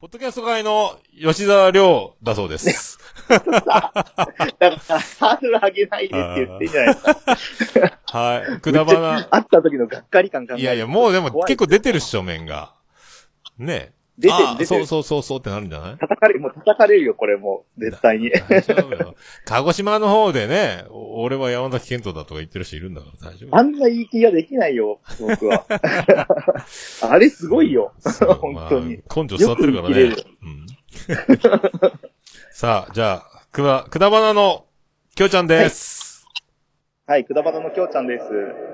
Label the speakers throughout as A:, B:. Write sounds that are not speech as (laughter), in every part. A: ポッドキャスト界の吉沢亮だそうです。
B: だから、ハードル上げないでって言ってんじゃないですか。
A: はい。く
B: (laughs)
A: だばな。
B: 会った時のがっかり感考える
A: いやいや、もうでも
B: 怖い
A: 結構出てるっしょ、面が。ねえ。
B: 出てる
A: あ
B: 出てる
A: そうそうそうそうってなるんじゃない (laughs)
B: 叩かれる、もう叩かれるよ、これもう。絶対に。
A: 大丈夫よ。鹿児島の方でね、お俺は山崎健人だとか言ってる人いるんだから大丈夫。
B: あんな言い気ができないよ、僕は。あれすごいよ。
A: そう
B: 本当に。
A: まあ根性座ってるからね。
B: よく見切れ
A: うん、さあ、じゃあ、くだ、くだばなの、きょうちゃんです、
B: はい、くだばなのきょうちゃんです。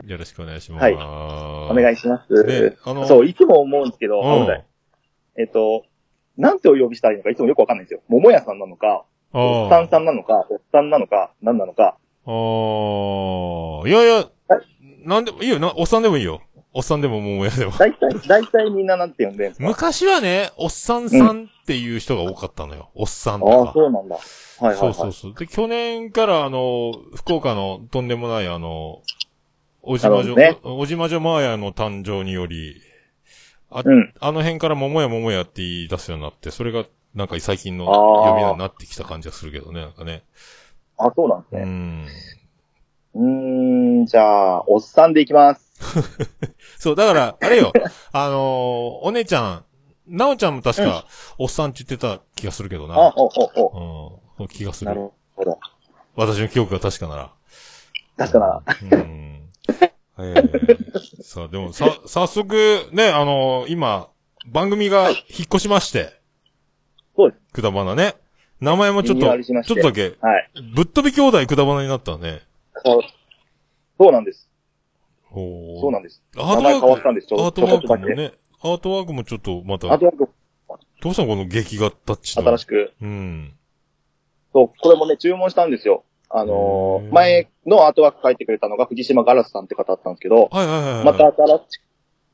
A: よろしくお願いします。
B: はい
A: お
B: お願
A: い
B: いします。
A: ねあの
B: そう、いつも思うんですけど、ごめんなさ
A: う
B: いえっと、なんてお呼びしたらいいのかいつもよくわかんないんですよ。桃屋さんなのか、おっさんさんなのか、おっさんなのか、何なのか。
A: おー。いやいや、なんでもいいよ。なおっさんでもいいよ。おっさんでももうやで
B: (laughs)
A: も。
B: だいたい、だいたいみんななんて呼んでるんですか
A: 昔はね、おっさんさんっていう人が多かったのよ。おっさんと
B: ああ、
A: か。
B: そうなんだ。はいはいはい。
A: そうそうそう。で、去年から、あの、福岡のとんでもない、あの、おじまじょ、
B: なるほ
A: おじまじょマーヤの誕生により、あ、
B: うん
A: あの辺から桃や桃やって言い出すようになって、それが、なんか最近の
B: あー
A: 呼び名になってきた感じがするけどね、なんかね。
B: あ、そうなんです
A: う
B: ね。
A: ん。
B: うーん、じゃあ、おっさんでいきます。
A: そう、だから、
B: (laughs)
A: あれよ、あのーお姉ちゃん、なおちゃんも確か、おっさんって言ってた気がするけどな。
B: あ、お、
A: う
B: お、お。
A: ん。そう気がす
B: な
A: る。
B: るほど。
A: 私の記憶が確かなら。
B: 確かな。
A: うん。ええさあ、でも、さ、早速、ね、あのー今、番組が引っ越しまして。
B: そうです。
A: くだばなね。名前もちょっ
B: リニューア
A: と、
B: ル
A: ち
B: し
A: ょ
B: ま
A: っ
B: して
A: とだけ、
B: はい。
A: ぶっ飛び兄弟くだばなになったね。
B: そうそうなんです。
A: ほ
B: そうなんんです。
A: アートワー
B: 名前
A: ク
B: 変わったんです。ち
A: ア
B: ょ
A: ー
B: っと
A: トワークも
B: だけ。
A: ね、アートワークもちょっと、また、
B: あと
A: ど
B: は
A: うしたのこの劇画タッチの。
B: 新しく。
A: うん。
B: そう、これもね、注文したんですよ。あの
A: へー
B: ー、前のアートワーク書いてくれたのが藤島ガラスさんって方だったんですけど、
A: はいはいはいはい。
B: また新し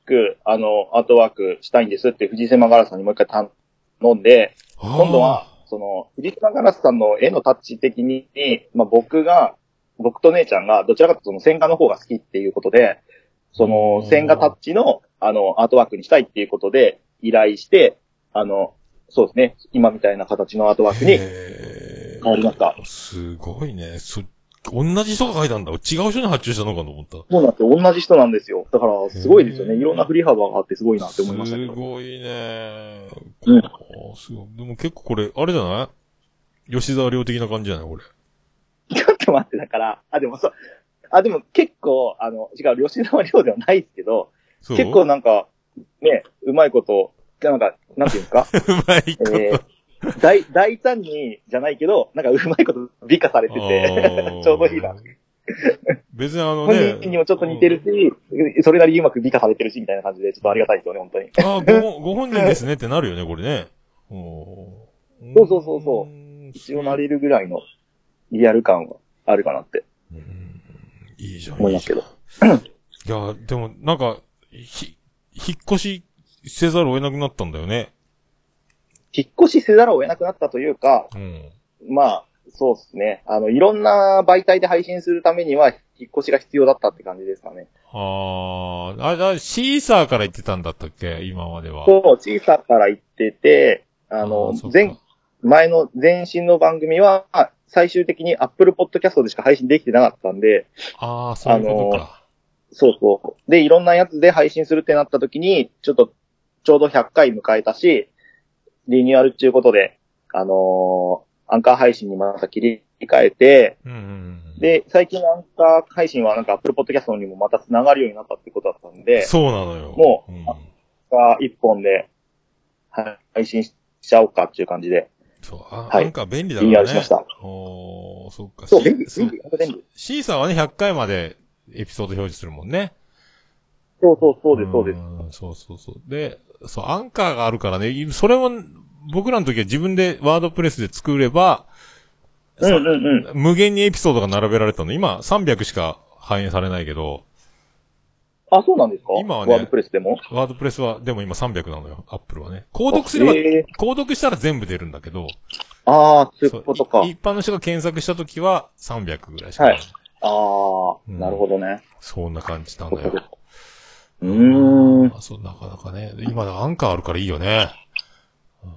B: く、あの、アートワークしたいんですって藤島ガラスさんにもう一回頼んで、今度は、その、藤島ガラスさんの絵のタッチ的に、まあ、僕が、僕と姉ちゃんが、どちらかというとその線画の方が好きっていうことで、その
A: うん、
B: 線画タッチの、あの、アートワークにしたいっていうことで、依頼して、あの、そうですね、今みたいな形のアート
A: あ
B: ワークに
A: 変
B: 変わりました。
A: すごいね。そ、同じ人が書いたんだ。違う人に発注したのかと思った。
B: そうなんですよ。同じ人なんですよ。だから、すごいですよ
A: へ
B: ね。
A: ー
B: いろんな振り幅があってすごいなって思いましたけ
A: す
B: ど。
A: ごいね。
B: うん
A: こうすごい。でも結構これ、あれじゃない吉沢亮的な感じじゃないこれ。
B: ちょっと待って、だから、あ、でもそう、あ、でも結構、あの、違う、吉沢亮ではないですけど、
A: そう
B: 結構
A: う
B: なんか、ね、うまいこと、なんか、なんていうんです
A: (laughs)
B: か
A: (laughs) まいこと。
B: えー、大、大胆に、じゃないけど、なんかうまいこと美化されてて
A: あー、
B: ちょうどいいな。。
A: 別にあの
B: 本
A: ね。
B: 人にもちょっと似てるし、それなりにうまく美化されてるし、みたいな感じで、ちょっとありがたいですよね、本当に。
A: うん。あーご、ご本人ですねってなるよね、これね。おー
B: (laughs) そうそうそうそ
A: う
B: う
A: ん
B: 一応なれるぐらいのリアル感はあるかなって。
A: うんいいじゃん。
B: 思いますけど
A: いいじゃん。いや、でも、なんか、ひ、引っ越しせざるを得なくなったんだよね。
B: 引っ越しせざるを得なくなったというか、
A: うん。
B: まあ、そうですね。あの、いろんな媒体で配信するためには、引っ越しが必要だったって感じですかね。
A: ああ、あれ、あれシーサーから言ってたんだったっけ今までは。
B: そう、小さから言ってて、あ
A: あ
B: の
A: ーそっ、か
B: 前、前の前身の番組は、最終的に Apple Podcast でしか配信できてなかったんで、
A: ああ、そういうことか。
B: そうそう。で、いろんなやつで配信するってなった時に、ちょっと、ちょうど100回迎えたし、リニューアルっていうことで、あのーアンカー配信にまた切り替えて、
A: うんうんうん。、
B: で、最近のアンカー配信はなんか Apple Podcast にもまた繋がるようになったってことだったんで、
A: そうなのよ。
B: も
A: う、
B: うんアンカー一本ではい配信しちゃおうかっていう感じで、
A: そう、あ、
B: はい
A: なんか便利だか
B: リニュー
A: ら
B: アルしま
A: ね
B: し。た。
A: おー、そっか。
B: そう、
A: シ
B: 便利、
A: そ
B: 便
A: う
B: 利、本当便利。
A: シーサーはね、100回までエピソード表示するもんね。
B: そうそう、そうです、そうです。
A: ん。そうそうそう。で、そう、アンカーがあるからね、それも、僕らの時は自分でワードプレスで作れば、
B: う
A: そ
B: んうんうん。
A: 無限にエピソードが並べられたの。今、300しか反映されないけど、
B: あ、そうなんですか
A: 今はね
B: ワードプレスでも
A: ワードプレスは、でも今300なのよ、アップルはね。購読すれば、
B: え
A: 購読したら全部出るんだけど、
B: ー、あー、そういうことか
A: そう。い一般の人が検索した時は300ぐらいしかない。
B: はいあー、なるほどね。
A: そんな感じなんだよ。
B: うーん。
A: あそう、なかなかね。今、アンカーあるからいいよね。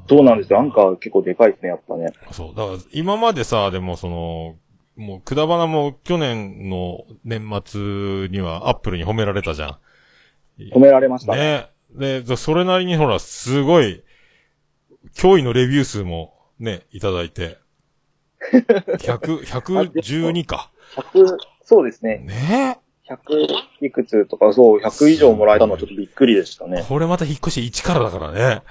B: そうなんですよ。アンカー結構でかいですね、やっぱね。
A: そう。だから、今までさ、でもその、もう、くだばなも去年の年末にはアップルに褒められたじゃ
B: 褒められまし
A: ん。
B: たね。
A: ね。で、だそれなりにほら、すごい、驚異のレビュー数もね、いただい
B: (laughs)
A: て。100、112か。
B: 100、そうですね。
A: ね
B: 100いくつとか、そう、100以上もらえたのはちょっとびっくりでした
A: え。
B: ね。
A: これまた引っ越し1からだからね。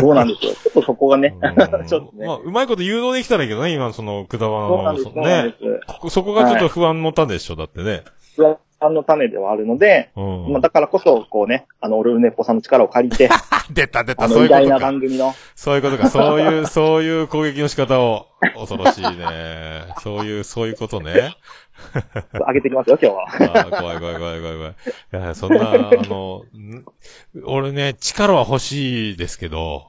B: そうな
A: (laughs)
B: んですよ。ちょっとそこがね、
A: うん
B: (laughs) ちょっとね
A: まあ、うまいこと誘導できたらいいけどね、今、その、くだばな
B: そうな
A: の。
B: んです、
A: そ
B: そうなん
A: ね
B: で。す。
A: ここそこがちょっと不安の種でしょ、だってね。
B: 不安の種ではあるので、
A: うん。
B: まあ、だからこそ、こうね、あの、オルネポさんの力を
A: (laughs)
B: 借りて、
A: あ出た出
B: あ
A: た、そう
B: の、
A: いうこ
B: 偉大
A: と
B: な
A: か。
B: 番
A: (laughs)
B: 組の、
A: そういうことか、そういう、そういう攻撃の仕方を、恐ろしいね。そういう、そういうことね。
B: 上げてきますよ、今日は。
A: あー怖い怖い怖い怖い怖い。いや、そんな、あの、ん俺ね、力は欲しいですけど、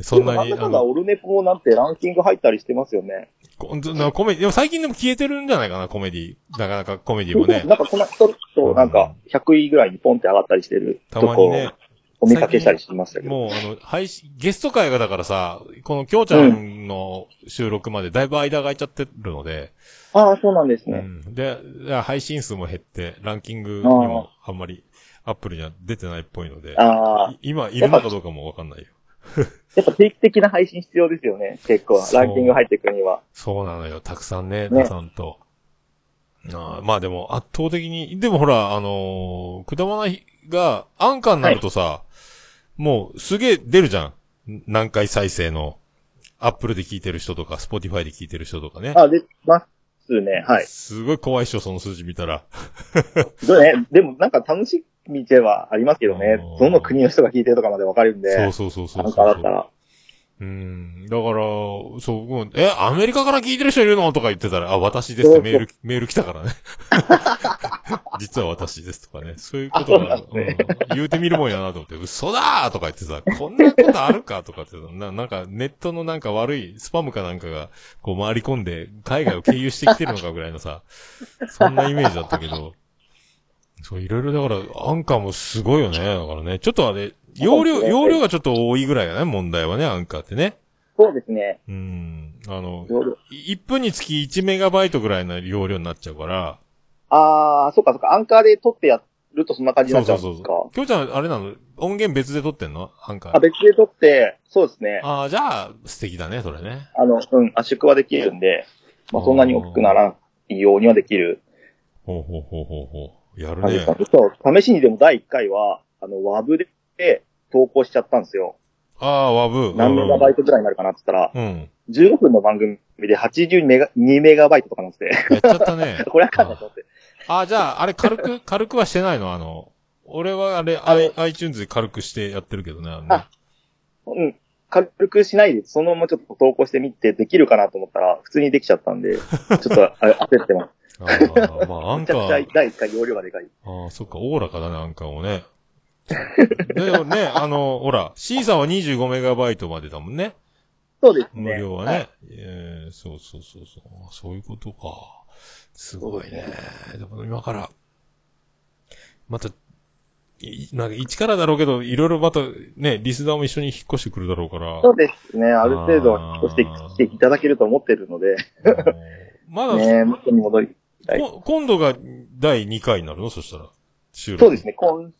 A: そんなに、
B: でもなんだか
A: あ
B: んだ
A: の、
B: オルネポなんてランキング入ったりしてますよね。
A: こんなコメディ、でも最近でも消えてるんじゃないかな、コメディ。なかなかコメディもね。
B: (laughs) なんかこの人と、なんか、100位ぐらいにポンって上がったりしてる
A: た
B: と
A: ま
B: こ
A: に
B: を
A: ね、
B: お見かけしたりしましたけど。
A: もう、あの、配信、ゲスト会がだからさ、このきょうちゃんの収録までだいぶ間が空いちゃってるので、
B: ああ、そうなんです
A: う
B: ね。
A: ん。で、で配信数も減って、ランキングにもあんまり、アップルには出てないっぽいので、
B: ああ
A: い、今いるのかどうかもわかんないよ。
B: やっぱ定期的な配信必要ですよね、結構。
A: そう
B: ランキング入ってくるには。
A: そうなのよ、たくさんね、
B: ね
A: たくさんと。あーまあでも、圧倒的に、でもほら、あのーくだまないが、アンカーになるとさ、もうすげえ出るじゃん。ん何回再生の。アップルで聞いてる人とか、スポティファイで聞いてる人とかね。
B: あ、で、ますね。はい。
A: すごい怖いっしょ、その数字見たら。
B: そうね。でもなんか楽しみではありますけどね
A: うん。
B: どの国の人が聞いてるとかまでわかるんで。
A: そうそうそうそうそう。
B: なんかだったら。
A: うん。だから、そう、もうえ、アメリカから聞いてる人いるのとか言ってたら、あ、私ですってメール、メール来たからね。 (laughs) 実は私ですとかね。そういうことが、
B: あそうなんです
A: うん言うてみるもんやなと思って、嘘だーとか言ってさ、こんなことあるかとかってな、なんかネットのなんか悪いスパムかなんかが、こう回り込んで、海外を経由してきてるのかぐらいのさ、そんなイメージだったけど、そう、いろいろだから、アンカーもすごいよね。だからね、ちょっとあれ、容量、容量がちょっと多いぐらいだね、問題はね、アンカーってね。
B: そうですね。
A: うん。あの、
B: 夜
A: 1分につき1メガバイトぐらいの容量になっちゃうから。
B: ああ、そうかそうか。アンカーで撮ってやるとそんな感じになっちゃうんですか。
A: きょうちゃん、あれなの音源別で撮ってんのアンカ
B: あ、
A: ー。
B: 別で撮って、そうですね。
A: ああ、じゃあ、素敵だね、それね。
B: あの、うん、圧縮はできるんで、まあそんなに大きくならないようにはできる
A: ほうほうほうほうほう。やる
B: 感
A: ね
B: じです。かね。そう、試しにでも第1回は、あの、WAV で投稿しちゃったんですよ。
A: ああ、ワブ。
B: 何メガバイ
A: ト
B: トぐらいになるかなって言ったら、
A: うん。
B: 15分の番組で82メガ、2メガバイトとかなんですね。。
A: やっちゃったね
B: (laughs) これあかんなと思って。
A: ああ、じゃあ、あれ軽く、 (laughs) 軽くはしてないのあの、俺はあれ、
B: あの
A: I- iTunes で軽くしてやってるけどね。あのね
B: あうん。軽くしないで、そのままちょっと投稿してみて、できるかなと思ったら、普通にできちゃったんで、ちょっと、あれ、焦ってます。
A: あーま
B: (laughs)
A: あ、アン
B: めち
A: カ
B: ゃくちゃ
A: ー、、
B: 第1回容量がでかい。
A: ああ、そっか、おおらかだね、アンカーもね。でもね、あの、ほら、C さんは25メガバイトまでだもんね。
B: そうですね。
A: 無料はね。
B: はい
A: えーそうそうそうそう。あそういうことか。すごいね。でも今から、また、いなんか一からだろうけど、いろいろまたね、リスナーも一緒に引っ越してくるだろうから。
B: そうですね。ある程度
A: あー
B: は引っ越してきていただけると思ってるので、
A: あのまだ、
B: ね、元に戻り。はい
A: こ今度が第2回になるのそしたら。収録。
B: そうですね。今、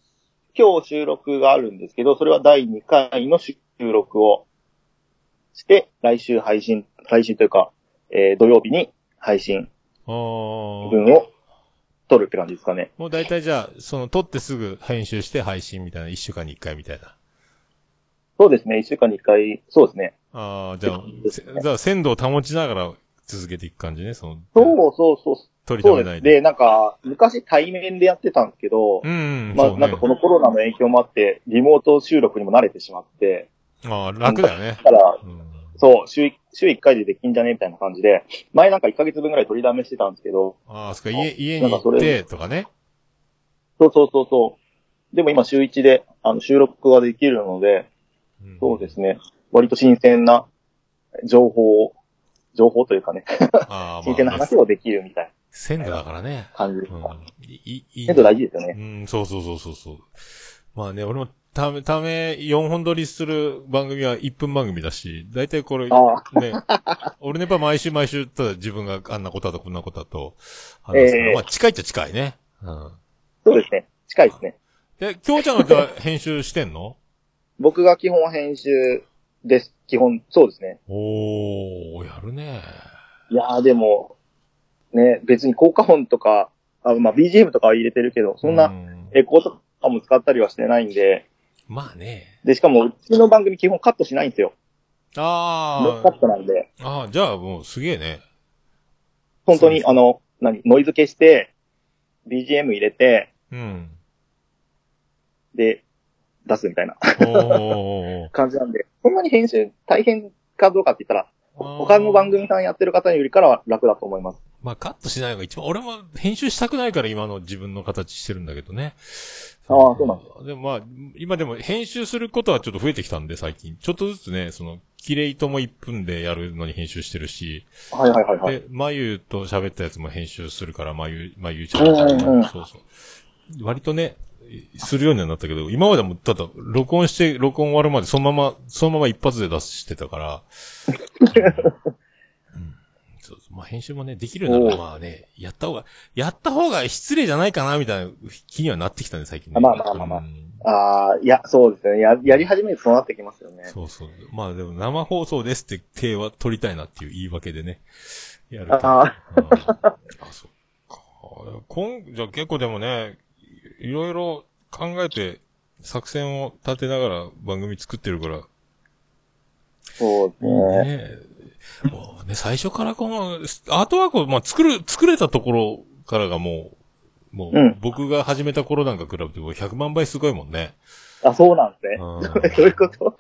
B: 今日収録があるんですけど、それは第2回の収録をして、来週配信、来週というか、えー、土曜日に配信
A: ああ。
B: 分を撮るって感じですかね。
A: もう大体じゃあ、その撮ってすぐ編集して配信みたいな、一週間に一回みたいな。
B: そうですね。1週間に1回、そうですね。
A: ああ、じゃあ
B: そう、です
A: せ
B: ね
A: じゃあ鮮度を保ちながら続けていく感じね、その。
B: そうそうそう。
A: 撮りた
B: そ
A: め
B: う
A: な
B: で
A: い
B: す。で、。なんか、昔対面でやってたんですけど
A: う、ん、
B: ま
A: そ
B: あ、
A: う
B: なんか
A: ね。
B: このコロナの影響もあって、リモート収録にも慣れてしまって、
A: ああ、楽だよね
B: だ。から、
A: うん
B: そう、週一、週1回でできんじゃねえみたいな感じで、前なんか1ヶ月分ぐらい取りだめしてたんですけど、
A: ああ、そっか、家、家に行って、とかね。
B: そうそうそうそう。でも今週1で、あの、収録ができるので、
A: ん
B: そうですね、割と新鮮な情報を、情報というかね、
A: ああ、
B: 新鮮な
A: まあ
B: 話、をできるみたい
A: 鮮度だからね。
B: な感じ
A: う
B: です
A: ん
B: か。。
A: いい、いい
B: けど大事ですよ
A: う
B: ね。
A: ん、そうそうそうそうそう。まあね、俺もため、ため、4本撮りする番組は1分番組だし、だいたいこれ、ね
B: ああ、
A: 俺ね、やっぱ毎週毎週、ただ自分があんなことだとこんなことだと話すから、
B: ええ
A: まあ近いっちゃ近いね。うん。
B: そうですね。近いですね。
A: で、京ちゃんの人は編集してんの (laughs)
B: 僕が基本編集です。基本、そうですね。
A: おー、やるね。
B: いやーでも、ね、別に効果音とか、あまあ BGM とかは入れてるけど、そん
A: う
B: なエコーとかも使ったりはしてないんで、
A: まあね。
B: で、しかもうちの番組基本カットしないんですよ。ノ
A: あ
B: ーカ
A: ー
B: ットなんで、
A: あー、じゃあもうすげえね。
B: 本当に
A: そ
B: あ
A: うです
B: の、何、ノイズ消して、BGM 入れて、 (laughs)
A: うん。
B: で、出すみたいな (laughs)
A: おーおーおー
B: 感じなんで、そんなに編集大変かどうかって言ったら、
A: おー。
B: 他の番組さんやってる方よりからは楽だと思います。
A: まあカットしないのが一番、俺も編集したくないから今の自分の形してるんだけどね。
B: あーそうなん
A: でもまあ、今でも編集することはちょっと増えてきたんで最近。ちょっとずつね、その、キレイとも1分でやるのに編集してるし、
B: はいはいはいはい。
A: で、眉と喋ったやつも編集するから、眉、眉ちゃ
B: うんうんうん
A: ん。そうそう。割とね、するようにはなったけど、今までもただ、録音して、録音終わるまでそのまま、そのまま一発で出してた
B: (laughs)
A: から、うんそうそうまあ編集もね、できるな
B: お
A: ら、
B: う
A: まあね、やった方が、やった方が失礼じゃないかな、みたいな気にはなってきたね、最近ね。
B: まあまあまあまあ
A: うん
B: ああ、いや、そうですね。や、やり始めるとそうなってきます
A: (laughs)
B: よね。
A: そうそう。まあでも生放送ですって手は取りたいなっていう言い訳でね。やると
B: ああ、
A: うん (laughs) あ、そっか。今、じゃあ結構でもね、いいろいろ考えて作戦を立てながら番組作ってるから、
B: そうですね。
A: ねえもうね、最初からこの、アートワークを、まあ、作る、作れたところからがもう、もう
B: うん、
A: 僕が始めた頃なんか比べてもう100万倍すごいもんね。
B: あ、そうなんですね。
A: うん
B: (laughs) どういうこと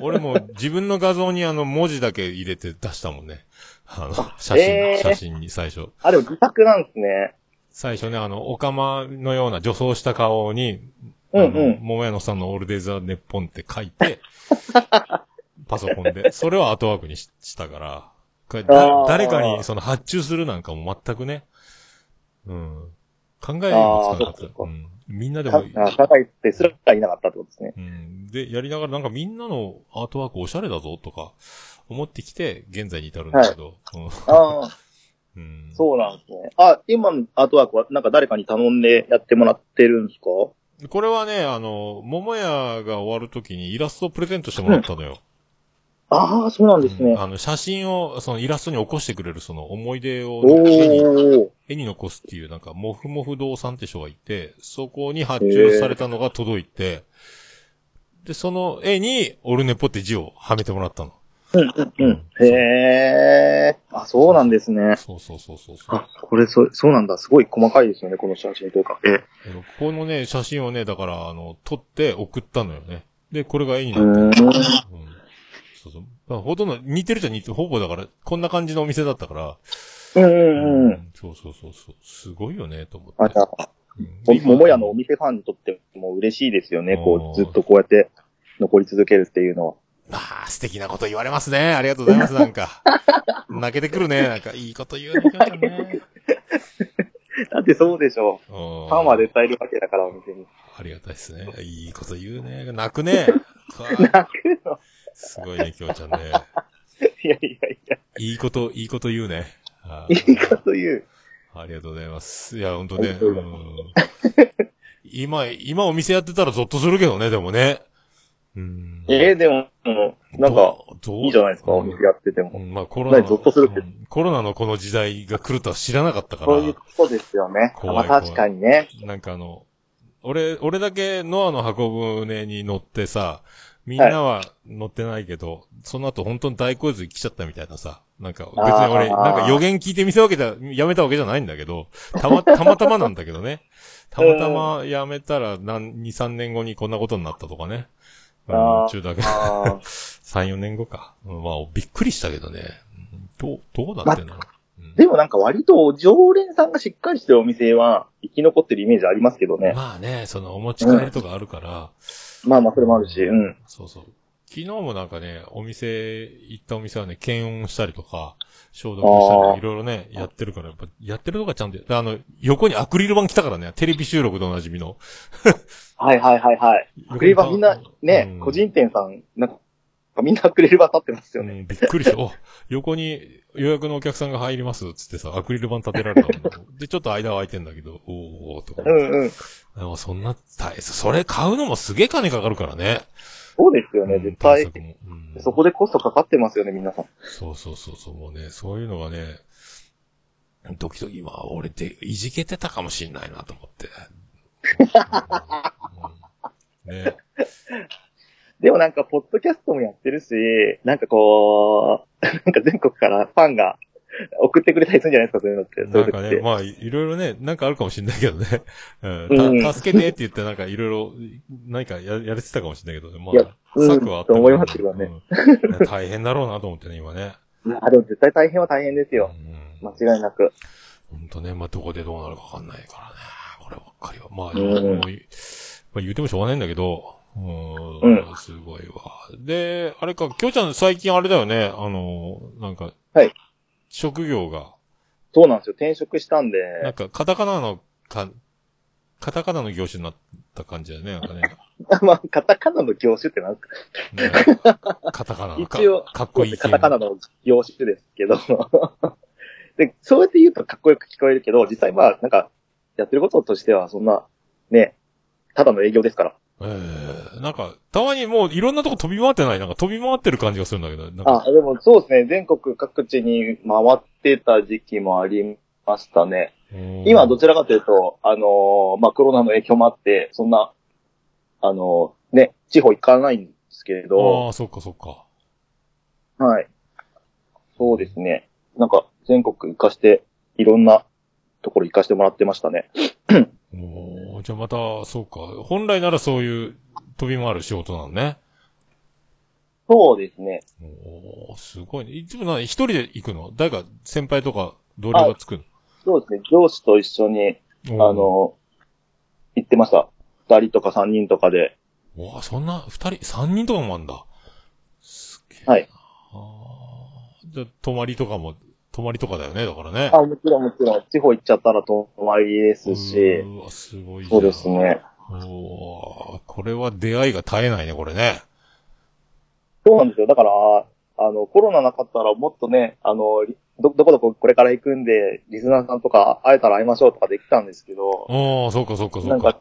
A: 俺も自分の画像にあの文字だけ入れて出したもんね。あの、写真、
B: えー
A: 写真に最初。
B: あ、でも自宅なんですね。
A: 最初ね、あの、オカマのような女装した顔に、
B: うん
A: あの
B: うん
A: 桃屋のさんのオールデイザーネッポンって書い
B: (laughs)
A: て、パソコンで。それは後枠にししたから、これだ
B: あー
A: 誰かにその発注するなんかも全くね、うん。考えもつかなかっ
B: あーそっか
A: た。
B: そっか
A: うん。みんなで
B: か
A: も、
B: あ社会ってすらいなかったってことで
A: (laughs)
B: すね。
A: うん。で、やりながらなんかみんなのアートワークおしゃれだぞとか、思ってきて、現在に至るんだけど。
B: ああ、
A: うんうん。
B: そうなんですね。あ、今のアートワークはなんか誰かに頼んでやってもらってるんですか
A: これはね、あの、桃屋が終わるときにイラストをプレゼントしてもらったのよ。
B: ああ、そうなんですね。
A: あの、写真を、そのイラストに起こしてくれる、その思い出を
B: お
A: 絵に、
B: ー。
A: 絵に残すっていう、なんか、もふもふ堂さんって人がいて、そこに発注されたのが届いて、で、その絵に、オルネポって字をはめてもらったの。
B: うん。へえ。あ、そうなんですね。
A: そうそうそうそうそう。
B: あ、これ、そ、そうなんだ。すごい細かいですよね、この写真というか。え。
A: えーこのね、写真をね、だから、あの、撮って送ったのよね。で、これが絵に
B: う
A: なった。
B: ーん。
A: うん。そうそう。まあほとんど似てるじゃ似てる。ほぼだから、こんな感じのお店だったから。う
B: う
A: ん
B: うんうん。
A: そうそうそうそう。すごいよね、と思
B: あ、
A: っ
B: じ
A: て
B: ゃ。あ、
A: うん
B: も
A: で今
B: 桃屋のお店ファンにとっても嬉しいですよね。こ
A: おー
B: う、ずっとこうやって残り続けるっていうのは。
A: ああ、素敵なこと言われますね。ありがとうございます、なん
B: (laughs)
A: か。泣けてくるね。なんか、いいこと言うね、かちゃんね。
B: だってそうでしょ
A: フ
B: う。ファンは絶対いるわけだから、お店に。
A: ありがたいですね。いいこと言うね。泣くね。
B: (laughs) 泣くの
A: すごいね、きょうちゃんね。
B: いやいやいや、
A: いいこと、いいこと言うね。あー
B: いいこと言う。
A: ありがとうございます。いや、ほんとね
B: あ。りがと
A: う
B: うござい
A: ん今、今お店やってたらゾッとするけどね、でもね。うん。
B: えー、でも、もうなんか、
A: どう、どう
B: いいじゃないですか、お店やってて
A: う
B: も。
A: んまあコロナ
B: ゾッとするって
A: うんコロナのこの時代が来るとは知らなかったか
B: そういう
A: ら、
B: ことですよね。
A: 怖
B: ま
A: い
B: あ
A: 怖い
B: 確か
A: (laughs)
B: にね。
A: なんかあの、俺、俺だけノアの箱舟に乗ってさ、みんなは乗ってないけど、その後本当に大洪水来ちゃったみたいなさ、なんか別に俺、
B: あー
A: なんか予言聞いてみたわけじゃ、やめたわけじゃないんだけど、たま、たまたまなんだけどね。たまたまやめたら何、2、3年後にこんなことになったとかね。
B: あー
A: うん、中だけ。
B: あー
A: 3、4年後か。うんまあ、びっくりしたけどね。うんどう、どうなってんの、うん
B: でもなんか割と常連さんがしっかりしてるお店は生き残ってるイメージありますけどね。
A: まあね、そのお持ち帰りとかあるから。
B: まあまあそれもあるし、うん。
A: そうそう。昨日もなんかね、お店、行ったお店はね、検温したりとか、消毒したりと
B: あ
A: か、
B: ー
A: いろいろね、やってるから、やっぱ、やってるとかちゃんとや、であの、横にアクリル板来たからね、テレビ収録でおなじみの。
B: はいはいはいはい。アクリル板みんなね、
A: うん
B: 個人店さん、なんか、みんなアクリル板立ってますよね。
A: うんびっくりした。お、横に予約のお客さんが入りますっつってさ、アクリル板立てられたも
B: (laughs)
A: んで、ちょっと間は空いてんだけど、おーおーとか
B: う。んうん。
A: でもそんな大切、それ買うのもすげえ金かかるからね。
B: そうですよね、
A: うん
B: 絶対
A: 探。索もうん
B: そこでコストかかってますよね、皆さん。
A: そうそうそうそう、もうね、そういうのがね、ドキドキ、まあ、俺って、いじけてたかもしんないなと思って。うんね。
B: でもなんか、ポッドキャストもやってるし、なんかこう、 (laughs) なんか全国からファンが送ってくれたりす (laughs) るんじゃないですか、そういうのって。そう
A: ないん
B: う
A: か
B: のっ
A: ね、
B: て。
A: まあ、いいろいろね、なんかあるかもしんないけどね。 (laughs)
B: う
A: うんん。た助けてって言って、なんかいろいろ、何かややれてたかもしんないけど、ま
B: いや
A: あ、
B: うん
A: 策はあった
B: と思いますけどね
A: うんいや大変だろうなと思ってね、今ね。
B: あ、でも絶対大変は大変ですよ。
A: うん
B: 間違いなく。
A: ほんとね、まあ、どこでどうなるかわかんないからね。こればっかりは。まあ、
B: うん
A: もういまあ、言うてもしょうがないんだけど。う
B: う
A: ーん、すごいわ。で、あれか、きょうちゃん最近あれだよね。あの、なんか、
B: はい
A: 職業が、
B: そうなんですよ。転職したんで。
A: なんか、カタカナの、か、カタカナの業種になった感じだよね、なんかね。
B: (laughs) まあ、カタカナの業種ってなんですか
A: ね
B: (laughs)
A: カタカナのか
B: 一応
A: かっこいい
B: カタカナの業種ですけど。 (laughs) で、そうやって言うとかっこよく聞こえるけど、実際まあ、なんか、やってることとしては、そんな、ね、ただの営業ですから。
A: えーなんか、たまにもういろんなとこ飛び回ってないなんか飛び回ってる感じがするんだけど、なんか
B: あ、 (laughs) でもそうですね。全国各地に回ってた時期もありましたね。今はど
A: ち
B: ちらかというと、あのーまあ、コロナの影響もあって、そんな、あのーね、地方行かないんですけれ
A: あ
B: ど、
A: あ、そっかそっか。
B: はい。そうですね。なんか、全国行かして、いろんなところ行かしてもらってましたね。
A: おーじゃあまた、そうか。本来ならそういう飛び回る仕事なのね。
B: そうですね。
A: おーすごいね。いつもな、一人で行くの誰か先輩とか同僚がつく
B: そうですね。上司と一緒に、あ
A: のお
B: のー行ってました。二人とか三人とかで。
A: ーわあそんな、二人、三人とかもあんだ。すげえ。
B: はい。
A: あーじゃあ、泊まりとかも、泊まりとかだよね、だからね。
B: あ、もちろんもちろん。地方行っちゃったら泊まりですし、
A: うわ、すごいじゃ
B: そ
A: ん
B: うです。ね。
A: おーこれは出会いが絶えないね、これね。
B: そうなんですよ。だから、あの、コロナなかったらもっとね、あの、りど、どこどここれから行くんで、リスナーさんとか会えたら会いましょうとかできたんですけど、
A: おーそうかそうかそ
B: な
A: うんか
B: か。、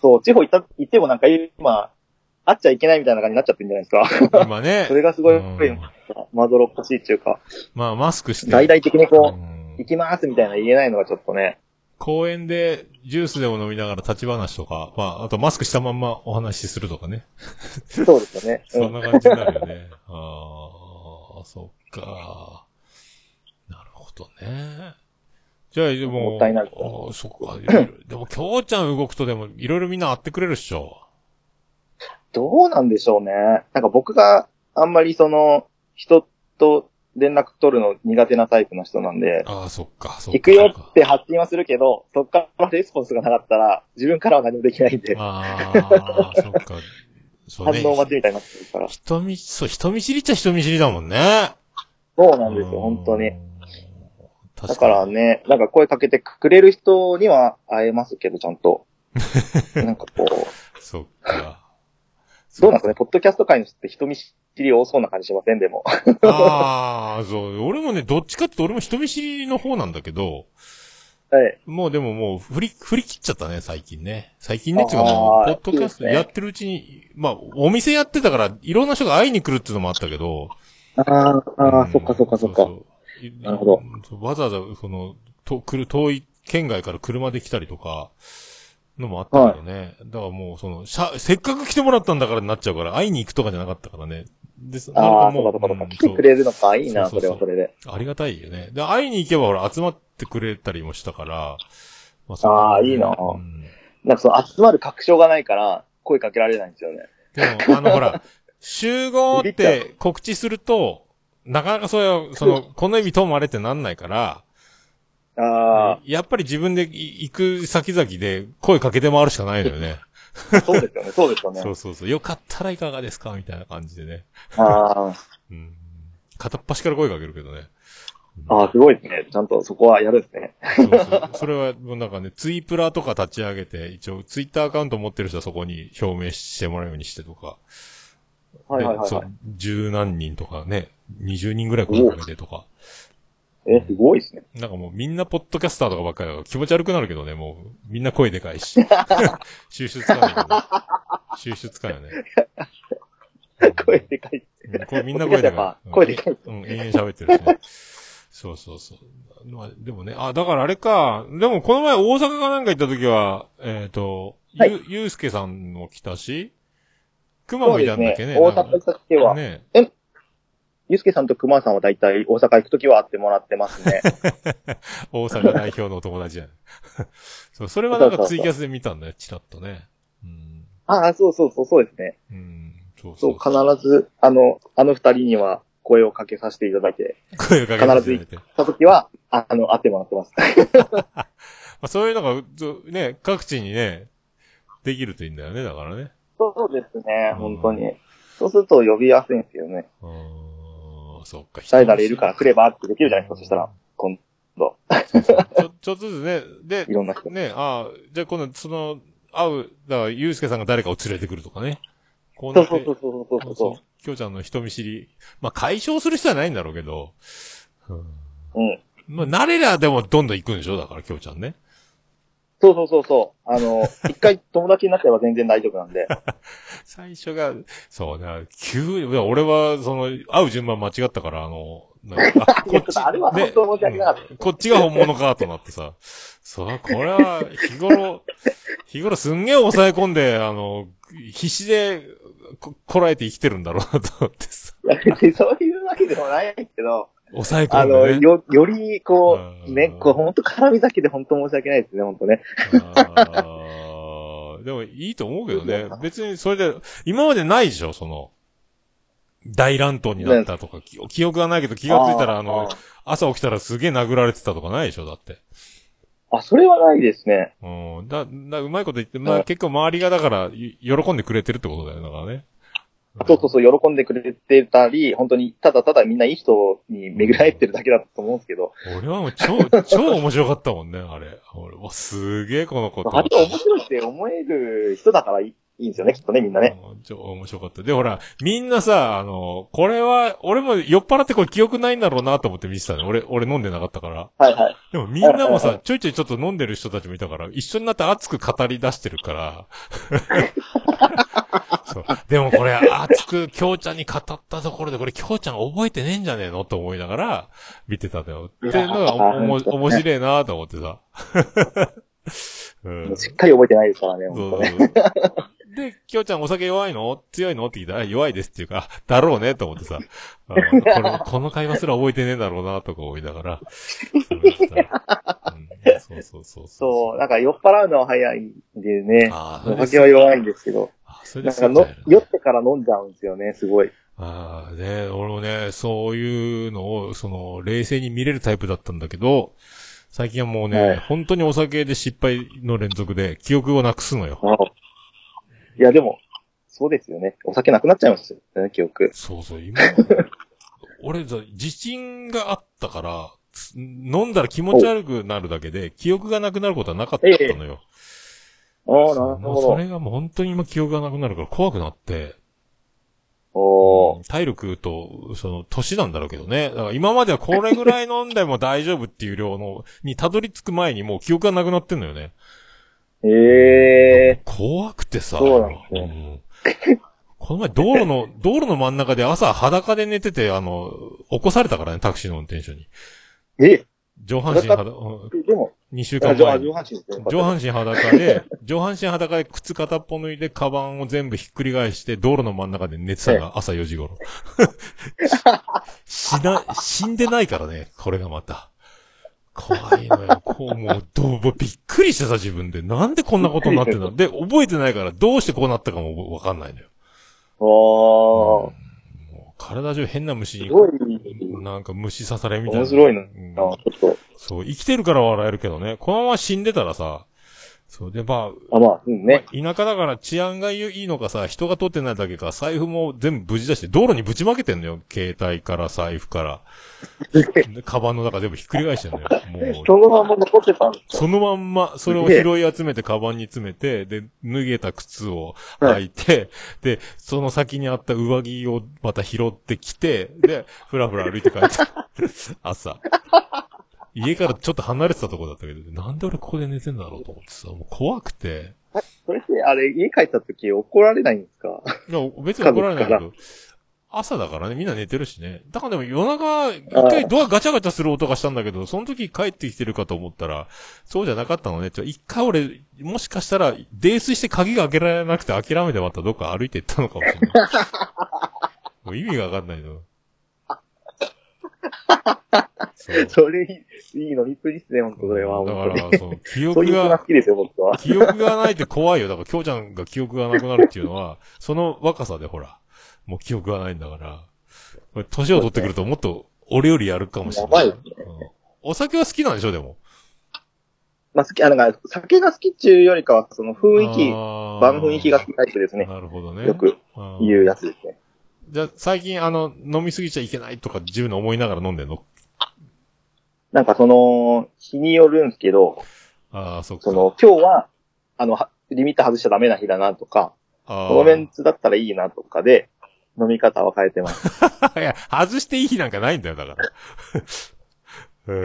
B: そう、地方行った、行ってもなんか今、会っちゃいけないみたいな感じになっちゃってるんじゃないですか。 (laughs)
A: 今ね。
B: それがすごい、
A: うん
B: まどろっこしいっていうか、
A: まあ、マスクして。
B: 大々的に
A: う
B: こ
A: ん
B: う、行きますみたいな言えないのがちょっ
A: (laughs)
B: とね、
A: 公園でジュースでも飲みながら立ち話とか、まあ、あとマスクしたまんまお話しするとかね。
B: そうですよね。う
A: そん
B: ん
A: な感じになるよね。 (laughs) ああ、そっか。なるほどね。じゃあ、でも、
B: もったいない
A: あーそっか。いろいろでも、きょうちゃん動くとでも、いろいろみんな会ってくれるっしょ。
B: どうなんでしょうね。なんか僕があんまりその、人と連絡取るの苦手なタイプの人なんで、
A: ああ、そっか、そっか。
B: 行くよ
A: そっ
B: っ
A: か
B: て発信はするけど、そっからレスポンスがなかったら、自分からは何もできないんで、
A: ああ、そっか。そうね
B: 反。応待ちみたいになってるから。
A: 人見、そう、人見知りっちゃ人見知りだもんね。
B: そうなんですよ、本当に。。だ
A: 確
B: か
A: かに。
B: らね、なんか声かけてくれる人には会えますけど、ちゃん
A: (laughs)
B: と。なんかこう、
A: そっ
B: (laughs)
A: か。
B: どうなんですかね、ポッドキャスト界の人って人見知り多そうな感じしませんでも。
A: (laughs) ああ、そう。俺もね、どっちかって俺も人見知りの方なんだけど、
B: はい。
A: もうでももう振り、振り切っちゃったね、最近ね。最近ね、っていうか
B: あー
A: もう、ポッドキャスト
B: いいですね
A: やってるうちに、まあ、お店やってたから、いろんな人が会いに来るっていうのもあったけど。
B: ああ、
A: うん
B: そっかそっかそっか。。
A: う
B: なるほど。
A: うんわざわざ、その、と、来る、遠い県外から車で来たりとか、のもあったけどね。だからもう、その、しゃ、せっかく来てもらったんだからになっちゃうから、会いに行くとかじゃなかったからね。で、そ
B: ああ、
A: な
B: そ
A: んか
B: う
A: も
B: かそううかそうか。
A: うん
B: 来てくれるのか、いいな、
A: そ
B: そう
A: そうそ
B: れ
A: う
B: はそれで。
A: ありがたいよね。で、会いに行けばほら、集まってくれたりもしたから。まあ
B: あーいいな
A: うん
B: なんかその集まる確証がないから、声かけられないんですよね。
A: でも、あの、ほら、集合って告知すると、なかなかそういう、そ
B: (laughs)
A: の、この意味ともあれってなんないから、
B: あ
A: やっぱり自分で行く先々で声かけて回るしかないのよね。
B: あ、そうですよね、そうですよね
A: (laughs) そ。うそうそう。よかったらいかがですかみたいな感じでね。
B: ああ、
A: うん。片っ端から声かけるけどね。
B: ああ、すごいですね。ちゃんとそこはやるんですね。
A: そうそう。それは、もうなんかね、ツイプラとか立ち上げて、一応、ツイッターアカウント持ってる人はそこに表明してもらうようにしてとか。
B: はいはいはい、
A: でそ
B: は
A: う、十何人とかね、二十人ぐらい声かけてとか。
B: い。え、すごいですね。 (laughs)
A: なんかもうみんなポッドキャスターとかばっかりだから気持ち悪くなるけどね、もうみんな声でかい
B: (laughs)
A: し。収集つかないけどね。収集つかないよね。
B: 声でかい。
A: うんこれみんな声で
B: ポッ
A: かい。
B: ドキャストやっぱ声でかい
A: うん、うん延々喋ってるしね。 (laughs) そうそうそう。まあ、でもね、あ、だからあれか。でもこの前大阪かなんか行った時は、えっ、と、
B: はい
A: ゆ、ゆうすけさんも来たし、熊
B: そ
A: も
B: う
A: い
B: で
A: た
B: す
A: んだっけ
B: ね
A: ね。。
B: 大阪行った時は、
A: ね。
B: ゆうすけさんとくまさんは大体大阪行くときは会ってもらってます (laughs) ね。
A: 大阪代表のお友達やね。 (laughs) そう、それはなんかツイキャスで見たんだよ、チラッとね。うん。
B: ああ、そうそうそう、そうですね。
A: うん、そうそ
B: そうう、。必ず、あの、あの二人には声をかけさせていただいて、
A: 声をかけていただいて
B: 必たときは、ああの、会ってもらってます。
A: まあ、そういうのが、そうね、各地にね、できるといいんだよね、だからね。
B: そうですね、
A: うん
B: 本当に。そうすると呼びやすいんですよね。
A: うーん、そっか。
B: 誰々いるから来れ
A: ば
B: ばってできるじゃないですか、そしたら。今度、
A: (laughs) ちょ、ちょっとずつね、で
B: い、ろんな人。
A: ね、ああ、じゃあ今度、その、会う、だから、ゆうすけさんが誰かを連れてくるとかね。こうな
B: そう
A: って、
B: そうそうそうそう
A: そう
B: そ
A: きょうちゃんの人見知り、まあ、解消する必要はないんだろうけど、うん、
B: う。うん。
A: まあ、慣れりゃでもどんどん行くんでしょだから、きょうちゃんね。
B: そうそうそうそう。あの、 (laughs) 一回友達になっちゃえば全然大丈夫な
A: (laughs)
B: んで。
A: 最初が、そうね、急に、いや俺は、その、会う順番間違ったから、あの、なんかあ
B: いやちょっとあれは本当申し訳なかった
A: うんこっちが本物か、となってさ。そう、これは、日頃、 (laughs) 日頃すんげえ抑え込んで、あの、必死で、こ、こらえて生きてるんだろうな、と思って
B: (laughs)
A: さ。
B: いや別にそういうわけでもないけ
A: (laughs)
B: ど、
A: 抑え
B: あ
A: 込ん
B: の、
A: で、ね。
B: よ、より、こ
A: う
B: う、
A: ん
B: ね、こう、ほんと絡み酒で本当申し訳ないですね、ほんとね。
A: あーでも、いいと思うけどね。別に、それで、今までないでしょその、大乱闘になったとか、記記憶がないけど、気がついたら、あの、
B: ー
A: 朝起きたらすげえ殴られてたとかないでしょだって。
B: あ、それはないですね。
A: うん。だ、だうまいこと言って、ま
B: う
A: あ
B: ん
A: 結構周りがだから、い喜んでくれてるってことだよね。だからね。
B: そうそうそう、喜んでくれてたり、本当に、ただただみんないい人に巡り合ってるだけだと思うんですけど、
A: 俺はもう超、超面白かったもんね、あれ。俺、わ、すげえこの子と
B: あれは面白いって思える人だからいいいいんですよね、きっとね、みんなね。
A: うん超面白かった。で、ほら、みんなさ、あの、これは、俺も酔っ払ってこれ記憶ないんだろうなと思って見てたね。俺、俺飲んでなかったから。
B: はいはい。
A: でもみんなも
B: うんう
A: さ、ちょいちょいちょっと飲んでる人たちもいたから、一緒になって熱く語り出してる (laughs) から。そうでもこれ、熱く京ちゃんに語ったところで、これ京ちゃん覚えてねえんじゃねえのと思いながら、見てたんだよ。っていうのが (laughs) お、おも、面白いなと思ってさ。 (laughs) うん
B: しっかり覚えてないですからね、
A: そ
B: 本当
A: う
B: ね。
A: そうそう。で、きょうちゃんお酒弱いの強いのって聞いたら、あ弱いですっていうか、 (laughs) あだろうねと思ってさ、あこ
B: (laughs)
A: れこの会話すら覚えてねえんだろうなとか思いながら。そうやってたうんそうそうそう
B: そう、なんか酔っ払うのは早いんでね、
A: ああ、
B: お酒は弱いんですけど、
A: それで
B: なん
A: すよ
B: かの酔ってから飲んじゃうんですよね、すごい。
A: ああ、ね、俺もね、そういうのを、その、冷静に見れるタイプだったんだけど、最近はもうね、
B: はい
A: 本当にお酒で失敗の連続で、記憶をなくすのよ。
B: あのいや、でも、そうですよね。お酒なくなっちゃいますよね、記憶。
A: そうそう、今、俺さ、自信があったから、つ飲んだら気持ち悪くなるだけで、記憶がなくなることはなかったのよ。
B: ああ、なる
A: もう
B: ほ
A: そ
B: ど。
A: れがもう本当に今記憶がなくなるから怖くなって、
B: おー。
A: 体力と、その、年なんだろうけどね。だから今まではこれぐらい飲んでも大丈夫っていう量の、にたどり着く前にもう記憶がなくなってんのよね。
B: ええ
A: 怖くてさ。
B: そうなんです
A: うんこの前道路の、道路の真ん中で朝裸で寝てて、あの、起こされたからね、タクシーの運転手に。
B: ー。え
A: 上半身裸、うん
B: でも、
A: 二週間
B: あ上
A: 前
B: 半
A: に。
B: 身ですね。
A: 上半身裸で、 (laughs) 上半身裸で靴片っぽ脱いで、カバンを全部ひっくり返して、道路の真ん中で寝てたのが朝4時頃。 (laughs) し死な、死んでないからね、これがまた。怖いのよ。こう、もう、どう、びっくりしてさ、自分で。なんでこんなことになって (laughs) んだ。で、覚えてないから、どうしてこうなったかもわかんないのよ。
B: お
A: も
B: ー。
A: う体中変な虫に
B: す、ごい、
A: なんか虫刺されみたいな。
B: 面白いな、
A: うん
B: ちょっと。
A: そう、生きてるから笑えるけどね。このまま死んでたらさ、そう、で、まあ、
B: あ、まあ、う
A: (laughs)
B: んね。
A: 田舎だから治安がいいのかさ、人が通ってないだけか、財布も全部無事出して、道路にぶちまけてんのよ。携帯から財布から。でカバンの中全部ひっくり返してんのよ。もう、
B: そのまま残ってたんですよ。
A: そのまんま、それを拾い集めて、カバンに詰めて、で、脱げた靴を履いて、で、その先にあった上着をまた拾ってきて、で、ふらふら歩いて帰った。朝。家からちょっと離れてたとこだったけど、なんで俺ここで寝てんだろうと思ってさ、もう怖くて。
B: それって、あれ、家帰った時怒られないんですか (laughs)
A: いや、別に怒られないけど、朝だからね、みんな寝てるしね。だからでも夜中、一回ドアガチャガチャする音がしたんだけど、その時帰ってきてるかと思ったら、そうじゃなかったのね。ちょ、一回俺、もしかしたら、泥酔して鍵が開けられなくて諦めてまたどっか歩いて行ったのかもしれない。
B: (laughs)
A: もう意味がわかんないの。そう
B: それ、いいのびっくりですね、本当それは。
A: だ
B: 本当
A: か
B: に。
A: ら、そう、記
B: そう
A: 憶
B: いうのが
A: が
B: 好、きですよ、僕は。
A: (laughs) 記憶がないって怖いよ。だから、京ちゃんが記憶がなくなるっていうのは、その若さでほら、もう記憶がないんだから、これ年を取ってくるともっと俺よりやるかもしれない。
B: やばい
A: うんお酒は好きなんでしょ、でも。
B: まあ好き、あ、なんか、酒が好きっていうよりかは、その雰囲気、場
A: 場
B: の雰囲気が好きタイプですね。
A: なるほどね。
B: よく
A: うん
B: 言うやつですね。
A: じゃあ、最近、あの、飲みすぎちゃいけないとか自分の思いながら飲んでんの
B: なんかその、日によるんですけど、
A: ああ、そっか
B: そ。の、今日は、あの、はリミット外しちゃダメな日だなとか、
A: あ
B: このメンツだったらいいなとかで、飲み方は変えてます。
A: あ。いや、外していい日なんかないんだよ、だから。うん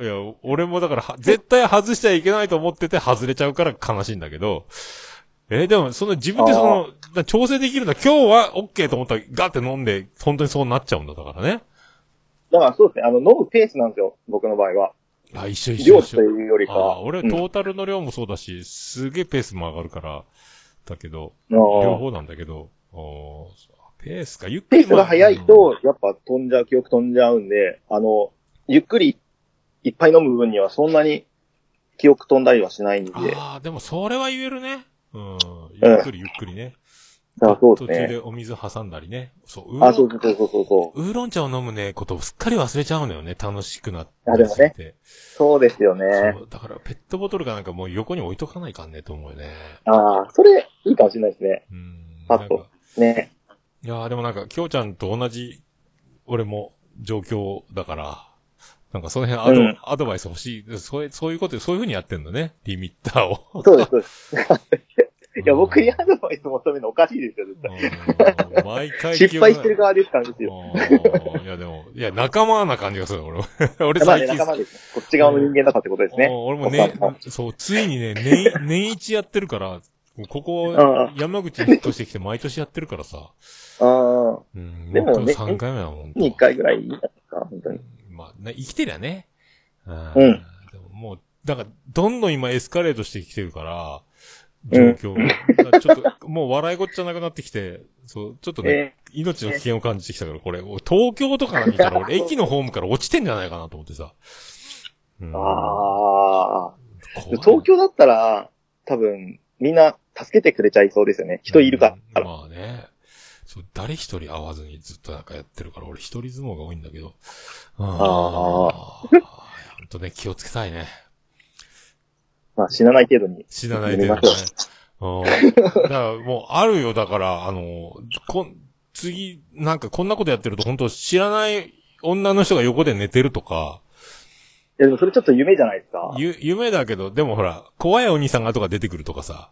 A: いや、俺もだからは、絶対外しちゃいけないと思ってて外れちゃうから悲しいんだけど、えーでも、その自分でその、だ調整できるのは今日は OK と思ったらガって飲んで、本当にそうなっちゃうんだ、だからね。
B: だからそうですね、あの、飲むペースなんですよ、僕の場合は。
A: あ、一緒一緒
B: 量
A: 一緒
B: と。いうよりか
A: あ
B: は。
A: あ、俺は
B: うん
A: トータルの量もそうだし、すげえペースも上がるから、だけど、両
B: ああ
A: 方なんだけど、おーペースか、ゆっく
B: ペ
A: り。
B: ースが早いと、やっぱ飛んじゃう、記憶飛んじゃうんで、あの、ゆっくりいっぱい飲む分にはそんなに記憶飛んだりはしないんで。
A: うん、
B: だか
A: ああ、でもそれは言えるね。うん。ゆっくりゆっくりね。
B: らそう
A: 途中
B: です
A: で
B: ね。
A: お水挟んだりね。そう、ウーロン
B: あ、そうそうそうそうそう。
A: ウーロン茶を飲むね、ことをすっかり忘れちゃうのよね。楽しくなって。
B: あでもねそうですよね
A: そ。う。だから、ペットボトルかなんかもう横に置いとかないかんね、と思うよね。
B: ああ、それいいかもしれないですね。
A: うん。
B: パッ
A: なん
B: と
A: か
B: ね。
A: いやーでもなんか、きょうちゃんと同じ、俺も状況だから、なんかその辺アド,、
B: うん
A: アドバイス欲しい。そういう、そういうこと、そういう風にやってんのね。リミッター
B: (laughs)
A: を。
B: そうです、そうです。いや、僕に
A: や
B: アドバイス求めるのおかしいですよ、絶対。
A: 毎回
B: 失敗してる側ですからですよ。
A: よ。いやでも、いや仲間な感じがする、俺も。 (laughs) 俺
B: まあ
A: 最
B: ね、
A: 近、
B: 仲間ですね。こっち側の人間だったってことですね。
A: おー俺もね
B: お母、
A: そう、ついにね、
B: (laughs)
A: 年、年一やってるから、ここ
B: う、
A: 山口に引っ越してきて毎年やってるからさ。
B: うん。
A: うん、
B: でもね
A: 3回目だもん。
B: に一回ぐらいいいんじゃないですか、本当に。
A: まあ、ね生きてりゃね。うん
B: うん
A: でももう、だから、どんどん今エスカレートしてきてるから、状況が。だからちょっと、もう笑いごっちゃなくなってきて、そう、ちょっとね、
B: え
A: 命の危険を感じてきたから、これ、俺東京とかにいたら、俺、駅のホームから落ちてんじゃないかなと思ってさ。うん
B: ー、ああ。
A: 怖い
B: 東京だったら、多分、みんな助けてくれちゃいそうですよね。人いるから。
A: うんまあね。そう、誰一人会わずにずっとなんかやってるから、俺一人相撲が多いんだけど。ああ。
B: あ
A: ほんとね、気をつけたいね。
B: まあ、死なない程度に。
A: 死なない程度ね。うん。だからもうあるよ、だから、あの、こん、次、なんかこんなことやってると本当知らない女の人が横で寝てるとか、
B: いや、でもそれちょっと夢じゃないですか。
A: ゆ、夢だけど、でもほら、怖いお兄さんがとか出てくるとかさ。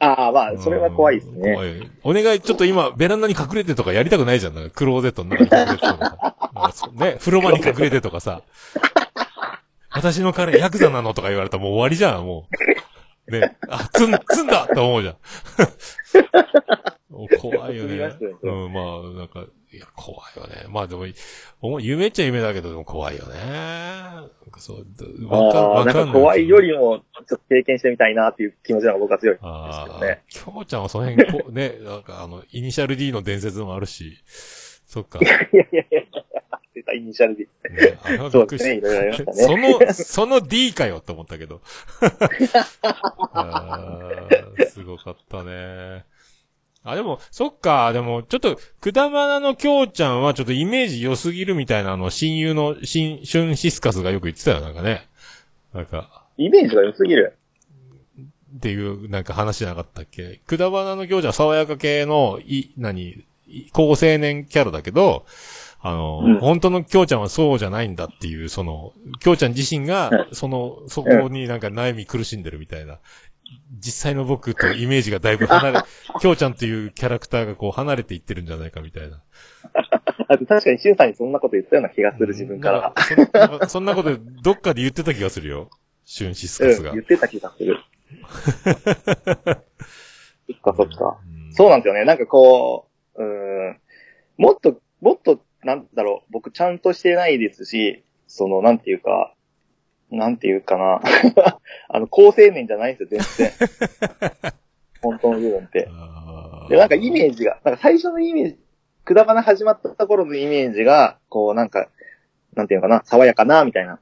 B: ああ、まあ、それは怖いです
A: うん
B: ね。
A: 怖い。お願い、ちょっと今、ベランダに隠れてとかやりたくないじゃん。なんかクローゼットの中に隠れてとかさなんかそう。
B: (laughs)
A: ね、風呂場に隠れてとかさ。私の彼、ヤクザなのとか言われたらもう終わりじゃん、もう。ね、あ、つん、つんだって思うじゃん。 (laughs) もう怖いよね。
B: 言いますよね
A: うん、まあ、なんか、いや、怖いよね。まあでも、お夢っちゃ夢だけど、でも怖いよね。なんかそう、わかん、
B: ああ、
A: わ
B: なん
A: かん
B: か
A: ない。
B: 怖いよりも、ちょっと経験してみたいなっていう気持ちの方が僕は強い。
A: あ
B: です
A: あ、
B: けどね
A: きょうちゃんはその辺、こう
B: (laughs)
A: ね、なんかあの、イニシャル D の伝説もあるし、そっか。ね、
B: いやいやいやいや、絶対イニシャルで。
A: あれはび
B: そ
A: っ
B: う
A: く
B: で
A: り
B: すね、
A: し。
B: いろいろありましたた
A: そ
B: ね。
A: の、その D かよって思ったけ
B: (laughs)
A: ど。あーすごかったね。あ、でも、そっか、でも、ちょっと、くだばなのきょうちゃんは、ちょっとイメージ良すぎるみたいな、あの、親友の、新、シュンシスカスがよく言ってたよ、なんかね。なんか、
B: イメージが良すぎる。
A: っていう、なんか話じゃなかったっけくだばなの行者は爽やか系の、い、何、い高青年キャラだけど、あの、
B: うん
A: 本当の京ちゃんはそうじゃないんだっていう、その、京ちゃん自身が、その、そこになんか悩み苦しんでるみたいな。実際の僕とイメージがだいぶ離
B: (laughs)
A: れ、京ちゃんというキャラクターがこう離れていってるんじゃないかみたいな。
B: あと確かにシュウさんにそんなこと言ったような気がする自分から。
A: なんか。そんなんかそんなことどっかで言ってた気がするよ。シュンシスカ
B: う
A: ス
B: ん、
A: が。
B: (laughs) 言ってた気がす
A: (laughs)
B: る。そっかそっか。
A: うん
B: そうなんですよね。なんかこう、うーん、もっと、もっと、なんだろう、僕ちゃんとしてないですし、その、なんていうか、なんていうかな。 (laughs) あの、高青年じゃないんですよ、全
A: (laughs)
B: 然。本当の部分って。
A: あー
B: で、なんかイメージが、なんか最初のイメージ、くだばな始まった頃のイメージが、こう、なんか、なんていうのかな、爽やかな、みたいな。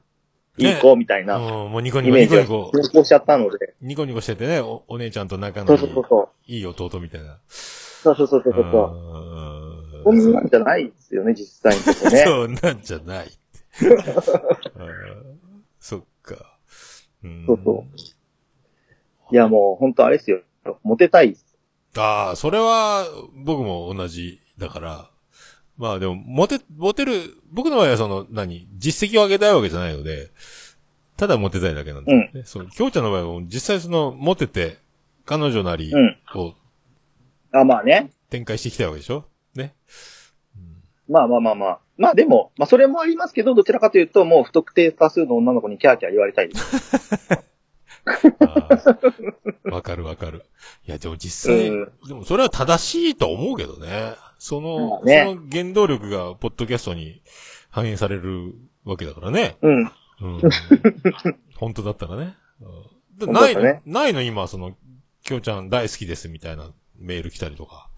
B: い
A: ね
B: い子、みたいな、
A: うん、もうニコニ
B: イ
A: コ、
B: メ
A: ニ
B: ージ
A: コニ
B: が
A: コ、
B: 先行しちゃったので。
A: ニコニコしててね、おお姉ちゃんと仲の
B: そ
A: いう
B: そうそうそう。
A: いいい弟みたいな。
B: そうそうそうそうそうそう。
A: う
B: こ
A: ん
B: んなんじゃないですよね、実際にとね。
A: そうなんじゃないって。あーそっか。うん
B: そうそいや、もう、本当あれですよ。モテたいっす。
A: ああ、それは、僕も同じだから。まあでも、モテ、モテる、僕の場合はその、何、実績を上げたいわけじゃないので、ただモテたいだけなんだよね。そう、京ちゃんの場合は、実際その、モテて、彼女なり
B: うん。
A: を
B: あ、まあね。
A: 展開してきたいわけでしょね。
B: まあまあまあまあ。まあでも、まあそれもありますけど、どちらかというと、もう不特定多数の女の子にキャーキャー言われたいです。
A: あーわかるわかる。いや、でも実際、
B: うん
A: でもそれは正しいと思うけどね。その
B: まあ、ね
A: その原動力が、ポッドキャストに反映されるわけだからね。
B: うん。 (laughs)
A: うん。本当だったらね。うんで
B: 本当だ
A: な
B: っ
A: い
B: た
A: の、
B: ね
A: ないの今、その、きょうちゃん大好きですみたいなメール来たりとか。。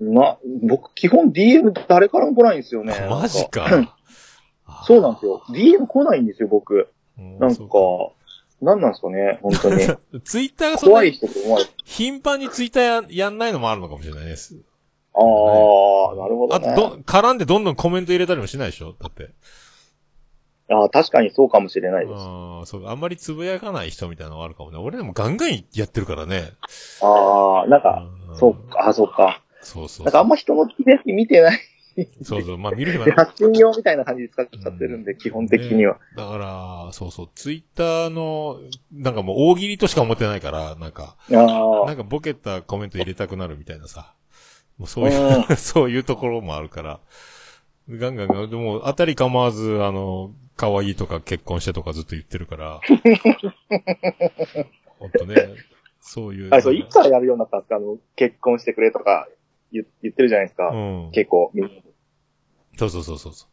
B: な、僕、基本 DM 誰からも来ないんですよね
A: (laughs) マジ
B: なん
A: か。あー
B: そうなんですよ。。DM 来ないんですよ、僕。
A: うん
B: なんか
A: そう、
B: なんなんですかね、本当
A: (laughs)
B: に。
A: ツイッターがそんな
B: 怖い
A: に
B: 人と思われて。
A: 頻繁にツイッターややんないのもあるのかもしれないです。
B: ああ、なるほど、
A: あと、
B: ね。
A: ど、絡んでどんどんコメント入れたりもしないでしょだって。
B: ああ、確かにそうかもしれないです。
A: うん、そう、あんまりつぶやかない人みたいなのがあるかもね。俺でもガンガンやってるからね。
B: ああ、なんか、
A: ん
B: そっ。か、あそうか。
A: そうそうそう。
B: なんかあんま人の気で見てない。
A: そうそう、まあ見る暇
B: で、
A: ない。
B: 発信用みたいな感じで使っちゃってるんで、基本的には。
A: だから、そうそう、ツイッターの、なんかもう大喜利としか思ってないから、なんか、
B: あ
A: な
B: あ。
A: んかボケたコメント入れたくなるみたいなさ。もうそういう、 (laughs) そういうところもあるから。ガンガンガン、でも、あたり構わず、あの、可愛いとか結婚してとかずっと言ってる
B: (laughs)
A: から。ほんとね、そういう。
B: あれ、そう、いつからやるようになったんですかあの、結婚してくれとか言言ってるじゃないです
A: う
B: か。
A: ん。
B: 結構、みんな
A: そうそうそうそうそ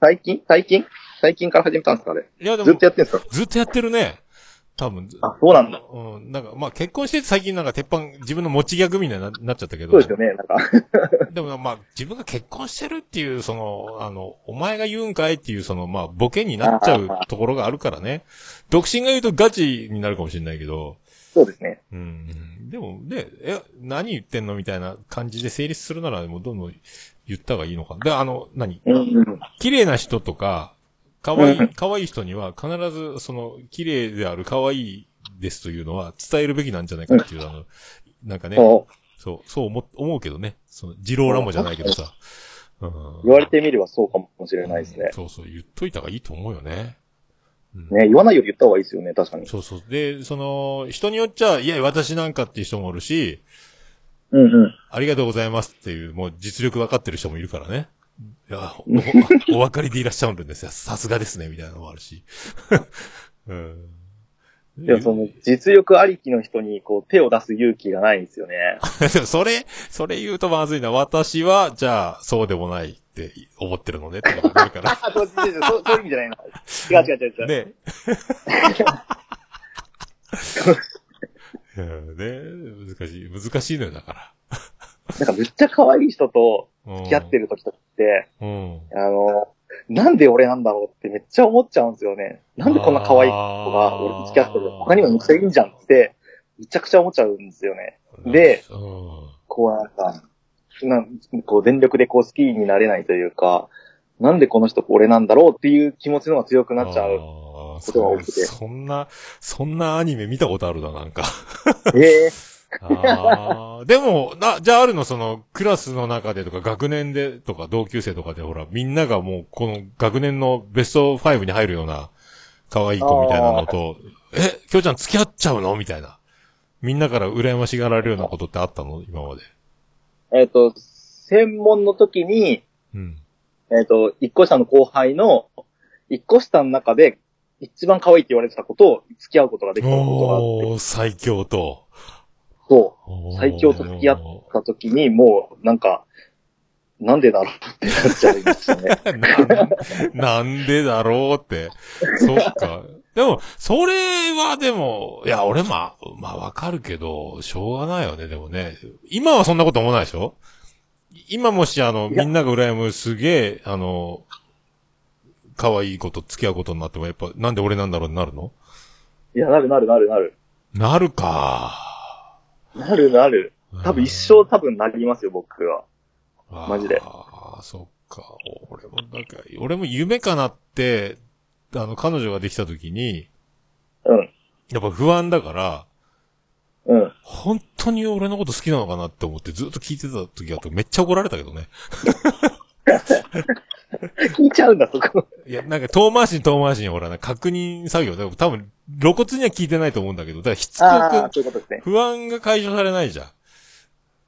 B: 最近最近最近から始めたんですかあれ。
A: う。いや、で
B: ずっ
A: も
B: と、やってんですか
A: ずっとやってるね。多分、ず
B: あ、そうなんだ。
A: うん、なんか、まあ、結婚して最近なんか鉄板、自分の持ちギャグみたいにななっちゃったけど。
B: そうですよね、なんか。 (laughs)
A: でもまあ、自分が結婚してるっていう、その、あの、お前が言うんかいっていう、その、まあ、ボケになっちゃうところがあるからね。独身が言うとガチになるかもしれないけど、
B: そうですね。
A: うん。でも、で、え、何言ってんのみたいな感じで成立するなら、もうどんどん言った方がいいのか。で、あの、何
B: うんうん。
A: 綺麗な人とか、可愛
B: う
A: い、可愛い人には必ず、その、綺麗である可愛いですというのは伝えるべきなんじゃないかっていう、あの、なんかね、
B: そ
A: そう、そう思、思うけどね。その、ジローラモじゃないけどさ。うん
B: う。言われてみればそうかもしれないですね。
A: そうそう、言っといた方がいいと思うよね。うん
B: ね、言わないより言った方がいいですよね、確かに。
A: そうそう。で、その、人によっちゃ、いや、私なんかっていう人もおるし、
B: うんうん。
A: ありがとうございますっていう、もう実力わかってる人もいるからね。いや、お、お (laughs) 分かりでいらっしゃるんですよ。さすがですね、みたいなのもあるし。 (laughs) うん。
B: でもその、実力ありきの人に、こう、手を出す勇気がないんですよね。
A: (laughs) でもそれ、それ言うとまずいな。私は、じゃあ、そうでもないって思ってるのね、ってことになるから。
B: あ、そう、そうそうそういう意味じゃないの。違う違う違う違う。
A: ね。うん (laughs) ね難しい。難しいのよ、だか
B: なんかめっちゃ可愛い人と
A: ら。
B: 付き合って
A: る。
B: る時とかって、
A: うん。
B: あの、なんで俺なんだろうってめっちゃ思っちゃうんですよね。なんでこんな可愛い子
A: 子
B: が俺と付き合ってるの他にもめっちゃいいんじゃんって、めちゃくちゃ思っちゃうんですよね。で、
A: うん。
B: こうなんか、なんこう全力でこう好きになれないというか、なんでこの人俺なんだろうっていう気持ちの方が強くなっちゃう
A: ああ、
B: ことが
A: そ
B: 多くて
A: そんな、そんなアニメ見たことあるな、なんか。
B: ええ
A: ああ。でも、な、じゃああるの、その、クラスの中でとか、学年でとか、同級生とかで、ほら、みんながもう、この学年のベスト5に入るような、可愛い子みたいなのと、え、きょうちゃん付き合っちゃうのみたいな。みんなから羨ましがられるようなことってあったの今まで。
B: えっと、専門の時に、
A: うん。
B: えっと、一個下の後輩の、一個下の中で、一番可愛いって言われてたことを付き合うことができたことがあって、
A: おー、最強と。
B: そ
A: お
B: う、
A: ー
B: 最強と付き合った時に、もう、なんか、なんでだろうってなっちゃいました (laughs) ね。
A: なんなんでだろうって。そっか。でも、それはでも、いや、俺まあ、まあわかるけど、しょうがないよね、でもね。今はそんなこと思わないでしょ今もし、あの、
B: いや
A: みんなが羨むすげえ、あの、可愛いこと付き合うことになっても、やっぱ、なんで俺なんだろうになるの
B: いや、なるなるなるなる。
A: なるか。
B: なるなる。多分一生多分なりますよ、僕は。マジで
A: ああ、そっか。俺も、なんか、俺も夢かなって、あの、彼女ができた時に、
B: うん。
A: やっぱ不安だから、
B: うん。
A: 本当に俺のこと好きなのかなって思ってずっと聞いてた時があってめっちゃ怒られたけどね。
B: 聞いちゃうんだ、そこ。
A: いや、なんか遠回しに遠回しにほらね、確認作業で多分露骨には聞いてないと思うんだけど、だからしつ
B: ああ
A: こ
B: ー、そういうことですね。
A: く不安が解消されないじゃん。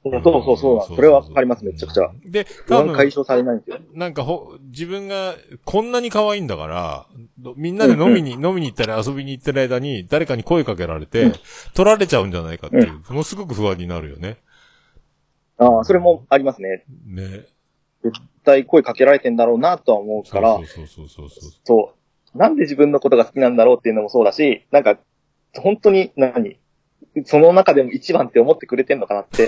B: そうそうそうなん。それはわかります、めちゃくちゃ。。
A: で、
B: 不
A: 多
B: 安
A: 分
B: 解、消されないんですよ。
A: なんかほ、自分がこんなに可愛いんだから、どみんなで飲みに、飲みに行ったり遊びに行ってる間に誰かに声かけられて、取られちゃうんじゃないかっていう、ものすごく不安になるよね。
B: ああ、それもありますね。
A: ね。
B: 絶対声かけられてんだろうなとは思うから、
A: そうそうそうそうそう。
B: そう。なんで自分のことが好きなんだろうっていうのもそうだし、なんか、本当に何、その中でも一番って思ってくれてんのかなって、め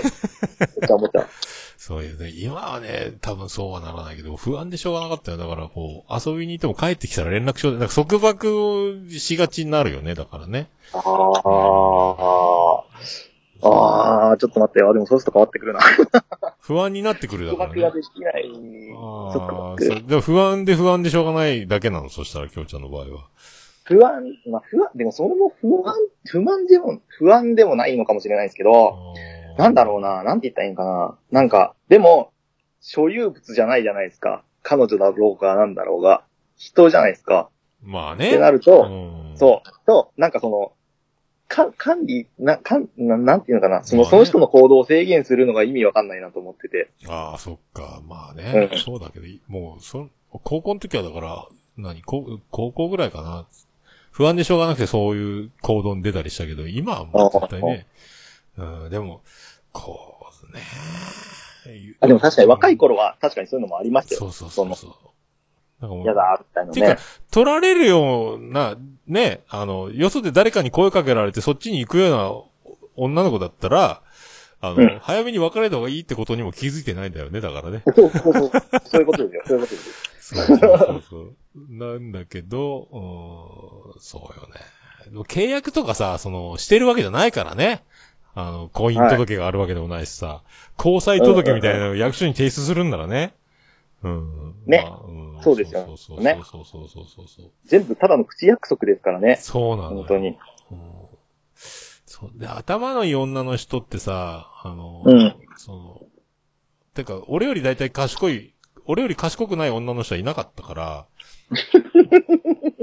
B: っちゃ思った。 (laughs)
A: そういうね。今はね、多分そうはならないけど、不安でしょうがなかったよ。だから、こう、遊びに行っても帰ってきたら連絡しようで、なんか束縛をしがちになるよね、だからね。
B: ああ、ああ、ちょっと待ってよ。でもそうすると変わってくるな。
A: 不安になってくるだ
B: 束
A: からね。
B: 縛
A: あ
B: ができない。
A: あ
B: 束
A: ー、そ
B: 縛
A: う。でも不安で不安でしょうがないだけなの、そしたら、きょうちゃんの場合は。
B: 不安、まあ不安、でもそれも不安、不満でも、不安でもないのかもしれないですけど、なんだろうな、なんて言ったらいいんかな。なんか、でも、所有物じゃないじゃないですか。彼女だろうが、なんだろうが。人じゃないですか。
A: う。まあ
B: って
A: ね。
B: なると、
A: うん
B: そう、と、なんかその、か、管理、な、かん、ななんていうのかな。その、
A: まあね
B: その人の行動を制限するのが意味わかんないなと思ってて。
A: ああ、そっか。まあね。
B: うん
A: そうだけど、もう、そん、高校の時はだから、何、高高校ぐらいかな。不安でしょうがなくてそういう行動に出たりしたけど、今はもう絶対ね。うん、でも、こうね。
B: あ、でも確かに若い
A: 子
B: 頃は、確かにそういうのもありましたよ。
A: そうそうそうそう。なんかもう
B: 嫌だ、みたいな
A: ていう
B: ね
A: か。、取られるような、ね、あの、よそで誰かに声かけられてそっちに行くようなお女の子だったら、あの、
B: うん
A: 早めに別れた方がいいってことにも気づいてないんだよね、だからね。
B: そうそうそう。そういうことですよ。そういうことですよ。
A: そうそうそうそう。なんだけど、うーん、そうよね。でも契約とかさ、その、してるわけじゃないからね。あの、婚姻届があるわけでもないしさ、交際届みたいなのを役所に提出するんならね。うん。
B: ね
A: まあん
B: そうですよ
A: そうそう
B: ね
A: そうそうそうそうそう。
B: 全部ただの口約束ですからね。
A: そうなのよ。
B: 本当に。
A: うんそう。で、頭のいい女の人ってさ、あの、
B: うん
A: その、てか、俺より大体賢い、俺より賢くない女の人はいなかった
B: (laughs)
A: から、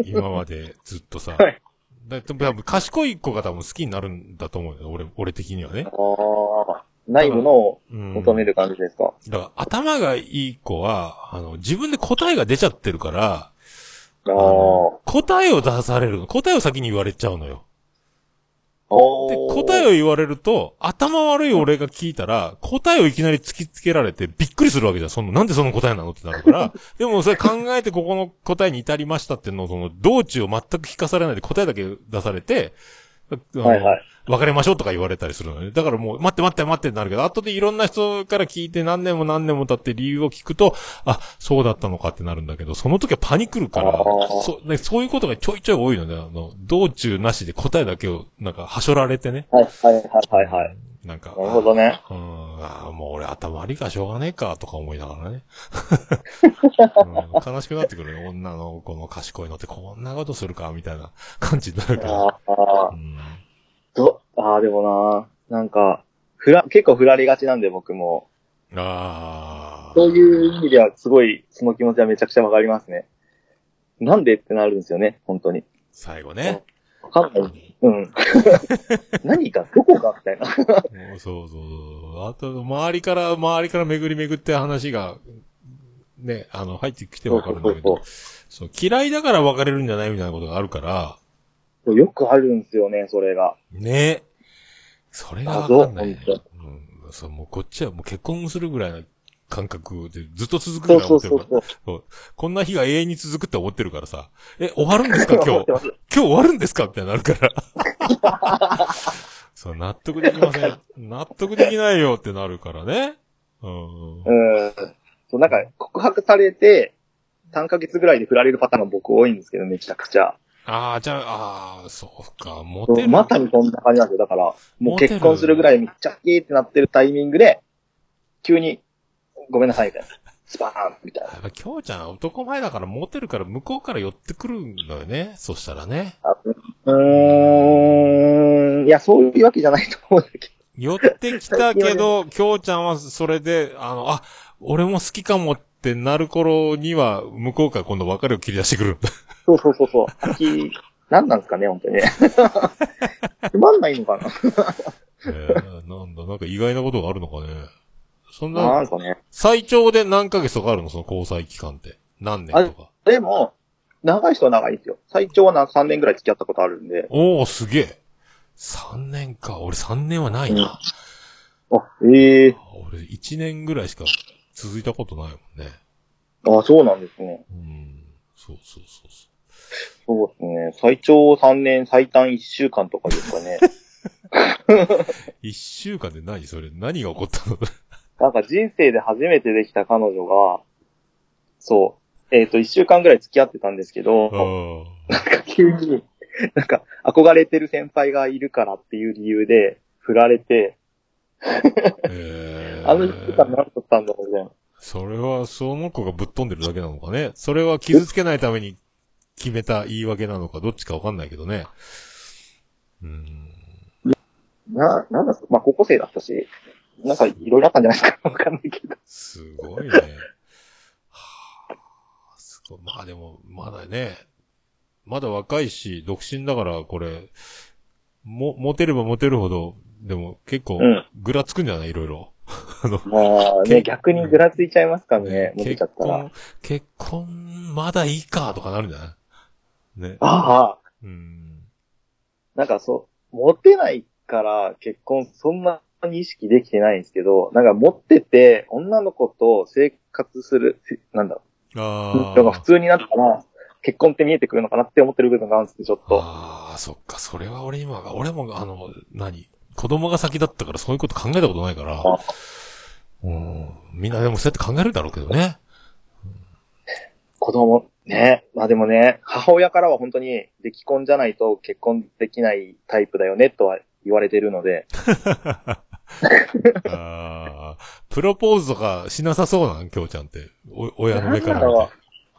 A: 今までずっとさ、
B: はい
A: だ多分賢い子が多分好きになるんだと思うよ、俺、俺的にはね。
B: ああ、ないものを
A: うん。
B: 求める感じですか。
A: だから、頭がいい子は、あの、自分で答えが出ちゃってるから、
B: あ
A: あ
B: あ
A: の答えを出されるの。答えを先に言われちゃうのよ。で、答えを
B: を。
A: 言われると、頭悪い俺が聞いたら、答えをいきなり突きつけられてびっくりするわけじゃん。その、なんでその答えなのってなるから。でもそれ考えてここの答えに至りましたっていうのを、その、道中を全く聞かされないで答えだけ出されて、あの
B: はいはい。
A: 別れましょうとか言われたりするのね。だからもう、待って待って待ってってなるけど、後でいろんな人から聞いて何年も何年も経って理由を聞くと、あ、そうだったのかってなるんだけど、その時はパニクるから
B: あー、
A: そう、ね、そういうことがちょいちょい多いのね。あの、道中なしで答えだけを、なんか、はしょられてね。
B: はいはいはいはいはい。
A: なんか。
B: なるほどね。
A: うん、ああ、もう俺頭悪いからしょうがねえか、とか思いなが
B: (laughs)
A: らね。うん悲しくなってくるね。女の子の賢いのってこんなことするか、みたいな感じになるから。
B: ああ
A: う、ん、
B: ど、ああ、でもな、なんか、ふら、結構振られがちなんで僕も。
A: ああ。
B: そういう意味ではすごい、その気持ちはめちゃくちゃわかりますね。なんでってなるんですよね、本当に。
A: 最後ね。
B: わかんない。うん。 (laughs) 何が、どこがみたいな。
A: そうそうそう。あと、周りから、周りから巡り巡って話が、ね、あの、入ってきてわかるんだけど、そう嫌いだから別れるんじゃないみたいなことがあるから、
B: そうよくあるんですよね、それが。
A: ね。それがわかんない、ね
B: あそう
A: うん。そう、もうこっちはもう結婚するぐらいの感覚でずっと続くぐ
B: そ
A: ら
B: う
A: い
B: そ
A: 思っ
B: う
A: てる
B: そう
A: か
B: そう。
A: ら。こんな日が永遠に続くって思ってるからさ。え、終わるん
B: (laughs)
A: ですか今日。
B: 思
A: 今
B: ってます
A: 日終わるんですかみたいになるから。そう、納得できません。納得できないよってなるからね。うん。
B: うん。そう、なんか、告白されて、3ヶ月ぐらいで振られるパターンが僕多いんですけど、めちゃくちゃ。
A: ああ、じゃあ、ああ、そうか、モ
B: そ
A: テ
B: う
A: る。
B: まさにそんな感じなんですよ。だから、もう
A: モテる
B: 結婚するぐらいめっちゃキーってなってるタイミングで、急に、ごめんなさい、みたいな。スパーンみたいな。
A: やっぱ、京ちゃん男前だからモテるから向こうから寄ってくるのよね。そしたらね。
B: うーん。いや、そういうわけじゃないと思うんだけど。
A: (laughs) 寄ってきたけど、京ちゃんはそれで、あの、あ、俺も好きかもってなる頃には、向こうから今度別れを切り出してく (laughs) る。
B: そうそうそうそう。秋、何なんですかね、本当にね。つまんないのかな
A: えー、なんだ、なんか意外なことがあるのかね。そん
B: なん
A: な
B: す、かね。
A: 最長で何ヶ月とかあるのその交際期間って。何年とか。
B: でも、長い人は長いんですよ。最長はな3年ぐらい付き合ったことあるんで。
A: おー、すげえ。3年か。俺3年はないな。
B: あ、ええ
A: 俺1年ぐらいしか続いたことないもんね。
B: あ、そうなんですね。
A: うん。そうそうそうそ
B: そうですね。最長3年、最短1週間とかですかね。
A: う。一週間で何それ何が起こったの
B: なんか人生で初めてできた彼女が、そう、えっ、と、1週間ぐらい付き合ってたんですけど、
A: ああ。
B: なんか急に、なんか憧れてる先輩がいるからっていう理由で、振られて、
A: えー
B: あの1週間何だったんだろうみたいな。
A: それは、その子がぶっ飛んでるだけなのかね。それは傷つけないために決めた言い訳なのか、どっちかわかんないけどね。うん。
B: な、なんだっすかまあ、高校生だったし、なんかいろいろあったんじゃないですかわかんないけ
A: (laughs)
B: ど。
A: すごいね。はあ、すごい。まあでも、まだね、まだ若いし、独身だから、これ、も、モテればモテるほど、でも結構
B: うん、
A: ぐらつくんじゃないいろいろ。あの、
B: まあ
A: け
B: ね、逆にぐらついちゃいますからね、モテちゃ
A: 結
B: ったら。
A: 婚、結婚、まだいいか、とかなるんじゃないね。
B: ああ、
A: うん。
B: なんかそう、モテないから結婚そんなに意識できてないんですけど、なんか持ってて女の子と生活する、せなんだろう、
A: あ
B: な
A: あ。
B: んか普通になったら結婚って見えてくるのかなって思ってる部分があるんですけど、ちょっと。
A: ああ、そっか、それは俺今が、俺も、あの、何子供が先だったからそういうこと考えたことないから
B: あ、
A: うん、みんなでもそうやって考えるんだろうけどね。
B: 子供、ね。まあでもね、母親からは本当に、出来婚じゃないと結婚できないタイプだよねとは言われてるので、
A: ああ、プロポーズとかしなさそうなん、きょうちゃんって。お、親の目から
B: なんだ
A: 見
B: ろ
A: て。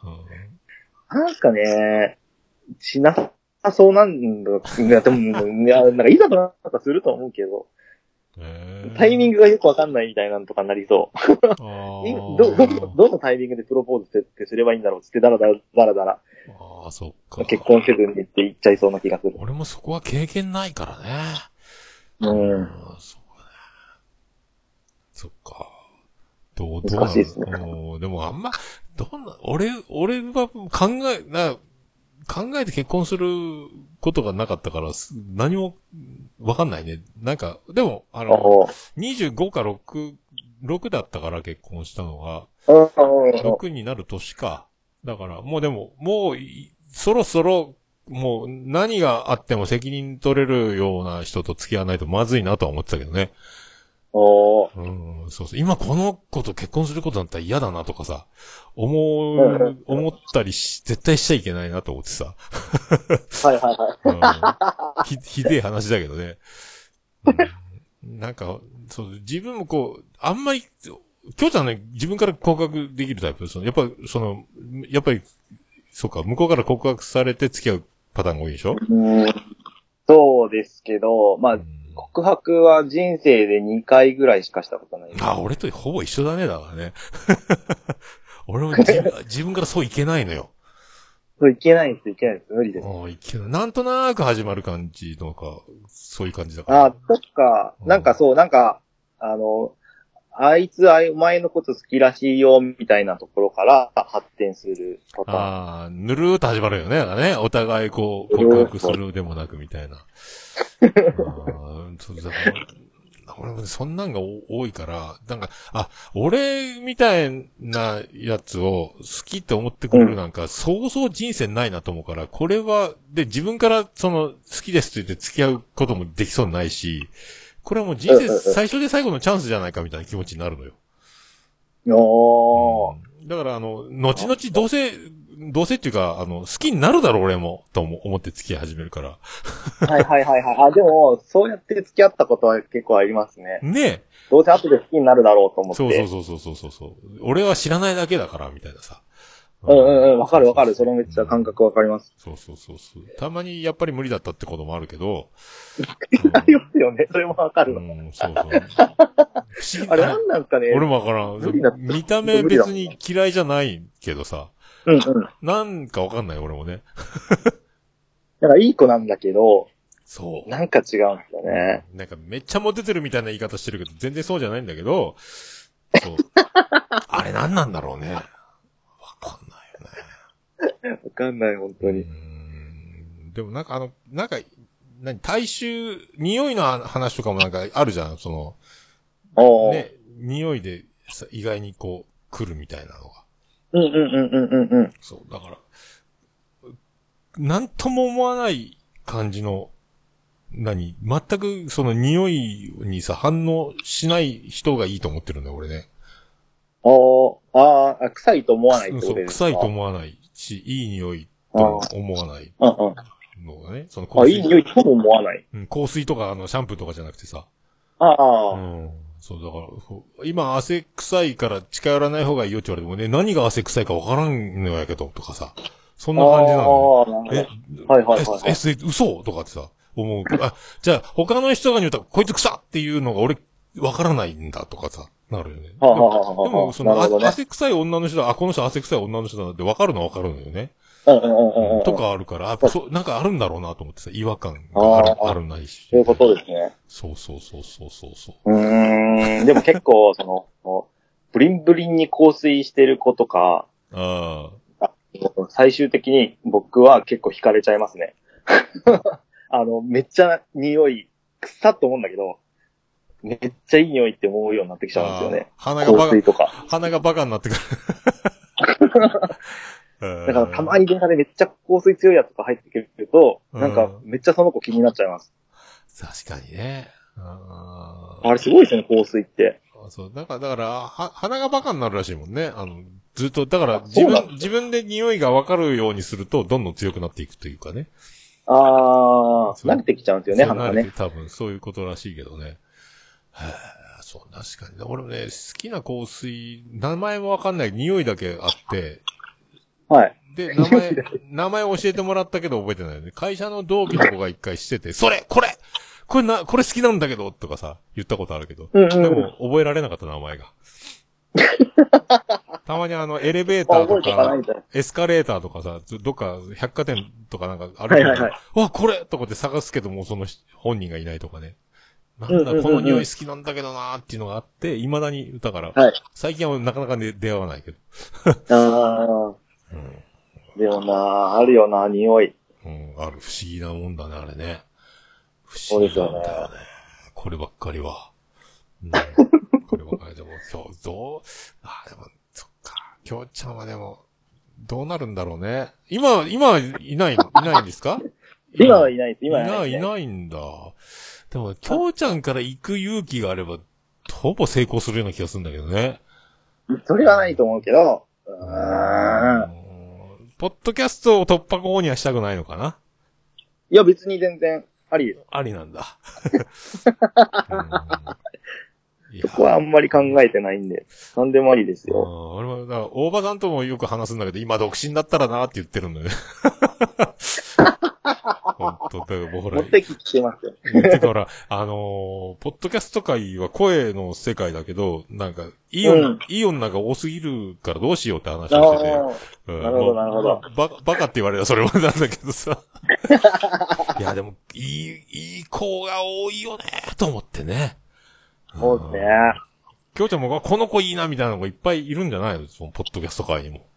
A: うん
B: なんすかね、しなさそうなんだ。いや、でも、いや、なんかいざとなったらすると思うけど、
A: え
B: タイミ
A: ン
B: ングがよくわかんないみたいなのとかになりそう。
A: グ
B: いど、ど、どのタイミングでプロポーズ設定すればいいんだろうっつって、だらだら、だらだら、
A: ああ、そっか。
B: 結婚せずにって言っちゃいそうな気がする。
A: 俺もそこは経験ないからね。
B: うん。。
A: そうね。そっか。どう、どうな
B: 難しいですね
A: のうんでもあんま、どんな、俺、俺は考え、な、考えて結婚することがなかったから、す何もわかんないね。なんか、でも、あ
B: あ
A: の、
B: おう
A: 25か6、6だったから結婚したのが、
B: うんうんうん
A: 6になる年か。だから、もうでも、もうい、そろそろ、もう何があっても責任取れるような人と付き合わないとまずいなとは思ってたけどね。
B: おう
A: うん、そうそう。今この子と結婚することだったら嫌だなとかさ、思
B: うんう
A: う、思ったりし、絶対しちゃいけないなと思ってさ。
B: はいはいはい。
A: うん、ひ、ひでえ話だけどね。うんなんか、そう、自分もこう、あんまり、きょうちゃんね、自分から告白できるタイプそのやっぱ、その、やっぱり、そうか、向こうから告白されて付き合うパターンが多いでしょ
B: うんそうですけど、ま
A: う
B: あ、
A: ん
B: 告白は人生で2回ぐらいしかしたことない。
A: あ、俺とほぼ一緒だね、だからね。 (laughs) 俺も自分自分からそういけないのよ。
B: そういけないです、いけないです。無理です。
A: うんいけないなんとなく始まる感じとか、そういう感じだから。
B: あ、そっか。なんかそう、なんか、あの、あいつ、あい、お前のこと好きらしいよ、みたいなところから発展するパターン。
A: ああ、ぬるーっと始まるよね。だからね、お互いこう、告白するでもなくみ
B: (laughs)
A: たいな。あーそうだから俺もねそんなんがお多いから、なんか、あ、俺みたいなやつを好きって思ってくれるなんか、そうそう人生ないなと思うから、これは、で、自分からその、好きですって言って付き合うこともできそうにないし、これはもう人生
B: うんうんうん
A: 最初で最後のチャンスじゃないかみたいな気持ちになるのよ。
B: おー。
A: だから、あの、後々どうせ、どうせっていうか、あの、好きになるだろう、俺も、と思思って付き合い始めるから。
B: はいはいはいはい。あ、でも、そうやって付き合ったことは結構ありますね。
A: ね
B: どうせ後で好きになるだろうと
A: え。
B: 思って。
A: そうそうそうそうそうそう。俺は知らないだけだから、みたいなさ。
B: うんうんうん、わかるわかる。そのめっちゃ感。覚わかります。
A: そうそうそうそう。たまにやっぱり無理だったってこともあるけど。
B: ありますよね。それもわか
A: う
B: るわ。
A: ん、そうそう。不思議
B: あれ
A: だ
B: な
A: ね。
B: んなんですかね。
A: 俺もわから
B: 無理だっ
A: ん。
B: た
A: 見た目別に嫌いじゃないけどさ。
B: うんうん。
A: なんかわかんない、俺もね。
B: なんかいい子なんだけど、
A: そう。
B: なんか違うんですよね。
A: なんかめっちゃモテてるみたいな言い方してるけど、全然そうじゃないんだけど、 (laughs) そう。あれ何なんだろうね。わかんな
B: わかんない、本当
A: いよね。
B: に。
A: うんでもなんかあの、なんか、何、体臭、匂いの話とかもなんかあるじゃん、そ
B: お
A: の、
B: ー。
A: ね、匂いでさ意外にこう、来るみたいなのが。
B: うんうんうんうんうんうん。
A: そう、だから、なんとも思わない感じの、何全くその匂いにさ、反応しない人がいいと思ってるんだよ、俺ね。
B: おー。あーあ、臭いと思わないって
A: そ
B: こ
A: う、
B: とですか
A: 臭いと思わないし、いい匂いとも思わない
B: うんうん。
A: のがね。その
B: あ、
A: 香
B: いい
A: 水
B: 匂いとも思わない。
A: うん、香水とか、あの、シャンプーとかじゃなくてさ。
B: あ
A: う
B: あ、
A: ん。そう、だからそう、今汗臭いから近寄らない方がいいよって言われてもね、何が汗臭いかわからんのやけど、とかさ。そんな感じなの
B: ああ、な
A: ね
B: る。はいはいはいはい
A: え、S、S、嘘とかってさ、思う。あ、じゃあ、他の人が言うと、こいつ臭っていうのが俺、わからないんだとかさ、なるよね。
B: ほど。はあはあはあはあ
A: でも、そ
B: な
A: の、
B: るほど
A: あ
B: ね。
A: 汗臭い女の人は、あ、この人汗臭い女の人だなってわかるのはわかるのよね。
B: うんうんうんうんうん。
A: と。かあるから、あ、そう、なんかあるんだろうなと思ってさ、違和感があ
B: あー
A: る、あるないし。
B: そういうことですね。
A: そうそうそうそうそうそう。
B: うーん。でも結構、その、ブリンブリンに香水してる子とか、
A: あ
B: 最終的に僕は結構惹かれちゃいますね。 (laughs) あの、めっちゃ匂い、臭っと思うんだけど、めっちゃいい匂いって思うようになってきち
A: あ
B: ゃうんですよね。
A: ー鼻がバ
B: 香
A: カ
B: 水、とか。
A: 鼻がバカになってく
B: (laughs)
A: る。
B: だからたま
A: に。
B: に電車でめっちゃ香水強いやつとか入ってくると、
A: うん
B: なんかめっちゃその子気になっちゃいます。
A: 確かにね。あ
B: あれすごいですね、香水って。
A: ーそう、だから、だから、は、鼻がバカになるらしいもんね。あの、ずっと、だから、
B: あ
A: 自
B: そうなんだ
A: 分、自分で匂いがわかるようにすると、どんどん強くなっていくというかね。
B: あー、
A: そう
B: 慣れてきちゃうんですよね、
A: そう
B: 鼻が
A: 慣れ
B: ね。
A: て多分そういうことらしいけどね。へえそう、確かにね。俺もね、好きな香水、名前もわかんない、匂いだけあって、
B: はい。 (laughs)
A: で、名前、名前教えてもらったけど覚えてないよね。会社の同期の子が一回してて、それこれこれな、これ好きなんだけどとかさ、言ったことあるけど。
B: うんうん
A: で
B: うん。
A: も、覚えられなかった名前
B: (laughs)
A: が。たまにあの、エレベータ
B: あ
A: ー
B: 覚
A: と
B: えておかない
A: か
B: み、たいな。
A: エスカレーターとかさ、ずどっか百貨店とかなんかあるけど、
B: はいはいは
A: わ、これとかって探すけども、その人本人がいないとかね。なんだ、
B: うんうんうんうん
A: この匂い好きなんだけどなーっていうのがあって、未だに、だから、
B: はい
A: 最近はなかなか、ね、出会わないけど。
B: あ
A: うん。
B: ー、でもなあるよな匂い。
A: うん、ある不思議なもんだね、あれね。不思議なんだよね。こればっかりは。
B: (laughs)
A: うん、こればっかりでも、今日、どう、あ、でも、そっか、きょうちゃんはでも、どうなるんだろうね。今、今はいない、いないんですか
B: 今はいないです、今はいい
A: な
B: ない
A: い、
B: で
A: い
B: すね。
A: ないんだ。でも、きょうちゃんから行く勇気があれば、ほぼ成功するような気がするんだけどね。
B: それはないと思うけど、うーん。
A: うんポッドキャストを突破口にはしたくないのかない
B: や、別に全然、あり、
A: ありなんだ。うんいや
B: そこはあんまり考えてないんで、なんでもありです
A: うん
B: よ。
A: 俺も、だから、大場さんともよく話すんだけど、今独身だったらなって言ってるん
B: (laughs)
A: だよね。本当だからもうほら、
B: 持ってきてますよ。
A: だから、 (laughs) あのーポッドキャスト界は声の世界だけど、なんか、いい女、
B: うん
A: いい女が多すぎるからどうしようって話
B: あ
A: をしてて。
B: あ
A: うん
B: なるほど
A: まあ
B: なるほど
A: まあバカ、バカって言われたらそれまでなんだけど
B: (laughs)
A: さ。いや、でも、いい、いい子が多いよね、と思ってね。
B: そうですね。
A: ん。きょうちゃんも、この子いいな、みたいなのがいっぱいいるんじゃないのその、ポッドキャスト界にも。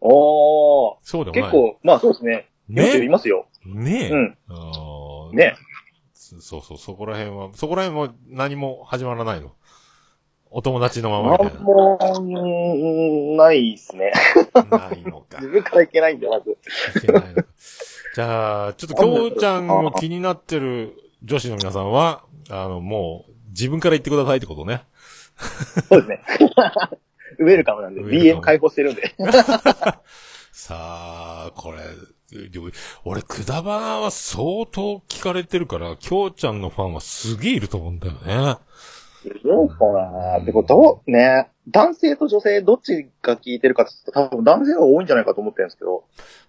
B: おー。
A: そうでもない
B: 結。構、まあそうですね。い
A: ね
B: ますよ。
A: ねえ。
B: うん
A: あー
B: ね。
A: そそうそう、そこら辺は、そこら辺も何も始まらないの。お友達のままみたい
B: なんも、うんないですね。 (laughs)
A: な。ないのか。
B: 自分からいけないんで、まず。
A: いけないのかじゃあ、ちょっと今日ちゃんも気になってる女子の皆さんは、あの、もう、自分から言ってくださいってことね。
B: そうですね。 (laughs) ウェルカムなんで、
A: ウェルカム
B: BM 解放してるんで。
A: さあ、これ、でも俺、くだばなは相当聞かれてるから、きょうちゃんのファンはすげえいると思うんだよね。
B: どうかなでもどう、ね、男性と女性どっちが聞いてるかって言ったら多分男性が多いんじゃないかと思ってるんですけど、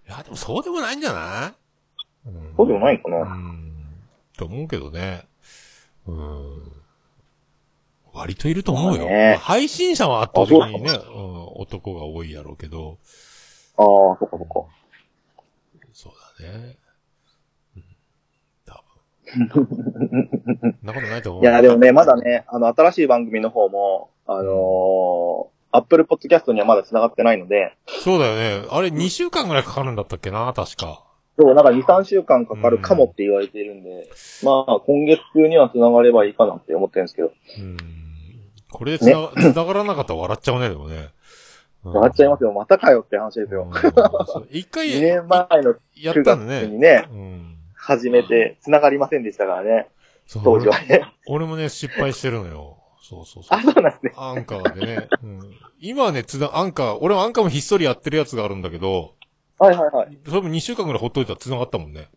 A: いや、でもそうでもないんじゃない、うん
B: そうでもないか
A: う
B: な、
A: ん。と思うけどね。うん。割といると思うよ。
B: まあね
A: まあ配信者は圧倒的にね、うん、男が多いやろうけど。
B: ああ、そっかそっか。
A: そうだね。うん。多
B: (laughs)
A: 分。そんなことないと思う。
B: いや、でもね、まだね、あの、新しい番組の方も、あのー、Apple Podcast にはまだ繋がってないので、
A: そうだよね。あれ2週間ぐらいかかるんだったっけな、確か。
B: そう、なんか2、3週間かかるかもって言われているんで、まあ、今月中には繋がればいいかなって思ってるんですけど、
A: うん。これでつな,、繋がらなかったら笑っちゃうね、でもね。
B: 笑っちゃいます
A: よ。
B: よ。またかよって話です
A: うん
B: よ。
A: そう一回
B: 2
A: や
B: 年前の9
A: った
B: 月
A: んだね
B: に。ね、
A: うん。
B: 始めて、繋がりませんでしたからね、
A: そう
B: 当時はね。
A: 俺もね、失敗してるのよ。そうそうそ
B: あ、
A: う。
B: そうなんですね。
A: アンカーでね。うん、今はね、つな、アンカー、俺はアンカーもひっそりやってるやつがあるんだけど、
B: はいはいはい。
A: それも2週間ぐらいほっといたら繋がったもんね。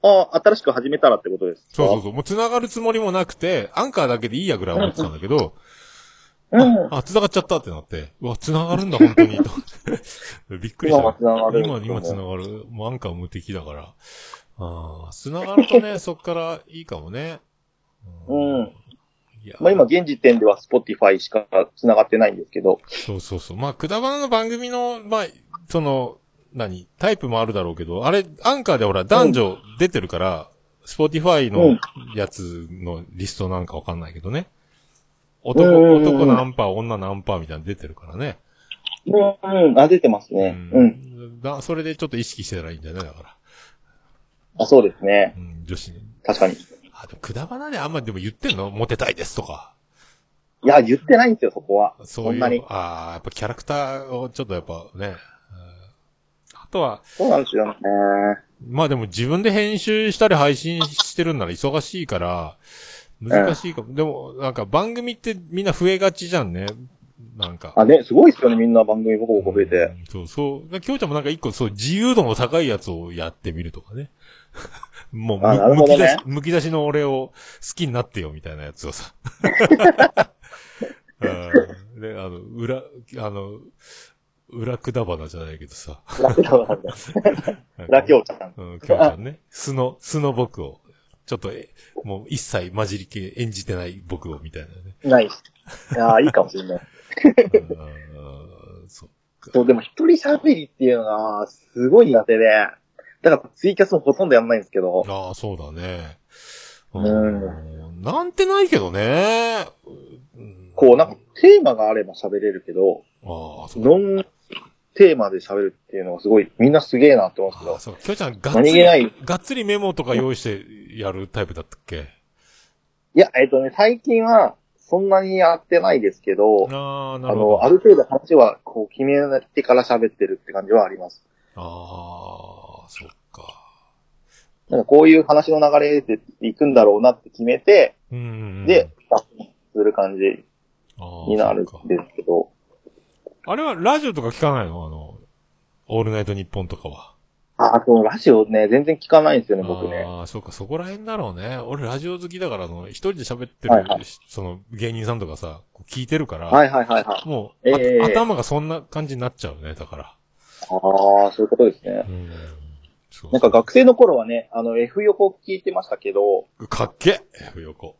B: あ新しく始めたらってことですか。
A: そうそうそう。もう繋がるつもりもなくて、アンカーだけでいいやぐらい思ってたんだけど、
B: うん。
A: あ、繋がっちゃったってなって、うわ、繋がるんだ、本当に。 (laughs) とびっくりし
B: 今は
A: た。
B: 繋がるんです
A: 今、
B: よね
A: 今繋がる。もうアンカー無敵だから。ああ、繋がるとね、そっからいいかもね。
B: うん。
A: いや
B: まあ今、現時点では Spotify しか繋がってないんですけど、
A: そうそうそう。まあ、くだばなの番組の、まあ、その、何タイプもあるだろうけど、あれ、アンカーでほら、男女出てるから、スポティファイ
B: う
A: の
B: ん
A: やつのリストなんかわかんないけどね。
B: うんうん
A: 男、
B: うん
A: 男何パー、女何パーみたいなの出てるからね。
B: うん、うん、あ、出てますね。うん。
A: ん。だ、それでちょっと意識してたらいいんじゃないだから。
B: あ、そうですね。
A: うん、女子に。
B: 確かに。い
A: あ、でも、くだばなであんまでも言ってんのモテたいですとか。
B: や、言ってないんですよ、そこは。
A: そう
B: そん
A: い
B: な
A: う
B: に。。
A: ああ、やっぱキャラクターをちょっとやっぱね。うんあとは、
B: そうなんですよね。
A: まあでも自分で編集したり配信してるんなら忙しいから、難しいかも。でも、なんか番組ってみんな増えがちじゃんね。なんか。
B: あ、ね、すごいですよね、みんな番組ボコボコ増えて。
A: うん。そうそう。だきょうちゃんもなんか一個そう、自由度の高いやつをやってみるとかね。 (laughs) もう
B: あなる
A: む、
B: ほ
A: むき
B: どね
A: 出し、むき出しの俺を好きになってよみたいなやつを
B: (laughs)
A: さ。うんで、あの、裏、あの、裏くだばなじゃないけどさ。
B: ラキョウちゃん。ラキョウちゃん。
A: うん、きょうちゃんね。素の、素の僕を。ちょっと、えもう一切混じり系演じてない僕をみたいなね。
B: ないっす。ああ、いいかもしれない。
A: うんそう。
B: そう、でも一人喋りっていうのが、すごい苦手で。だからツイキャスもほとんどやんないんですけど。
A: ああ、そうだね。
B: う
A: うん。なんてないけどね。
B: こう、なんかテーマがあれば喋れるけど、
A: ああ、そうだ。
B: ノンテーマで喋るっていうのがすごい、みんなすげえなって思うん
A: ああ
B: です
A: そう。きょうちゃん、が
B: けど。
A: っつ
B: 何
A: り
B: 気、ない。い
A: がっつりメモとか用意してやるタイプだったっけ
B: や、えっとね、最近は、そんなにやってないですけど、
A: ああ、な
B: あ
A: るほ
B: の、
A: ど。
B: ある程度話は、こう、決めてから喋ってるって感じはあります。
A: ああ、そっか。
B: なんかこういう話の流れでいくんだろうなって決めて、
A: うんうんうん。
B: で、出する感じ
A: あー、
B: になるん
A: そっか
B: ですけど。
A: あれはラジオとか聞かないのあの、オールナイトニッポンとかは。
B: あ、そう、ラジオね、全然聞かないんですよね、僕ね。
A: ああ、そうか、そこら辺だろうね。俺ラジオ好きだから、あの、一人で喋ってる、
B: はいは
A: その、芸人さんとかさ、こう聞いてるから、
B: はいはいはいはい。
A: もう、
B: え
A: あ
B: え
A: 頭がそんな感じになっちゃうね、だから。
B: ああ、そういうことですね。
A: うん。そうそう
B: なんか学生の頃はね、あの、F 横聞いてましたけど、
A: かっけえ F 横。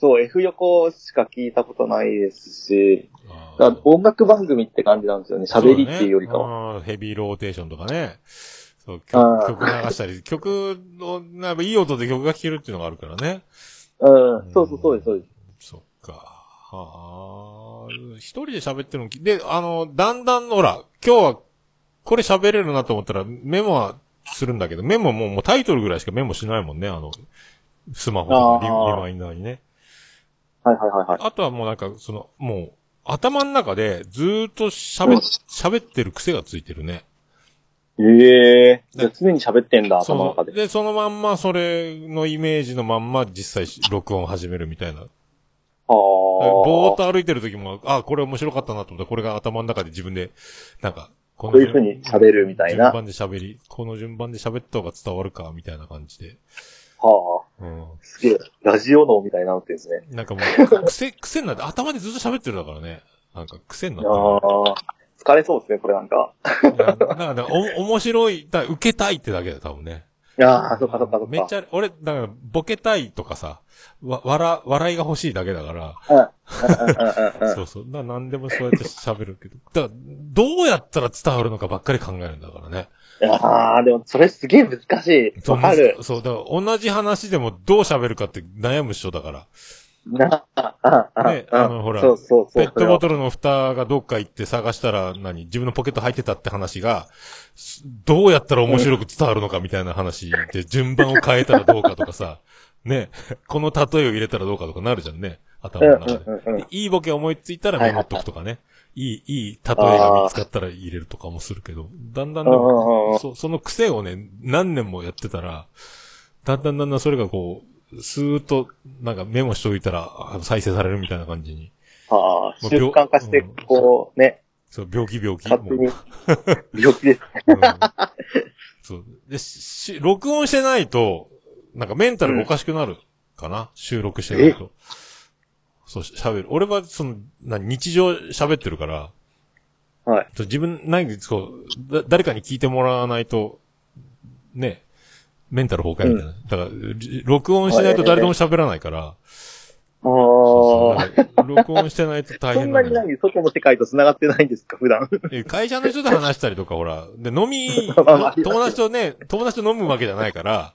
B: そう、F 横しか聞いたことないですし、
A: あ
B: だ
A: ー
B: から音楽番組って感じなんですよね、喋りっていうよりかは。
A: は、ヘビーローテーションとかね。そう、
B: あ
A: 曲
B: ー
A: 曲流したり、曲の、なんかいい音で曲が聴けるっていうのがあるからね。
B: うん、そうそうそうです、そうです。
A: そっか。はあ。一人で喋ってるのき、で、あの、だんだん、ほら、今日は、これ喋れるなと思ったら、メモはするんだけど、メモももうタイトルぐらいしかメモしないもんね、あの、スマホのリリ
B: あー
A: マインダーにね。
B: はいはいはいはい。
A: あとはもうなんか、その、もう、頭の中でずーっと喋っ、喋ってる癖がついてるね。
B: ええじゃあ常に喋ってんだ、頭の中
A: そ
B: で。
A: ので、そのまんま、それのイメージのまんま、実際、録音を始めるみたいな。
B: ああ。
A: ぼーっと歩いてる時も、あ、これ面白かったなと思って、これが頭の中で自分で、なんか、こ
B: こういう風に喋るみたいな
A: 順番で喋り、この順番で喋った方が伝わるか、みたいな感じで。
B: はあ。
A: うん。
B: すげえ。ラジオ脳みたいになってるんですね。
A: なんかもう、癖、癖になって、頭でずっと喋ってるだからね。なんか、癖にな
B: あ
A: っ
B: あ
A: てる。
B: ー。疲れそうですね、これなんか。
A: いやなんか、なんかお、面白い、だ受けたいってだけだよ、多分ね。
B: ああ、そっかそっかそっか。
A: めっちゃ、俺、だから、ボケたいとかさ、わ、笑、笑いが欲しいだけだから、
B: うんうんうんうんうん
A: そうそう。な、なんでもそうやって喋るけど。だから、どうやったら伝わるのかばっかり考えるんだからね。
B: ああ、でもそれすげえ難しい。
A: そう
B: わかる。
A: そう、だから同じ話でもどう喋るかって悩むっしょだから。
B: なあ、ああ、
A: ねあのほら
B: そうそうそう。
A: ペットボ
B: ル。
A: トルの蓋がどっか行って探したら何自分のポケット入ってたって話が、すどうやったら面白く伝わるのかみたいな話で順番を変えたらどうかとかさ、ね、この例えを入れたらどうかとかなるじゃんね。頭の中で。
B: うんうんうんうん
A: でいいボケ思いついたらメモっとくとかね。いい、いい例えが見つかったら入れるとかもするけど、だんだんでも
B: うんうんうん
A: そその癖をね、何年もやってたら、だんだんだんだんそれがこう、スーッと、なんかメモしておいたら、あの再生されるみたいな感じに。
B: ああ、
A: もう
B: 習慣化して、
A: 病
B: こうね、
A: そう、病気病気。
B: 勝手
A: もう
B: に。
A: (laughs)
B: 病気です。
A: うんそう。で、し、録音してないと、なんかメンタルがおかしくなるかな、収録してないと。そう、し喋る。俺は、その、な日常喋ってるから、
B: はい。
A: そう自分、何か、そう、だ、誰かに聞いてもらわないと、ね、メンタル崩壊みたいな。だから、じ録音しないと誰でも喋らないから、
B: あ
A: そう
B: あ。
A: そうだから録音してないと大
B: そ
A: 変
B: ん
A: なの
B: なに
A: よ
B: 何、外の世界と繋がってないんですか、
A: (laughs)
B: 普段。
A: え会社の人と話したりとか、ほら、で、飲み、
B: (laughs) まあまあ
A: 友達とね、友達と飲むわけじゃないから、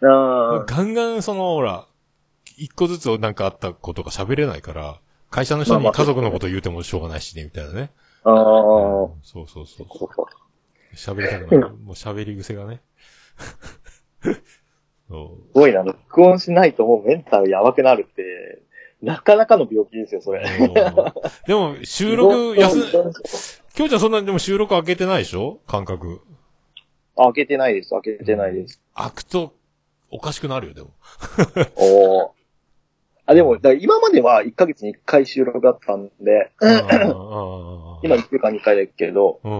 B: ああ。
A: ガンガンその、ほら、一個ずつなんかあったことが喋れないから、会社の人に家族のこと言うてもしょうがないしね、みたいなね。
B: ああ。
A: うんそうそうそう。
B: そうか
A: 喋りたくない。もう喋り癖がね。 (laughs) そ
B: すごいな、録音しないともうメンタルやばくなるって、なかなかの病気ですよ、そうれ。
A: でも、収
B: (laughs)
A: 録、休ん、
B: 録音
A: きょうちゃんそんなにでも収録開けてないでしょ感覚。
B: 開けてないです、開けてないです。
A: 開くと、おかしくなるよ、でも。
B: おお。あ、でも、だから今までは1ヶ月に1回収録だったんで、
A: うん
B: 今1週間に1回だけど、
A: う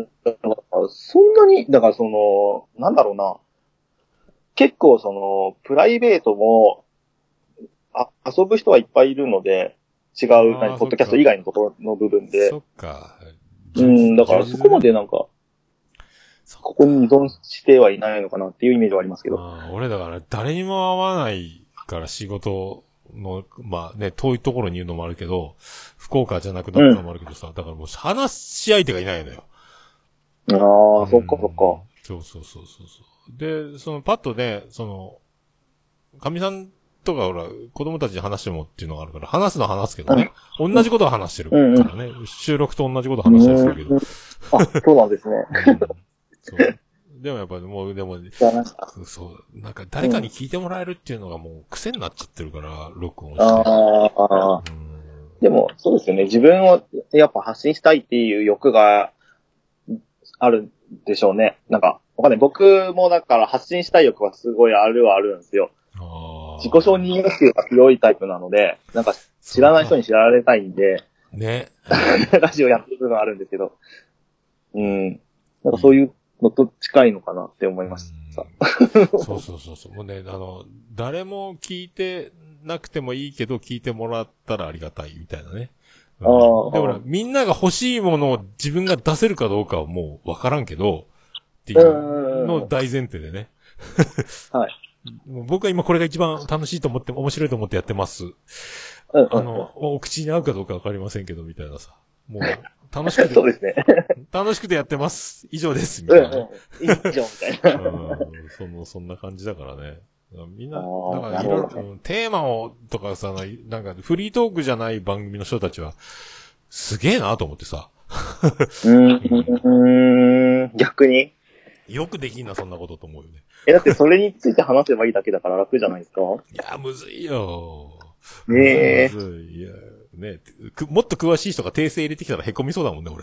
A: ん。
B: だからそんなに、だからその、なんだろうな、結構その、プライベートも、あ遊ぶ人はいっぱいいるので、違う、
A: あー
B: 何ポッドキャスト以外のところの部分で
A: そ、っか。
B: うん、だからそこまでなんか、
A: そっか
B: ここに依存してはいないのかなっていうイメージはありますけど。
A: ああ俺だから誰にも会わないから仕事の、まあね、遠いところに言うのもあるけど、福岡じゃなくなったのもあるけどさ、だからもう話し相手がいないのよ。
B: ああ、そっかそっか。
A: うん。そうそうそうそうそう。で、そのパッとね、その、神さんとかほら、子供たちに話してもっていうのがあるから、話すのは話すけどね、同じことは話してるからね、収録と同じこと話したりするけど。
B: うんあ、そうなんですね。
A: うんそうでもやっぱりもう、でも、
B: 知らなかった
A: そう、なんか誰かに聞いてもらえるっていうのがもう癖になっちゃってるから、録音して。
B: ああ、
A: うん
B: でも、そうですよね。自分をやっぱ発信したいっていう欲があるんでしょうね。なんか、わかんない。僕もだから発信したい欲はすごいあるはあるんですよ。
A: あー
B: 自己承認欲求が強いタイプなので、なんか知らない人に知られたいんで、 (laughs)
A: ね。
B: ラジオやってる部分はあるんですけど。うん。なんかそういうのと近いのかなって思いました。
A: うんそうそうそうそう。もうね、あの、誰も聞いてなくてもいいけど、聞いてもらったらありがたいみたいなね。うん
B: あー
A: で、ほら、みんなが欲しいものを自分が出せるかどうかはもうわからんけど、っていうのを大前提でね。
B: はい。
A: (laughs) もう僕は今これが一番楽しいと思って、面白いと思ってやってます。
B: うんうん、
A: あの、お口に合うかどうかわかりませんけど、みたいなさ。
B: (laughs)
A: もう、楽しく
B: そう
A: て、
B: ですね。
A: 楽しくてやってます。以上です、み
B: う
A: た
B: ん
A: いうなね。 (laughs)
B: ん。以上みたいな。
A: うんその、そんな感じだからね。みんな、
B: あー
A: だからいろい
B: なるほ
A: ろ、うんテーマを、とかさ、なんか、フリートークじゃない番組の人たちは、すげえなと思ってさ、
B: うんうん。逆に。
A: よくできんな、そんなことと思うよね。
B: え、だってそれについて話せばいいだけだから楽じゃないですか
A: いやー、むずいよー。
B: ねえ。
A: むずい。いやー、ねくもっと詳しい人が訂正入れてきたら凹みそうだもんね、俺。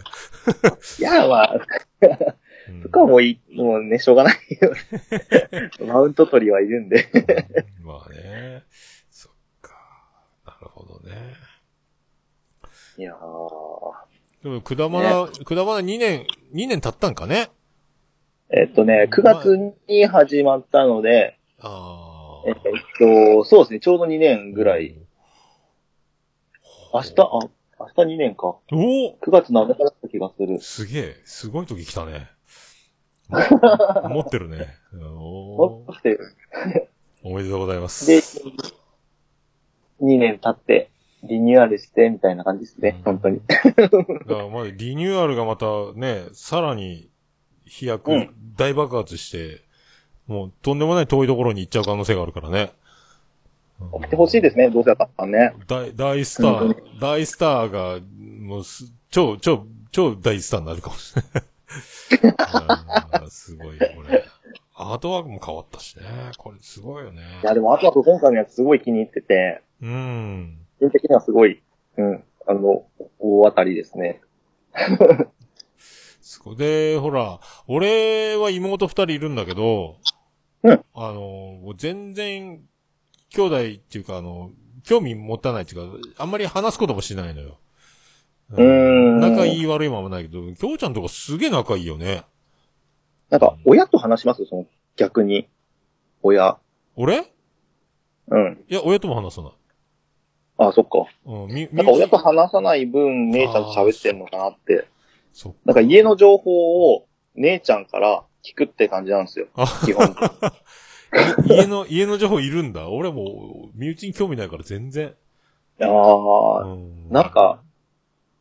B: いや、まあ、
A: うん
B: とかもいい、もうね、しょうがないよね。マウント取りはいるんで。
A: うん (laughs) まあね。そっか。なるほどね。
B: いやー
A: でも、くだまら、くだまら2年、2年経ったんかね
B: えっとね、9月に始まったので、
A: あ
B: え
A: あ
B: っ。と、そうですね、ちょうど2年ぐらい。。明日、あ、明日2年か。
A: おお
B: 9月7日だった気がする。
A: すげえ、すごい時来た
B: (laughs)
A: ね。持ってるね。お
B: 持
A: ー
B: って、
A: おめでとうございます。
B: で、2年経って、リニューアルして、みたいな感じですね、本当に。
A: だからまあ、リニューアルがまたね、さらに飛躍、
B: うん
A: 大爆発して、もうとんでもない遠いところに行っちゃう可能性があるからね。
B: 来てほしいですね、どうせだったらね。
A: 大、大スタ
B: 本
A: ー、大スターが、もうす、超、超、超大スターになるかもしれない。あーすごいよ、これ。アートワークも変わったしね。これすごいよね。
B: いや、でも、あとあと今回のやつすごい気に入ってて、
A: うん。
B: 個人的にはすごい、うん、あの、大当たりですね。
A: そこで、ほら、俺は妹二人いるんだけど、
B: うん
A: あの、もう全然、兄弟っていうか、あの、興味持たないっていうか、あんまり話すこともしないのよ。う
B: ーん
A: 仲いい悪いままないけど、きょうちゃんとかすげえ仲いいよね。
B: なんか、親と話しますその、逆に。親。
A: 俺
B: うん。
A: いや、親とも話さない。
B: あそっか。
A: うん、み、
B: なんか、
A: みゆ
B: 親
A: き
B: と話さない分、姉ちゃんと喋ってんのかなって。
A: そう。
B: なんか、家の情報を、姉ちゃんから聞くって感じなんですよ
A: あ。
B: 基本。
A: 家の、家の情報いるんだ。俺もう、身内に興味ないから全然。
B: ああ、
A: うん
B: なんか、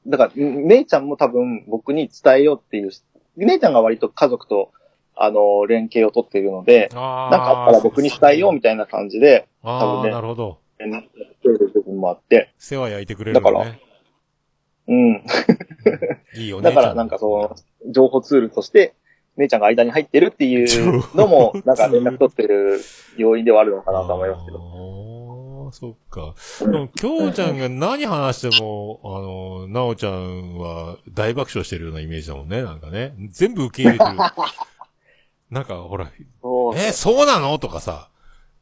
B: だから、ん姉ちゃんも多分僕に伝えようっていうし、姉ちゃんが割と家族と、あの、連携を取っているので、
A: あ
B: な
A: ー
B: んかあったら僕に伝えようみたいな感じで、
A: あ
B: 多
A: あ、
B: 分ね
A: なるほど。
B: えーそういう部分もあって、
A: 世話焼いてくれるんだ
B: だ
A: ね
B: か。うん。
A: いいよね。
B: だからなんかその、情報ツールとして、姉ちゃんが間に入ってるっていうのも、なんか連絡取ってる要因ではあるのかなと思いますけど。
A: ああ、そっか。
B: う
A: で
B: ん
A: も、きょうちゃんが何話しても、あの、なおちゃんは大爆笑してるようなイメージだもんね、なんかね。全部受け入れ
B: (laughs)
A: てる。なんか、ほら、
B: そう
A: え、そうなのとかさ、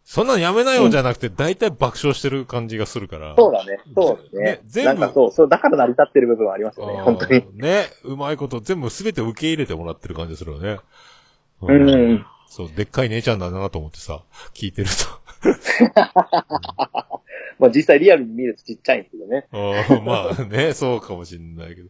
A: そんなのやめなよじゃなくて、大体爆笑してる感じがするから。
B: そうだね。そうです
A: ね
B: ね。
A: 全部
B: なんかそう、そう、だから成り立ってる部分はありますよね。
A: あー
B: 本当に。
A: ね、うまいこと全部すべて受け入れてもらってる感じするよね。う
B: うん。
A: そう、でっかい姉ちゃんだなと思ってさ、聞いてると。
B: まあ実際リアルに見るとちっちゃいんですけどね。
A: あー (laughs) まあね、そうかもしんないけど。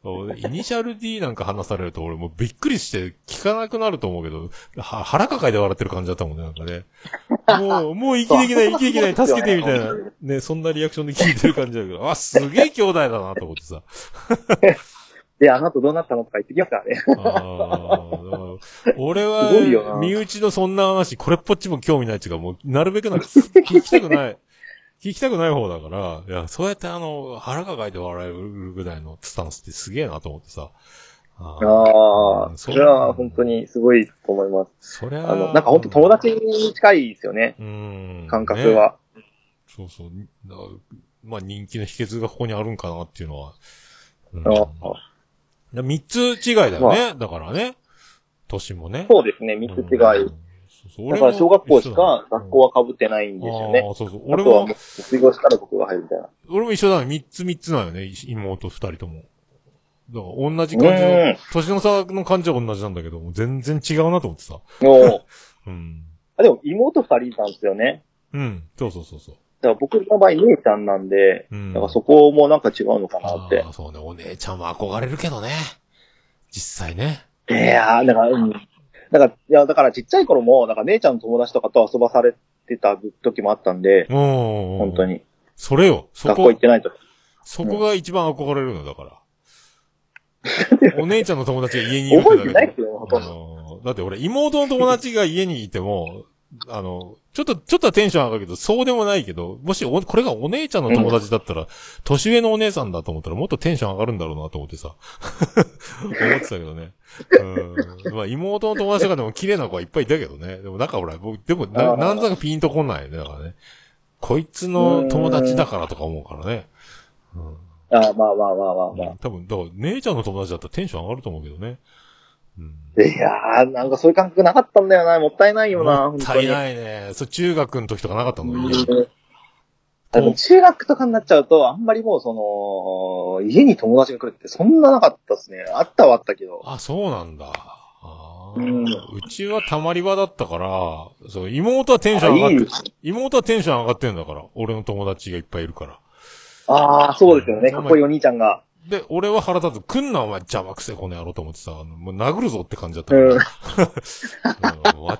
A: そうイニシャル D なんか話されると俺もうびっくりして聞かなくなると思うけど、は腹抱えて笑ってる感じだったもんね、なんかね。 (laughs) もう、もう息できない、息できない、助けてみたいな。ね、そんなリアクションで聞いてる感じだけど、あ、すげえ兄弟だなと思ってさ。
B: で、あの後どうなったのとか言ってきますからね。
A: あーだから俺
B: すごいよ
A: は
B: な、
A: 身内のそんな話、これっぽっちも興味ないっていうか、もう、なるべくなんか、聞きたくない。聞きたくない方だから、いや、そうやってあの、腹抱えて笑えるぐらいのスタンスってすげえなと思ってさ。あ
B: あ
A: う
B: あ、
A: ん
B: それは本当にすごいと思います。
A: そりゃ
B: あの、なんか本当友達に近いですよね。
A: うん
B: 感覚。は。
A: そうそう。だまあ、人気の秘訣がここにあるんかなっていうのは。うん
B: あー
A: だ三つ違いだよね。だからね。年もね。
B: そうですね、三つ違
A: うん
B: い。。
A: そうそう
B: だから小学校しか学校
A: は
B: は被ってないんですよね。
A: ああ、そうそう。
B: あ
A: 俺
B: とはも
A: も
B: う、、卒業したら僕が入るみたいな。
A: 俺も一緒だね。三つ三つなのよね。い妹二人とも。だから同じ
B: う
A: 感じの、
B: ん。
A: 年の差の感じは同じなんだけど、もう全然違うなと思ってさ。
B: おー
A: うん。
B: あでも妹二人いたんですよね。
A: うん。そうそうそうそう。
B: だから僕の場合姉ちゃんなんで、
A: うん。
B: だからそこもなんか違うのかな
A: あ
B: って
A: あ。そうね。お姉ちゃんは憧れるけどね。実際ね。
B: いやー、だから、うん。だから、いや、だからちっちゃい頃も、なんか姉ちゃんの友達とかと遊ばされてた時もあったんで、
A: うん。
B: 本当
A: に。
B: に。
A: それよ。そ
B: 学校
A: こ
B: 行っ、てないと。
A: そこが一番憧れるのよだ
B: (laughs)
A: から。お姉ちゃんの友達が家にいる
B: 覚えてな
A: だ
B: いですよ、ほとんど。
A: うんだって俺、妹の友達が家にいても、あの、ちょっと、ちょっとはテンション上がるけど、そうでもないけど、もしお、これがお姉ちゃんの友達だったら、年上のお姉さんだと思ったら、もっとテンション上がるんだろうなと思ってさ。 (laughs) 思ってたけどね。うん。まあ、妹の友達とかでも綺麗な子はいっぱいいたけどね。でもなんかほら、僕、でも
B: あ
A: な、
B: ー
A: なんとなくピンとこないよね。だからね。こいつの友達だからとか思うからね。うん。
B: あーまあまあまあまあまあ。
A: 多分、だから、姉ちゃんの友達だったらテンション上がると思うけどね。うん。
B: いやー、なんかそういう感覚なかったんだよな。もったいないよな、
A: も
B: 本
A: っ
B: 当
A: たい
B: に。
A: ないね。そう、中学の時とかなかったの家に
B: うんでも中学とかになっちゃうと、あんまりもうその、家に友達が来るってそんななかったっすね。あったはあったけど。
A: あ、そうなんだ。あー
B: うん
A: うちはたまり場だったから、そう、妹はテンション上が
B: あ
A: っ
B: いい
A: て
B: で
A: る
B: す。
A: 妹はテンション上がってんだから、俺の友達がいっぱいいるから。
B: ああ、そうですよね。かっこいいお兄ちゃんが。
A: で、俺は腹立つ。来んな、お前邪魔くせえこの野郎と思ってさ、あのもう殴るぞって感じだった (laughs) から。うんわ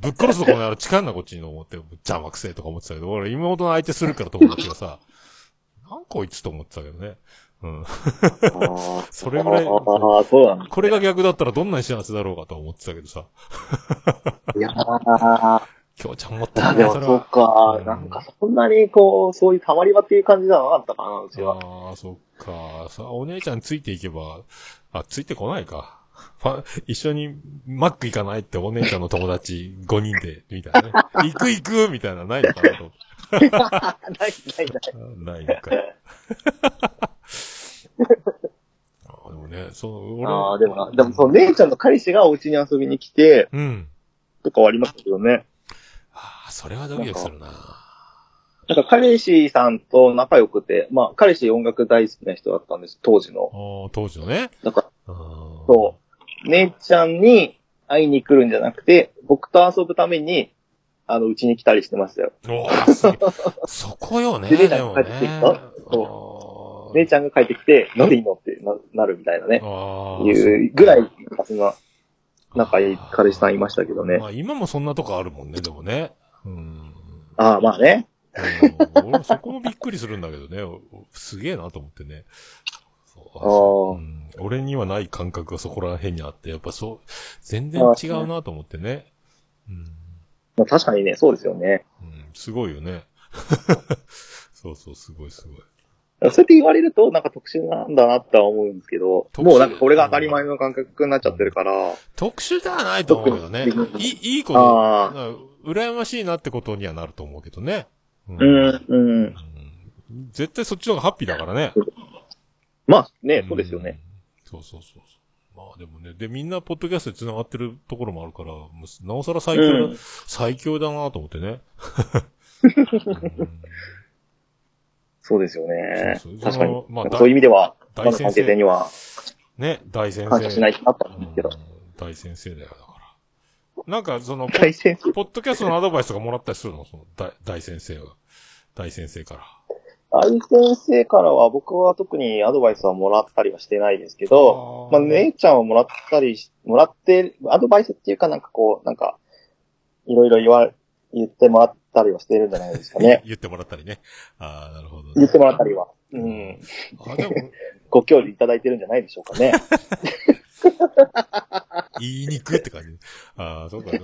A: ぶっ殺すぞこの野郎、近いなこっちに思って、邪魔くせえとか思ってたけど、俺妹の相手するから友達がさ、なんこいつと思ってたけどね。うん。それぐ
B: (laughs)
A: らい
B: あーあー、そうなんだ。
A: これが逆だったらどんなに幸せだろうかと思ってたけどさ。
B: いやー、
A: きょうちゃん持って
B: あ
A: た
B: で
A: ね、
B: も
A: それ
B: そう
A: は。
B: か
A: う。ん
B: なんかそんなにこう、そういうたまり場っていう感じではなかったかな、うちは。
A: ああ、そっか。さあ、お姉ちゃんついていけば、あ、ついてこないか。ファ一緒にマック行かないってお姉ちゃんの友達5人 (laughs) で、みたい
B: (laughs)
A: なね。行く行くみたいなのないのかなと思って
B: ないないない。
A: あないの
B: (laughs)
A: か。あでもね、そう、俺
B: ああ、でもな、でもそう、姉ちゃんの彼氏がお家に遊びに来て、
A: うん。
B: とかはありましたけどね。
A: ああ、それはドキドキするな。
B: なんか彼氏さんと仲良くて、まあ彼氏音楽大好きな人だったんです、当時の。
A: ああ、当時のね。
B: だから、
A: そ
B: そう、姉ちゃんに会いに来るんじゃなくて、僕と遊ぶために、あの、うちに来たりしてましたよ。
A: う。おーすげえそこよね。
B: で姉ちゃ
A: で
B: ん
A: も
B: 帰
A: ね
B: ってきてた
A: そ
B: 姉ちゃんが帰ってきて、なんでいいのってななるみたいなね。
A: ああ。
B: いうぐらい、そんな、仲いい彼氏さんいましたけどね
A: ま。あ今もそんなとこあるもんね、でもね。
B: (laughs)
A: うん。
B: ああ、まあね。
A: うん俺はそこもびっくりするんだけどね。おおすげえなと思ってね。そうそううん俺にはない感覚がそこら辺にあって、やっぱそう、全然違うなと思ってね。うん。
B: まあ、確かにね、そうですよね。
A: うん、すごいよね。 (laughs) そうそう、すごいすごい。
B: そうやって言われると、なんか特殊なんだなって思うんですけど、
A: 特殊
B: もうなんかこれが当たり前の感覚になっちゃってるから、
A: 特殊ではないと思うけどね
B: 特。に
A: いい、いいこと、
B: ああ、
A: 羨ましいなってことにはなると思うけどね。う
B: うん、うん。
A: うん絶対そっちの方がハッピーだからね。
B: まあね、そうですよね。
A: うん。そうそうそうそう。まあでもね、で、みんなポッドキャストで繋がってるところもあるから、もうなおさら最強だ、
B: うん
A: 最強だなと思って
B: (laughs)
A: ね。うん
B: そうですよね
A: そうそう。
B: 確か
A: その
B: に。
A: まあ
B: なんかそういう意味では、
A: 大
B: まだ関係性には
A: ね、大先生。
B: 感謝しないとなったん
A: う
B: で
A: ん
B: すけど。
A: 大先生だよ、だから。なんか、その、
B: 大先生。
A: ポッドキャストのアドバイスとかもらったりするのその大、大先生が。大先生から。。
B: 大先生からは僕は特にアドバイスはもらったりはしてないですけど、まあ姉ちゃんはもらったりし、もらって、アドバイスっていうかなんかこう、なんか、いろいろ言わ、言ってもらったりはしてるんじゃないですかね
A: (laughs) 言ってもらったりね。ああ、なるほど、ね。
B: 言ってもらったりは。うん。
A: あ、でも、
B: ご協力いただいてるんじゃないでしょうかね。
A: 言いにくって感じ。ああ、そうか、ね。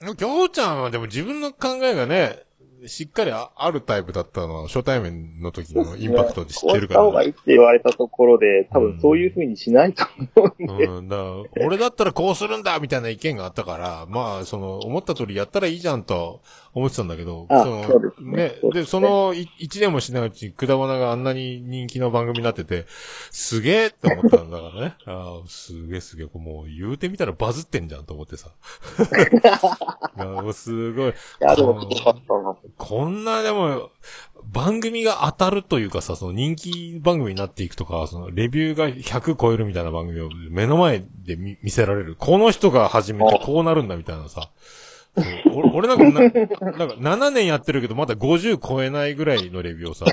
A: でも、きょうちゃんはでも自分の考えがね、しっかりああるタイプだったのは初対面の時のインパクトで知ってるか
B: こ
A: ら、
B: うした方が
A: ね。
B: いいって言われたところで、多分そういうふうにしないと思うんで。
A: うん、だから俺だったらこうするんだみたいな意見があったから、まあ、その、思った通りやったらいいじゃんと思ってたんだけど、
B: あ
A: そ
B: そう
A: の
B: で、すねそう
A: で、
B: です
A: そ
B: ね
A: のい一年もしないうち、くだばながあんなに人気の番組になってて、すげえって思ったんだから
B: (laughs)
A: ね。ああ、すげえすげえ、こうもう言うてみたらバズってんじゃんと思って
B: (laughs)
A: さ。いやもうすごい。
B: いや、でも、よかったな。
A: こんなでも、番組が当たるというかさ、その人気番組になっていくとか、そのレビューが100超えるみたいな番組を目の前で見見せられる。この人が始めてこうなるんだみたいなさ。そう (laughs) 俺俺なんかな、なんか7年やってるけどまだ50超えないぐらいのレビューをさ。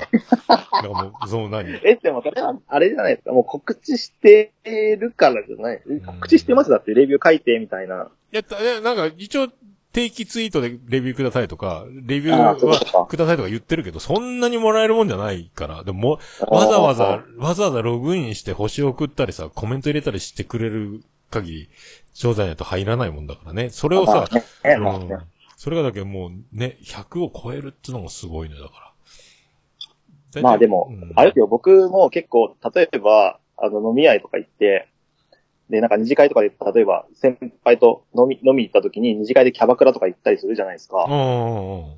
A: なんかもう、その何
B: え、でも、それは、あれじゃないですか。もう告知してるからじゃない。告知してますだって、レビュー書いて、みたいな。
A: やった、いや、なんか一応定期ツイートでレビューくださいとか、レビュ
B: あー
A: ー
B: そうです
A: は
B: か
A: くださいとか言ってるけど、そんなにもらえるもんじゃないから。でもも、わざわざ、わざわざログインして星を送ったりさ、コメント入れたりしてくれる限り、商材ないと入らないもんだからね。それを
B: ま
A: さ
B: あ、ね、え、
A: う
B: まあね
A: ん、それがだけもうね、100を超えるってのもすごいね、だから。
B: まあでも、
A: うん
B: あれですよ、僕も結構、例えば、あの、飲み屋とか行って、で、なんか二次会とかで、例えば、先輩と飲み、飲み行った時に、二次会でキャバクラとか行ったりするじゃないです
A: う
B: か。
A: んうんうん。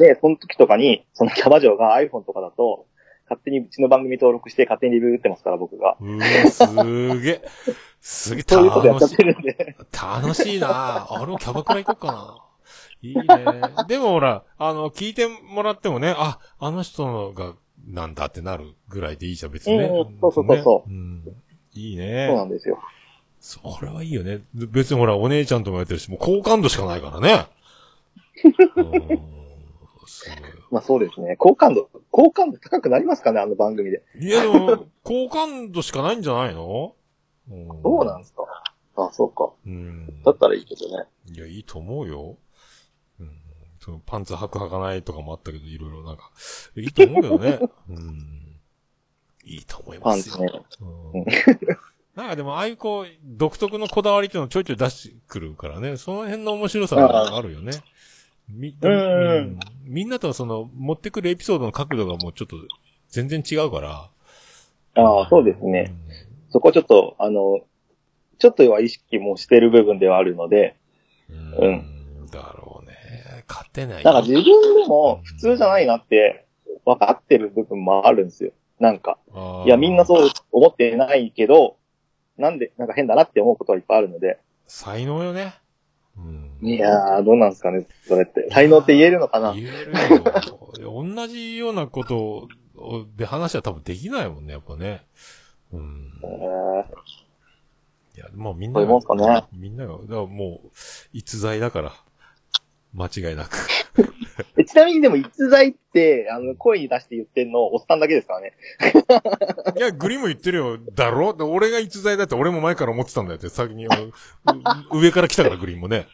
B: で、その時とかに、そのキャバ嬢が iPhone とかだと、勝手にうちの番組登録して、勝手にレビュー打ってますから、僕が。
A: うわ、すげえ。すげえ
B: そういうことやっち
A: 楽
B: ゃっ
A: しい
B: て。るんで。
A: 楽しいなあ俺もキャバクラ行こうかな。いいね。でもほら、あの、聞いてもらってもね、あ、あの人が、なんだってなるぐらいでいいじゃん、別にね。。
B: うんそうそうそうそう
A: ん、いい
B: そう
A: ね。
B: なんですよ。
A: それはいいよね。別にほら、お姉ちゃんともやってるし、もう好感度しかないからね。うんす
B: まあそうですね。好感度、好感度高くなりますかね、あの番組で。
A: ごいいや、でも、好感度しかないんじゃないのそ
B: そうなんですか。あ、そうか。
A: うん。
B: だったらいいけどね。
A: いや、いいと思うよ。うん。そのパンツ履く履かないとかもあったけど、いろいろなんか、いいと思うけど
B: (laughs)
A: ね。うん。いいと思い
B: パ
A: ま
B: ン
A: す
B: ツ
A: よ。
B: ね。
A: うん。なんかでも、ああいうこう、独特のこだわりっていうのをちょいちょい出してくるからね、その辺の面白さがあるよね。み、
B: うんうん
A: うんみんなとはその、持ってくるエピソードの角度がもうちょっと、全然違うから。
B: ああ、そうですね。そこちょっと、あの、ちょっとは意識もしてる部分ではあるので、
A: うん。
B: う
A: うん。だろうね。勝てないよ。
B: なんか自分でも普通じゃないなって分かってる部分もあるんですよ。なんか。
A: あー
B: いや、みんなそう思ってないけど、なんで、なんか変だなって思うことはいっぱいあるので。
A: 才能よね。うん。
B: いやー、どうなんですかね、それって。才能って言えるのかな
A: 言えるよ。同じようなことをで話は多分できないもんね、やっぱね。うん。
B: え
A: いや、もうみんな
B: そういうもんすかね
A: みんなが、だからもう、逸材だから。間違いなく。
B: ーえちなみにでも逸材って、あの、声に出して言ってんの、おっさんだけですからね。
A: いや、グリム言ってるよ。だろで俺が逸材だって俺も前から思ってたんだよって、先に、うう上から来たからグリーンも
B: (laughs)
A: ね。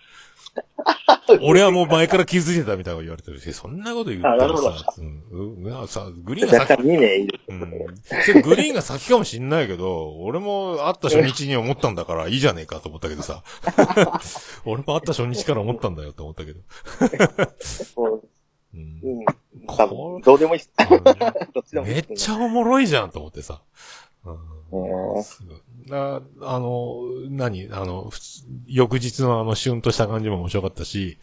A: 俺はもう前から気づいてたみたいなこと言われてるし、そんなこと言った
B: あなる
A: ら
B: ほど
A: さ、うん、うんいやさ、グリーンが
B: 若
A: 先
B: 干2年いる。
A: うんそれグリーンが先かもしんないけど、俺も会った初日に思ったんだからいいじゃねえかと思ったけど
B: (laughs)
A: さ。俺も会った初日から思ったんだよと思ったけど。
B: そう
A: うん
B: うん。多
A: こ
B: 分、どうでもいいっ (laughs) す。どっちでもいい
A: め
B: っ
A: っ
B: すね、
A: ちゃおもろいじゃんと思ってさ。う、
B: うんん
A: すごいなあの、何あの、普通翌日のあの、シュンとした感じも面白かったし、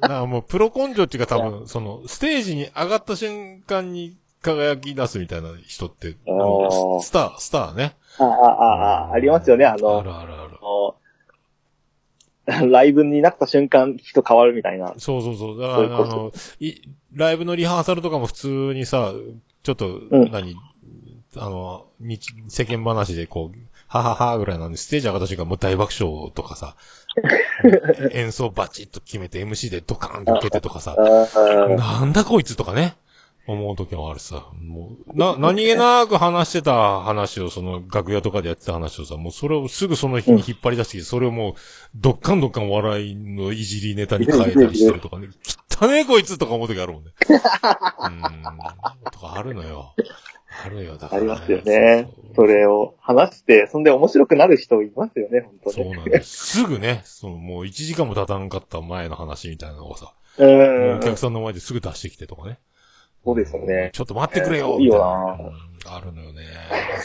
A: ななもうプロ根性っていうか多分、その、ステージに上がった瞬間に輝き出すみたいな人って、あのススター、スターね。
B: ああ、ああ、ありますよね、あの
A: あ、るあるある。
B: あの (laughs) ライブになった瞬間、人変わるみたいな。
A: そうそうそう。だか
B: そういう
A: ら、
B: こ
A: あ
B: と
A: の、い、ライブのリハーサルとかも普通にさ、ちょっと、
B: うん
A: 何、あの、日、世間話でこう、はははぐらいなんで、ステージ上がった瞬間もう大爆笑とかさ、
B: (laughs)
A: 演奏バチッと決めて MC でドカーンと受けてとかさ、
B: あ
A: なんだこいつとかね、思う時もあるさ、もう、な、何気なく話してた話を、その楽屋とかでやってた話をさ、もうそれをすぐその日に引っ張り出してきて、それをもう、どっかんどっかん笑いのいじりネタに変えたりしてるとかね、汚ねえこいつとか思う時あるもんね。うーん、とかあるのよ。あるよ、だか
B: あ
A: ら、
B: りますよね
A: そう。
B: それを話して、そんで面白くなる人いますよね、本当
A: そう
B: に。
A: なんです。すぐね、そのもう1時間も経たんかった前の話みたいなのをさ、
B: う
A: もうお
B: ん。
A: 客さんの前ですぐ出してきてとかね。
B: そうですよね。
A: ちょっと待ってくれ
B: えー
A: よ
B: 多い
A: みたい
B: よ
A: な
B: な
A: うんあるのよね。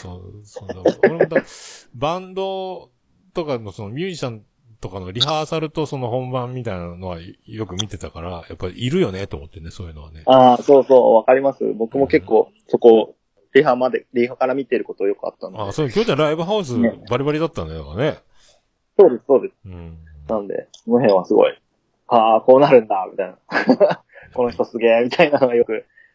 A: そう、そうだ。俺もだ、バンドとかのそのミュージシャンとかのリハーサルとその本番みたいなのはよく見てたから、やっぱりいるよねと思ってね、そういうのはね。
B: ああ、そうそう、わかります。僕も結構、そこ、リハまで、リハから見てることよくあったの
A: あ、
B: で。
A: そう、今日ちゃんライブハウス
B: ね
A: バリバリだったんだよね。
B: そうです、そうです。
A: うん。
B: なんで、その辺はすごい、ああ、こうなるんだ、みたいな。この人すげえ、みたいなのがよく、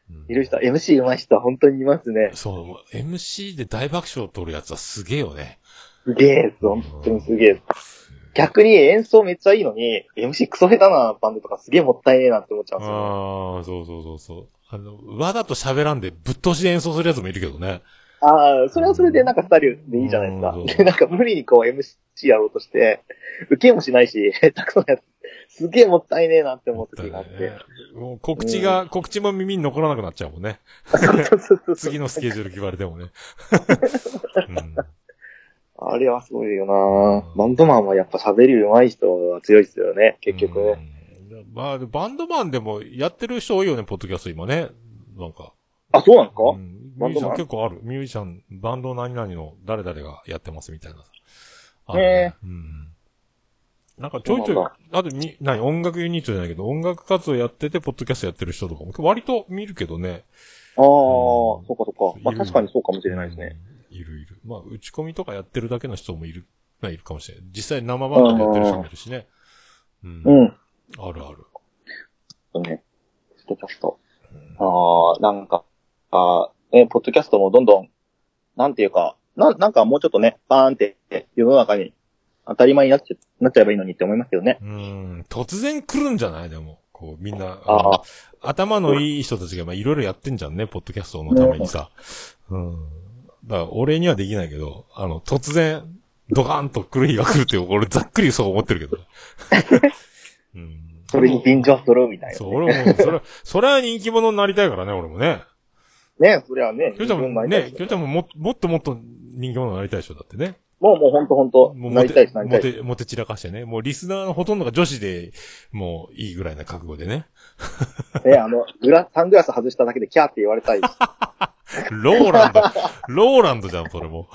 A: うん
B: いる人、MC 上手い人は本当にいますね。
A: そう、もう MC で大爆笑を取るやつはすげえよね。
B: すげえです、本当にすげえです。逆に演奏めっちゃいいのに、MC クソ下手なバンドとかすげえもったいねえなって思っちゃうんですよね。
A: ああ、そうそうそうそう。あの、わざと喋らんでぶっ通しで演奏するやつもいるけどね。
B: ああ、それはそれでなんかスタイルでいいじゃないですか
A: うん。
B: で、なんか無理にこう MC やろうとして、受けもしないし、下手くそなやつ、すげえもったいねえなって思う時があって。
A: もう告知が、告知も耳に残らなくなっちゃうもんね。
B: そうそうそうそう
A: 次のスケジュール決まれてもね。うん
B: (laughs) あれはすごいよなバンドマンはやっぱ喋り上手い人は強いですよね、結局ね。
A: うん。まあ、バンドマンでもやってる人多いよね、ポッドキャスト今ね。なんか。
B: あ、そうなんですか
A: うんミュ
B: バ
A: ージ
B: ンド
A: シャ
B: マ
A: ン
B: ン
A: 結構ある。ミュージシャン、バンド何々の誰々がやってますみたいな。あうん。なんかちょいち
B: そうな
A: ょ
B: ん
A: い、あとに、何、音楽ユニットじゃないけど、音楽活動やってて、ポッドキャストやってる人とかも、割と見るけどね。
B: ああ、そうかそうか。まあ
A: いる
B: 確かにそうかもしれないですね。
A: うん。いるいる。まあ、打ち込みとかやってるだけの人もいる、まあいるかもしれない。実際生バンドでやってる人もいるしね。うん。
B: うん。
A: あるある。
B: そうね。ポッドキャスト。ああ、なんか、あーえポッドキャストもどんどん、なんていうか、な、なんかもうちょっとね、バーンって世の中に当たり前になっちゃ、なっちゃえばいいのにって思いますよね。
A: うん。突然来るんじゃないでも。こう、みんな、
B: あ
A: の頭のいい人たちが、まあ、いろいろやってんじゃんね、ポッドキャストのためにさ。うん。だから、俺にはできないけど、あの、突然、ドカーンと来る日が来るって、俺ざっくりそう思って
B: (laughs)
A: るけど。うん。
B: それに便乗するみたいな、ね。
A: そう、俺も、それ、それは人気者になりたいからね、俺も
B: (laughs)
A: ね。
B: ね、それはね、
A: きょうちゃん
B: 自分
A: も、
B: なりたい
A: ね
B: し、
A: きょうちゃんもも、もっともっと人気者になりたいでしょ、だってね。
B: もうもうほんとほんと、
A: もう
B: なりたいです、なりた
A: モ
B: いです。
A: テ、モテ散らかしてね。もうリスナーのほとんどが女子で、もういいぐらいな覚悟でね。
B: ね、あの、グラ、サングラス外しただけでキャーって言われたいです。
A: ローラン
B: (laughs)
A: ド、ローランドじゃん、それも。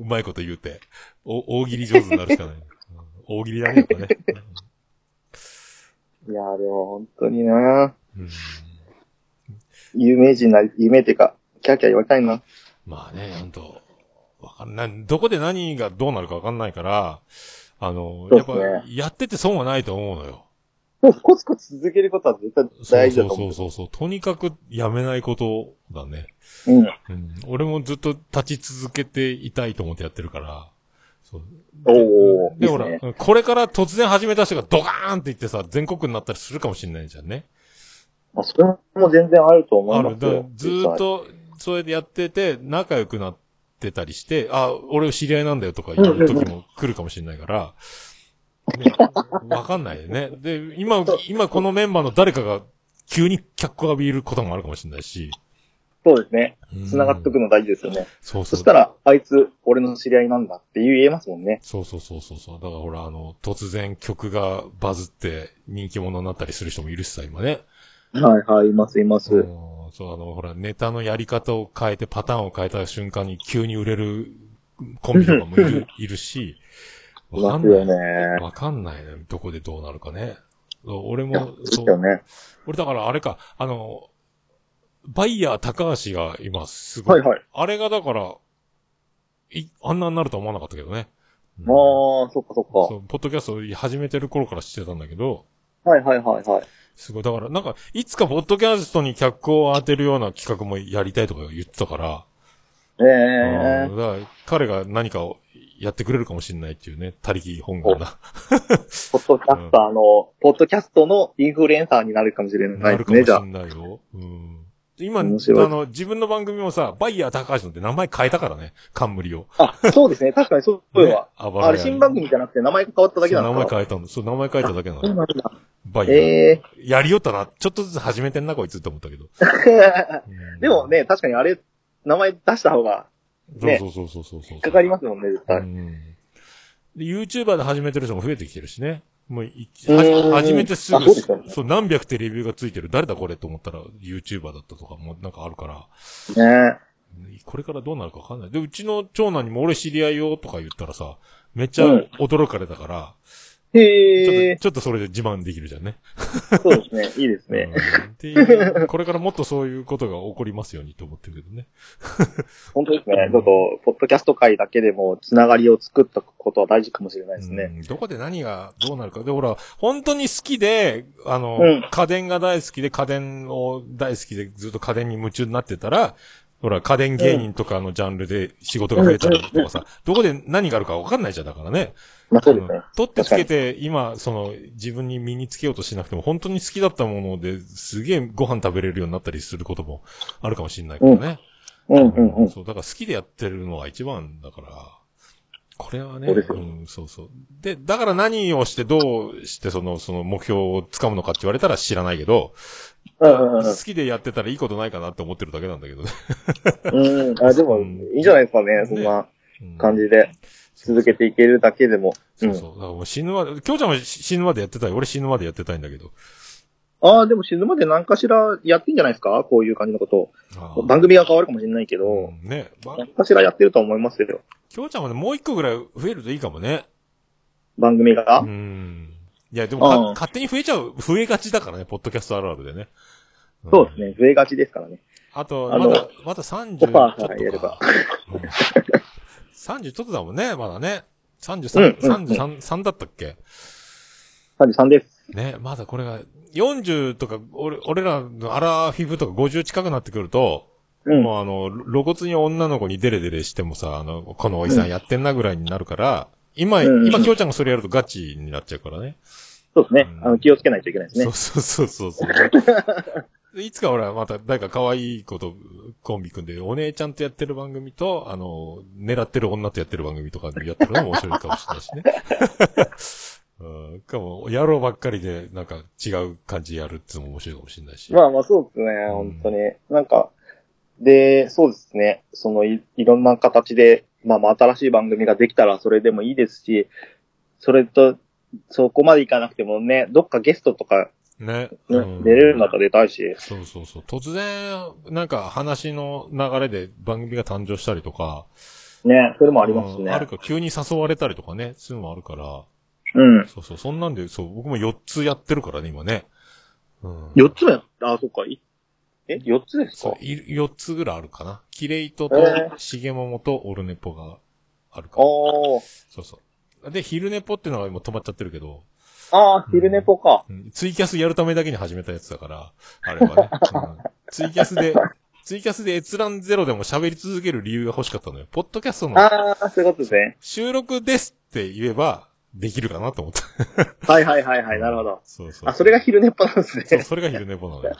A: うまいこと言うて。お、大喜利上手になるしかない。うん大喜利だね、やっぱね。
B: いやーでも本当にな
A: うん
B: 有名人なり、有名っていうか、キャーキャー言われたいな。
A: まあね、ほんと、わかんない。どこで何がどうなるかわかんないから、あの、
B: そう
A: やっ
B: っす
A: ぱ
B: ね、
A: やってて損はないと思うのよ。
B: でもコツコツ続けることは絶対
A: そう
B: 大事
A: そ
B: だ
A: う
B: と思。
A: そううそうそう。とにかくやめないことだね。
B: うん。
A: うん。俺もずっと立ち続けていたいと思ってやってるから。そう。
B: おー、いい
A: で、
B: っ
A: ほ
B: す
A: ら
B: ね。、
A: これから突然始めた人がドカーンって言ってさ、全国になったりするかもしれないじゃんね。
B: あ、それも全然あると思
A: あ
B: いま
A: る。
B: す
A: だから
B: よ。
A: ずーっと、それでやってて、仲良くなってたりして、あ、俺知り合いなんだよとか言う時も来るかもしれない
B: (laughs)
A: から、ねわかんないよね。で、今、今このメンバーの誰かが急に脚光浴びることもあるかもしれないし。
B: そうですね。
A: うん
B: 繋がっとくの大事ですよね。
A: そうそ。
B: そうしたら、あいつ、俺の知り合いなんだって言えますもんね。
A: そうそうそうそうそう。だからほら、あの、突然曲がバズって人気者になったりする人もいるしさ、今ね。
B: はいはい、います、いま
A: う。んそう、あの、ほら、ネタのやり方を変えて、パターンを変えた瞬間に急に売れるコンビとかもいるいるし、
B: (laughs) い
A: わか
B: ま
A: ん
B: すよ
A: ない。
B: ね。
A: わかんないね。どこでどうなるかね。そう俺
B: いや
A: も
B: そう、です
A: そ
B: よ
A: う、
B: ね。
A: 俺だからあれか、あの、バイヤー高橋が今すご
B: はい
A: い。
B: はい。
A: あれがだから、い、あんなになるとは思わなかったけどね。うん
B: ああ、そっかそ
A: そ
B: っ
A: う、ポッドキャスト始めてる頃から知ってたんだけど、
B: か。はいはいはいはい。
A: すごい。だから、なんか、いつかポッドキャストに脚光を当てるような企画もやりたいとか言ってたから、
B: え
A: うんだから彼が何かをやってくれるかもしれないっていうね、他力本願な、
B: えー、ポッドキャスターの、ポッドキャストのインフルエンサーになるかもしれな
A: ない
B: で
A: る
B: す
A: かもし
B: ね、じ
A: れ
B: ゃあ。
A: ないよ。うん今、あ
B: 面白い
A: の、自分の番組もさ、バイヤー高橋のって名前変えたからね、冠を。
B: あ、そうですね。確かにそういえば。
A: あ
B: あれ、新番組じゃなくて名前が変わっただけな
A: そ
B: ん
A: う
B: で
A: 名前
B: すか
A: 変えたの。そう、名前変えただけな
B: そう
A: の。
B: なんだ。
A: バイヤー。
B: ええ
A: やりよったな。ちょっとずつ始めてんな、こいつって思ったけど。
B: ー。 (laughs)
A: うん
B: でも、ね、確かにあれ、名前出した方がね
A: そうそうそうそうそうそう。
B: 引っかかりますもんね、絶
A: う
B: 対。
A: ん。で、YouTuber で始めてる人も増えてきてるしね。もうい、
B: う
A: はじ
B: ーん
A: 始めてす
B: あ
A: ぐ、
B: そうですよね
A: そう、何百ってレビューがついてる。誰だこれと思ったら YouTuber だったとかもなんかあるから、
B: ね
A: これからどうなるかわかんない。で、うちの長男にも俺知り合いよとか言ったらさ、めっちゃ
B: うん
A: 驚かれたから、ちょ
B: へ
A: っ
B: え
A: と、ちょっとそれで自慢できるじゃん
B: (laughs)
A: ね。
B: そうですね。いいですね。
A: うんっていう、これからもっとそういうことが起こりますようにと思ってるけどね。
B: 本当ですね。ちょっと、ポッドキャスト界だけでも、つながりを作ったことは大事かもしれないです
A: う
B: ね。
A: んどこで何がどうなるか。で、ほら、本当に好きで、あの、
B: うん
A: 家電が大好きで、家電を大好きで、ずっと家電に夢中になってたら、ほら、家電芸人とかのジャンルで仕事が増えたりとかさ、どこで何があるかわかんないじゃん、だからね。
B: まあそうですね。
A: ん取ってつけて、今、その、自分に身につけようとしなくても、本当に好きだったもので、すげえご飯食べれるようになったりすることもあるかもしれないからね。
B: うんうんうん。
A: そう、だから好きでやってるのが一番だから、これはね、
B: そうですよ
A: ん、そうそう。で、だから何をしてどうしてその、その目標をつかむのかって言われたら知らないけど、
B: うんうんうん
A: 好きでやってたらいいことないかなって思ってるだけなんだけ
B: (laughs)
A: どね。
B: うん。あ、でも、いいじゃないですかね。そんな感じで、続けていけるだけでも。
A: うんそうそう。だからもう死ぬまで、京ちゃんも死ぬまでやってたい。俺死ぬまでやってたいんだけど。
B: ああ、でも、死ぬまで何かしらやってんじゃないですかこういう感じのこと
A: あ
B: を。
A: ー
B: 番組が変わるかもしれないけど、
A: うんね。ば
B: 何かしらやってると思いますよ。
A: 京ちゃんはね、もう一個ぐらい増えるといいかもね。
B: 番組が
A: う。ん。いや、でもか
B: うん
A: 勝手に増えちゃう、増えがちだからね、ポッドキャストあるあるでね。ん
B: そうですね。増えがちですからね。
A: あと、
B: あ
A: ま
B: の
A: だ、まだ30
B: オファー
A: ちょっと
B: さえやれば
A: うん30ちょっとだもんね、まだね。33、
B: うんうんうん
A: 33、3だったっけ
B: 33です。
A: ね、まだこれが、40とか、俺、俺らのアラフィフとか50近くなってくると、
B: うん。
A: もうあの、露骨に女の子にデレデレしてもさ、あの、このおじさんやってんなぐらいになるから、今、
B: うんうん
A: 今、きょうちゃんがそれやるとガチになっちゃうからね。
B: そうですね
A: う。ん
B: あの、気をつけないといけないです
A: そ
B: ね
A: う。そうそうそうそう。
B: (laughs)
A: いつか俺はまた誰か可愛い子とコンビ組んで、お姉ちゃんとやってる番組と、あの、狙ってる女とやってる番組とかでやってるのも面白いかもしれないしね。 (laughs) うん、かも、野郎ばっかりで、なんか違う感じやるっていうのも面白いかもしれないし。
B: まあまあそうですね、本当に。なんか、で、そうですね、そのいいろんな形で、まあまあ新しい番組ができたらそれでもいいですし、それと、そこまでいかなくてもね、どっかゲストとか、
A: ね。
B: ね
A: うん
B: 出れるんだったら出たいし、
A: そうそうそう。突然、なんか話の流れで番組が誕生したりとか。
B: ね、それもありますし
A: うんある
B: ね。
A: か、急に誘われたりとかね、そういうのもあるから。
B: うん。
A: そうそう、そんなんで、そう、僕も4つやってるからね、今ね。うん。
B: 四つ目あ、そっか。いえ、四つです
A: そう
B: か、
A: い4つぐらいあるかな。キレイト
B: え
A: と、シゲモモとオルネポがあるから。
B: おー。
A: そうそう。で、昼ネポってのが今止まっちゃってるけど、
B: あー、昼寝ぽか。
A: うんツイキャスやるためだけに始めたやつだから、あれは
B: (laughs)
A: ね。うんツイキャスで、ツイキャスで閲覧ゼロでも喋り続ける理由が欲しかったのよ。ポッドキャストの
B: あー、そういうことですね。
A: 収録ですって言えば、できるかなと思った。
B: はいはいはいはい、なるほど。
A: そうそう。
B: あ、それが昼寝っぱなんですね。
A: そ
B: 知
A: う、それが昼寝ぽな
B: (laughs)
A: のよ。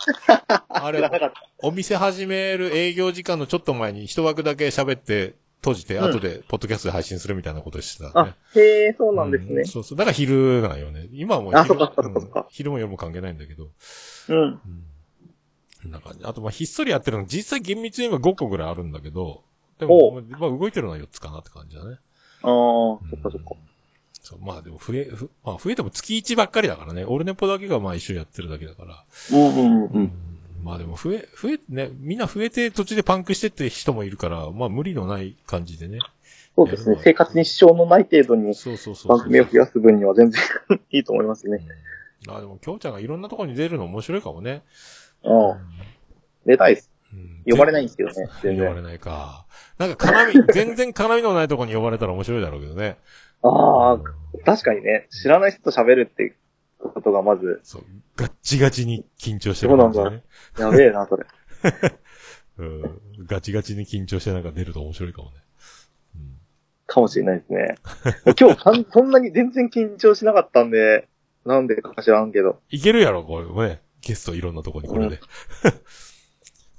A: あれ
B: ら、なかった。
A: お店始める営業時間のちょっと前に一枠だけ喋って、閉じて、
B: うん
A: 後で、ポッドキャストで配信するみたいなことしてた、ね
B: あ。、へえ、そうなんですね
A: う。そうそう。だから昼なんよね。今はもう
B: あ
A: 昼
B: そっかそっかそっか
A: うん昼も夜も関係ないんだけど。
B: うん。
A: うん。こんな感じ。あと、まあ、ひっそりやってるの、実際厳密に言えば5個ぐらいあるんだけど、で
B: お
A: も、まあ、動いてるのは4つかなって感じだね。
B: ああ、そ
A: うん
B: っかそっか。
A: そう、まあでも増え、ふまあ増えても月1ばっかりだからね。オルネポだけがまあ一緒にやってるだけだから。
B: うんうんうん。
A: まあでも増え、増え、ね、みんな増えて途中でパンクしてって人もいるから、まあ無理のない感じでね。
B: そうですね。生活に支障のない程度に
A: そうそうそう
B: 番
A: そう。
B: 組を増やす分には全然 (laughs) いいと思いますね。
A: うんあ、でも、京ちゃんがいろんなところに出るの面白いかもね。
B: うん。出たいで
A: う
B: す。
A: ん
B: 呼ばれないんですけどね。全
A: 呼ばれ
B: 然。
A: ないか。なんか絡
B: (laughs)
A: み、全然絡みのないところに呼ばれたら面白いだろうけどね。
B: ああ
A: うん、
B: 確かにね。知らない人と喋るってことがまず、
A: そう、ガッチガチに緊張してる感じ
B: そう
A: だ
B: なん
A: ね。
B: やべえな、それ。
A: うん。ガチガチに緊張してなんか出ると面白いかもね。うん
B: かもしれないです
A: (laughs)
B: ね。今日かん、そんなに全然緊張しなかったんで、なんでか知らんけど。
A: いけるやろ、これね。ゲストいろんなとこにこれで。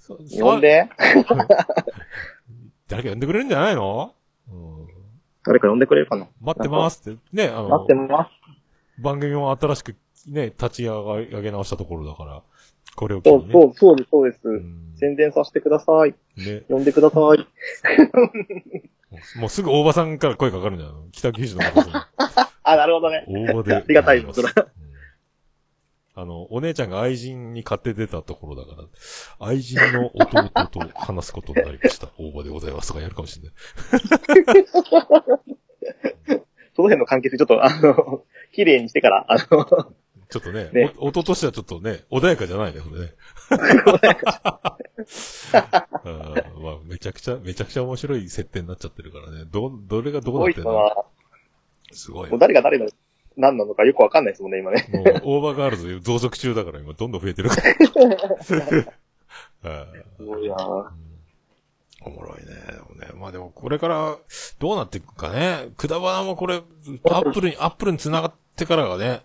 A: そ
B: 呼んで
A: 誰か呼んでくれるんじゃないの、うん、
B: 誰か呼んでくれるかな
A: 待ってますって。ね、あ
B: 待
A: の
B: って、ます。
A: 番組も新しくね、立ち上げ上げ直したところだから、これを機
B: そ
A: に
B: う
A: ね。
B: そう、そうです、そうです。
A: ん
B: 宣伝させてください。
A: ね、
B: 呼んでください。
A: もうすぐ大場さんから声かかるんじゃないの北九州の方に。
B: あ、なるほどね。
A: 大場で。
B: ありがたいです
A: うんあの、お姉ちゃんが愛人に買って出たところだから、愛人の弟と話すことになりました。大場でございますとかやるかもしれない。
B: その辺の関係性ちょっと、あの、 (laughs) 綺麗にしてから、あの、
A: ちょっとね、
B: ね
A: お音としてはちょっとね、穏やかじゃないね、ほんでね。 (laughs) あーまあ、めちゃくちゃ、めちゃくちゃ面白い設定になっちゃってるからね。ど、どれがどうな
B: 多
A: っ
B: い
A: てん
B: の
A: の
B: は、
A: すごい
B: もう。誰が誰の、何なのかよくわかんないですもんね、今ね。
A: もう、オーバーガールズ増殖中だから今、どんどん増えてるから。
B: (laughs)
A: あー
B: すごいなぁ
A: おもろいね。でもねまあでも、これから、どうなっていくかね。くだばなもこれ、アップルに、アップルに繋がってからがね。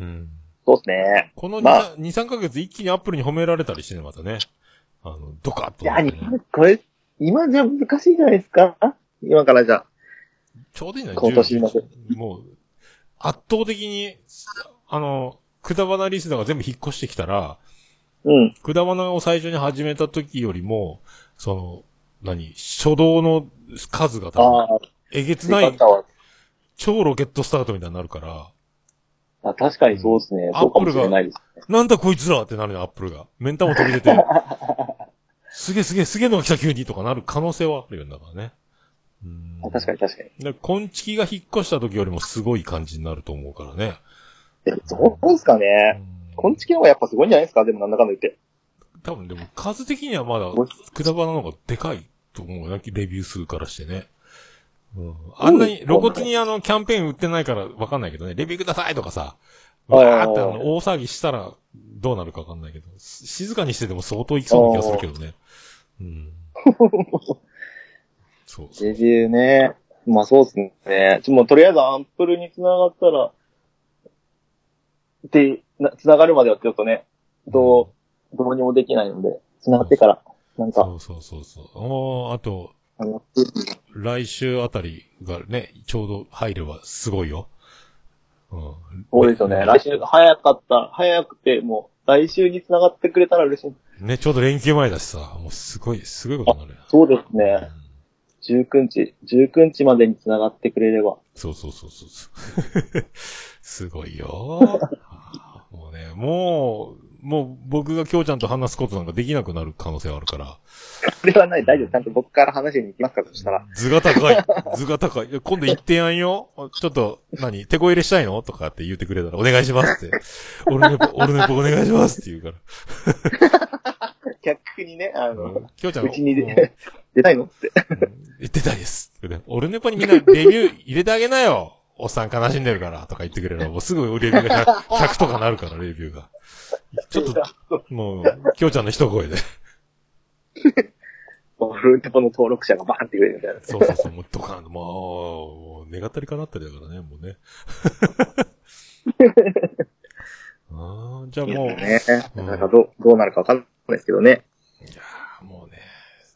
A: うん。
B: そうですね。
A: この2、
B: まあ
A: 3 2 3ヶ月一気にアップルに褒められたりしてね、またね。あの、ドカッと
B: い
A: なっ
B: や、
A: てね、
B: 日本これ、今じゃ難しいじゃないですか今からじゃ。
A: ちょうどいいな、
B: 今年の
A: 10もう、圧倒的に、あの、くだばなリスナーが全部引っ越してきたら、
B: うん。
A: くだばなを最初に始めた時よりも、その、何、初動の数が多
B: あ
A: 分、えげつな
B: あ
A: い、、
B: あ
A: 超ロケットスタートみたいになるから、
B: 確かにそうですね。
A: ア
B: そ
A: ッ
B: う
A: プ
B: かも
A: ル
B: し
A: が
B: れないです。
A: なんだこいつらってなるよ、アップルが。メンタも飛び
B: (laughs)
A: 出て、すげえすげえすげえのが来た急にとかなる可能性はあるよね、だからね。うん
B: あ確かに確かに。
A: で、コンチキが引っ越した時よりもすごい感じになると思うからね。
B: え、そうですかね。こんちきの方がやっぱすごいんじゃないですかでもなんだかんだ言って。
A: 多分でも数的にはまだ
B: ご、
A: くだばなの方がでかいと思うよ、レビュー数からしてね。うん、あんなに露骨にあの、キャンペーン売ってないからわかんないけどね、レビューくださいとかさ、
B: はいはい
A: わ
B: はい
A: ーってあの、大騒ぎしたらどうなるかわかんないけど、し静かにしてても相当いきそうな気がするけどね。
B: (laughs)
A: うん。そうそう
B: レ。ビューね。まあそうですね。ちょ、もうとりあえずアンプルに繋がったら、で、な、繋がるまではちょっとね、どう、どうにもできないので、繋がってから、なんか、
A: そうそうそうそう。おーあと、
B: あの、
A: 来週あたりがね、ちょうど入ればすごいよ。うん。
B: そうですよね。来週、早かった、早くて、もう、来週に繋がってくれたら嬉しい。
A: ね、ちょうど連休前だしさ、もうすごい、すごいことになるよ。
B: そうです
A: う
B: ね。
A: ん
B: 19日、19日までに繋がってくれれば。
A: そうそうそうそうそう。すごいよ。 (laughs) あーもうね、もう、もう僕が京ちゃんと話すことなんかできなくなる可能性はあるから。
B: それはない、大丈夫。ちゃんと僕から話しに行きますから、そしたら。
A: 図が高い。図が高い。いや今度行ってやんよ。ちょっと、何手こ入れしたいのとかって言ってくれたら、お願いしますって。俺ネポ、俺ネポお願いしますって言うから。
B: 逆にね、あの、
A: きょうちゃん
B: うちに
A: うん
B: で出たいのって。
A: 言ってたいです。で俺ネポにみんなレビュー入れてあげなよ。おっさん悲しんでるからとか言ってくれれば、もうすぐレビューが 100, 100とかなるから、レビュー (laughs) が。ちょっ
B: (laughs)
A: と、もう、きょうちゃんの一声で。
B: フルーテポの登録者がバーンってくれるみたい
A: (laughs)
B: な。
A: そうそうそう、もうドカーンと、もう、もう、願ったりかなったりだからね、もう (laughs) ね。あーじゃあもう、
B: ね。
A: うん
B: なんかどう、どうなるかわかんないですけどね。
A: もうね、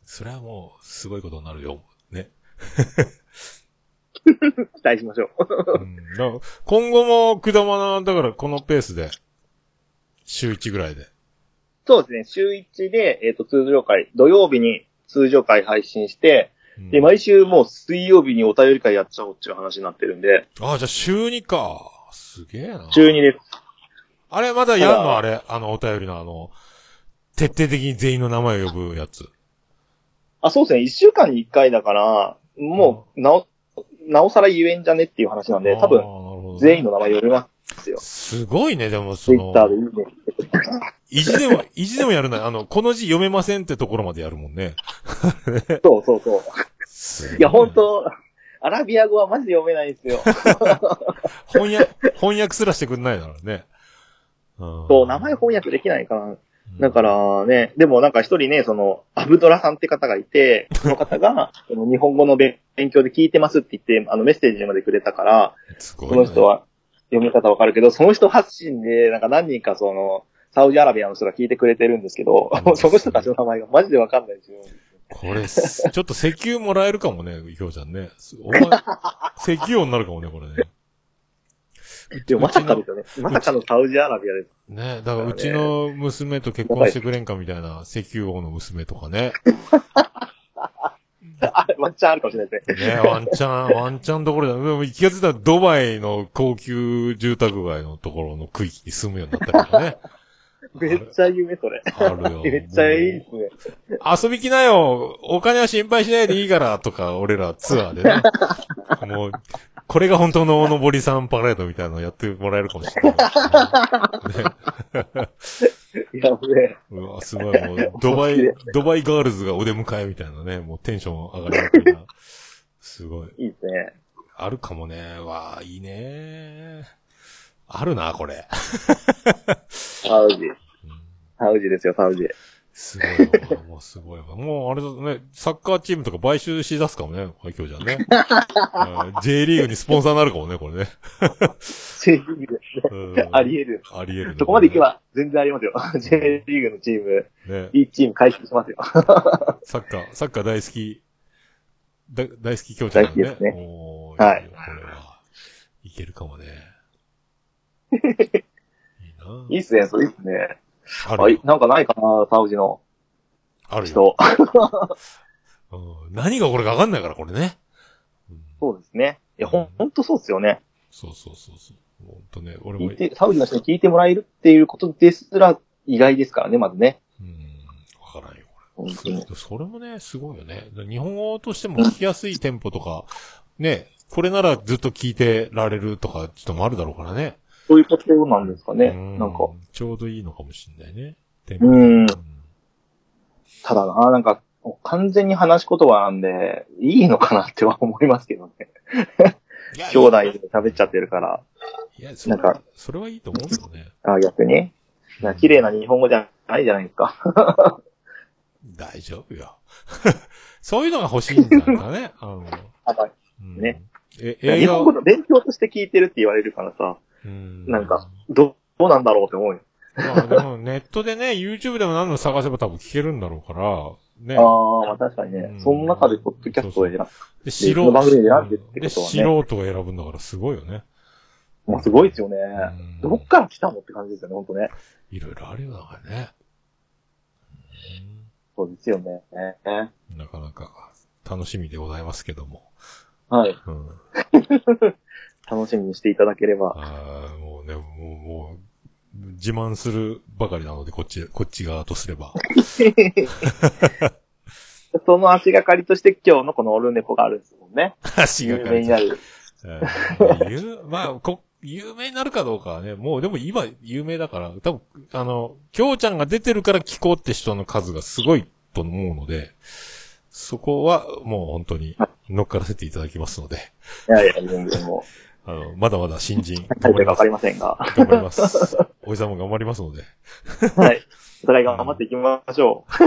A: それはもう、すごいことになるよ。ね。
B: 期待しましょう。 (laughs)
A: うん、だから今後も、くだまな、だからこのペースで、週1ぐらいで。
B: そうですね。週1で、えっ、と、通常会、土曜日に通常会配信して、
A: うん
B: で、毎週もう水曜日にお便り会やっちゃおうっていう話になってるんで、
A: あ、じゃあ週2か。すげえな。
B: 中2です。
A: あれ、まだやんのあ
B: ただ
A: れ、あの、お便りのあの、徹底的に全員の名前を呼ぶやつ。
B: あ、そうですね。1週間に1回だから、もう、なお、なおさら言えんじゃねっていう話なんで、多分、
A: 分
B: 全員
A: の。
B: の名前呼びますよ。
A: すごいね、でもそ
B: ツイッ
A: の
B: タ、ーでいいね。
A: 意地でも、意地でもやるない。あの、この字読めませんってところまでやるもんね。
B: そうそうそう。
A: すご
B: いや、本。当アラビア語はマジで読めないんで
A: (laughs)
B: すよ。
A: 翻訳、翻訳すらしてくんないだろうね。、
B: そう、名前翻訳できないから。だかららね、でもなんか一人ね、その、アブドラさんって方がい
A: (laughs)
B: て、その方が、その日本語の勉勉強で聞いてますって言って、あのメッセージまでくれたから、
A: すごい
B: こ
A: ね
B: の人は読み方わかるけど、その人発信で、なんか何人かその、サウジアラビアの人が聞いてくれてるんですけど
A: う、ん
B: その人たちの名前がマジでわかんないですよ。
A: これ、すちょっと石油もらえるかもね、ひょうちゃんね。す
B: (laughs)
A: お前、石油王になるかもね、これね。
B: でもまさかですよね。まさかのサウジアラビアです。
A: ねだからうちの娘と結婚してくれんかみたいな石油王の娘とかね。
B: あれ、マンチャンあるかもしれないですね。
A: ね、ワンチャン、 (laughs) ワンチャンどころだ。でも気がついたらドバイの高級住宅街のところの区域に住むようになった
B: (laughs)
A: からね。
B: めっちゃ夢それ。
A: あるよ。
B: めっちゃいいですね。
A: 遊びきなよお金は心配しないでいいからとか、俺らツアーで
B: (laughs)
A: ね。もう、これが本当のおのぼりさんパレードみたいなのやってもらえるかもしれない。ね
B: やべえ。
A: うわ、すごい、も
B: (laughs)
A: う、ドバイ、ドバイガールズがお出迎えみたいなね、もうテンション上がりまくりな。 (laughs) すごい。
B: いいですね。
A: あるかもね。わあ、いいね。あるな、これ。
B: サウジ。サウジですよ、サウジ。
A: すごいわ。もうすごいわ。もうあれだね、サッカーチームとか買収し出すかもね、今日じゃ
B: (laughs)
A: んね。うん J リーグにスポンサーになるかもね、これね。
B: J リーグですね。
A: うん
B: (laughs) あり得る。
A: あり得るね。
B: そこまで行けば全然ありますよ。J (laughs) リーグのチーム、
A: ね。
B: いいチーム回復しますよ。
A: サッカー、サッカー大好き、だ大好き教授だ
B: 大
A: ね
B: 好き。です
A: おー
B: はい
A: いよこれは、いけるか
B: (laughs)
A: もね。いいない
B: いっすね、そういいっすね。
A: あ
B: は
A: る
B: い
A: よ。。
B: なんかないかな、サウジの
A: あるよ。
B: 人。
A: うん何がこれかわかんないから、これね。うん
B: そうですね。いや、ほん、ほんとそうっすよね。
A: そうそうそうそう。ほんとね、俺も
B: 聞い、て、サウジの人に聞いてもらえるっていうことですら意外ですからね、まずね。
A: うん、わからんよ、こ
B: 本当
A: れ
B: に。。
A: それもね、すごいよね。日本語としても聞きやすいテンポとか、ね、これならずっと聞いてられるとか、ちょっともあるだろうからね。
B: そういうことなんですかね。
A: う
B: なんか。。
A: ちょうどいいのかもしんないね。テンポ
B: うん。ただな、なんか、完全に話し言葉なんで、いいのかなっては思いますけど (laughs) ね。
A: いや
B: 兄弟で喋っちゃってるから。
A: いや、それ
B: なん
A: は、それはいいと思うけどね。
B: あ逆に。な綺麗な日本語じゃないじゃないですか。
A: 大丈夫よ。 (laughs) そういうのが欲しいんだからね。あの、うん
B: ね。
A: え、映
B: 日
A: 画
B: 本語の勉強として聞いてるって言われるからさ、
A: うん
B: なんか。どどうなんだろうって思うよ。
A: まあでもネットでね、YouTube でも何の探せば多分聞けるんだろうから、ね。
B: ああ、まあ確かにね
A: う。ん
B: その中でポッドキャストを選ぶ。
A: で、
B: そ
A: 素
B: の番組で選んでってことはね
A: で素人が選ぶんだからすごいよね。
B: まあすごいですよね。
A: うん
B: どっから来たのって感じですよね、ほんとね。
A: いろいろあるよだからね。
B: そうですよね。ね
A: うんなかなか楽しみでございますけども。
B: はい。
A: うん。
B: 楽しみにしていただけれ
A: (laughs)
B: ば。
A: ああ、もうね、もう、もう、自慢するばかりなので、こっち、こっち側とす
B: (laughs)
A: れば。
B: その足がかりとして今日のこのオルネポがあるんですもんね。
A: 足が
B: 有
A: か
B: 名になる。
A: えー有まあ、こ、有名になるかどうかはね、もうでも今有名だから、多分、あの、きょうちゃんが出てるから聞こうって人の数がすごいと思うので、そこはもう本当に乗っからせていただきますので、
B: いやいや、全然も
A: あの、まだまだ新
B: (laughs)
A: 人、
B: う、
A: 頑張
B: タイト
A: り
B: ル
A: ま
B: がわか
A: す。
B: りませ
A: (laughs)
B: んが。 (laughs)
A: 頑張ります。おじさんも頑張りますので。
B: はい。お互い頑張っていきましょう。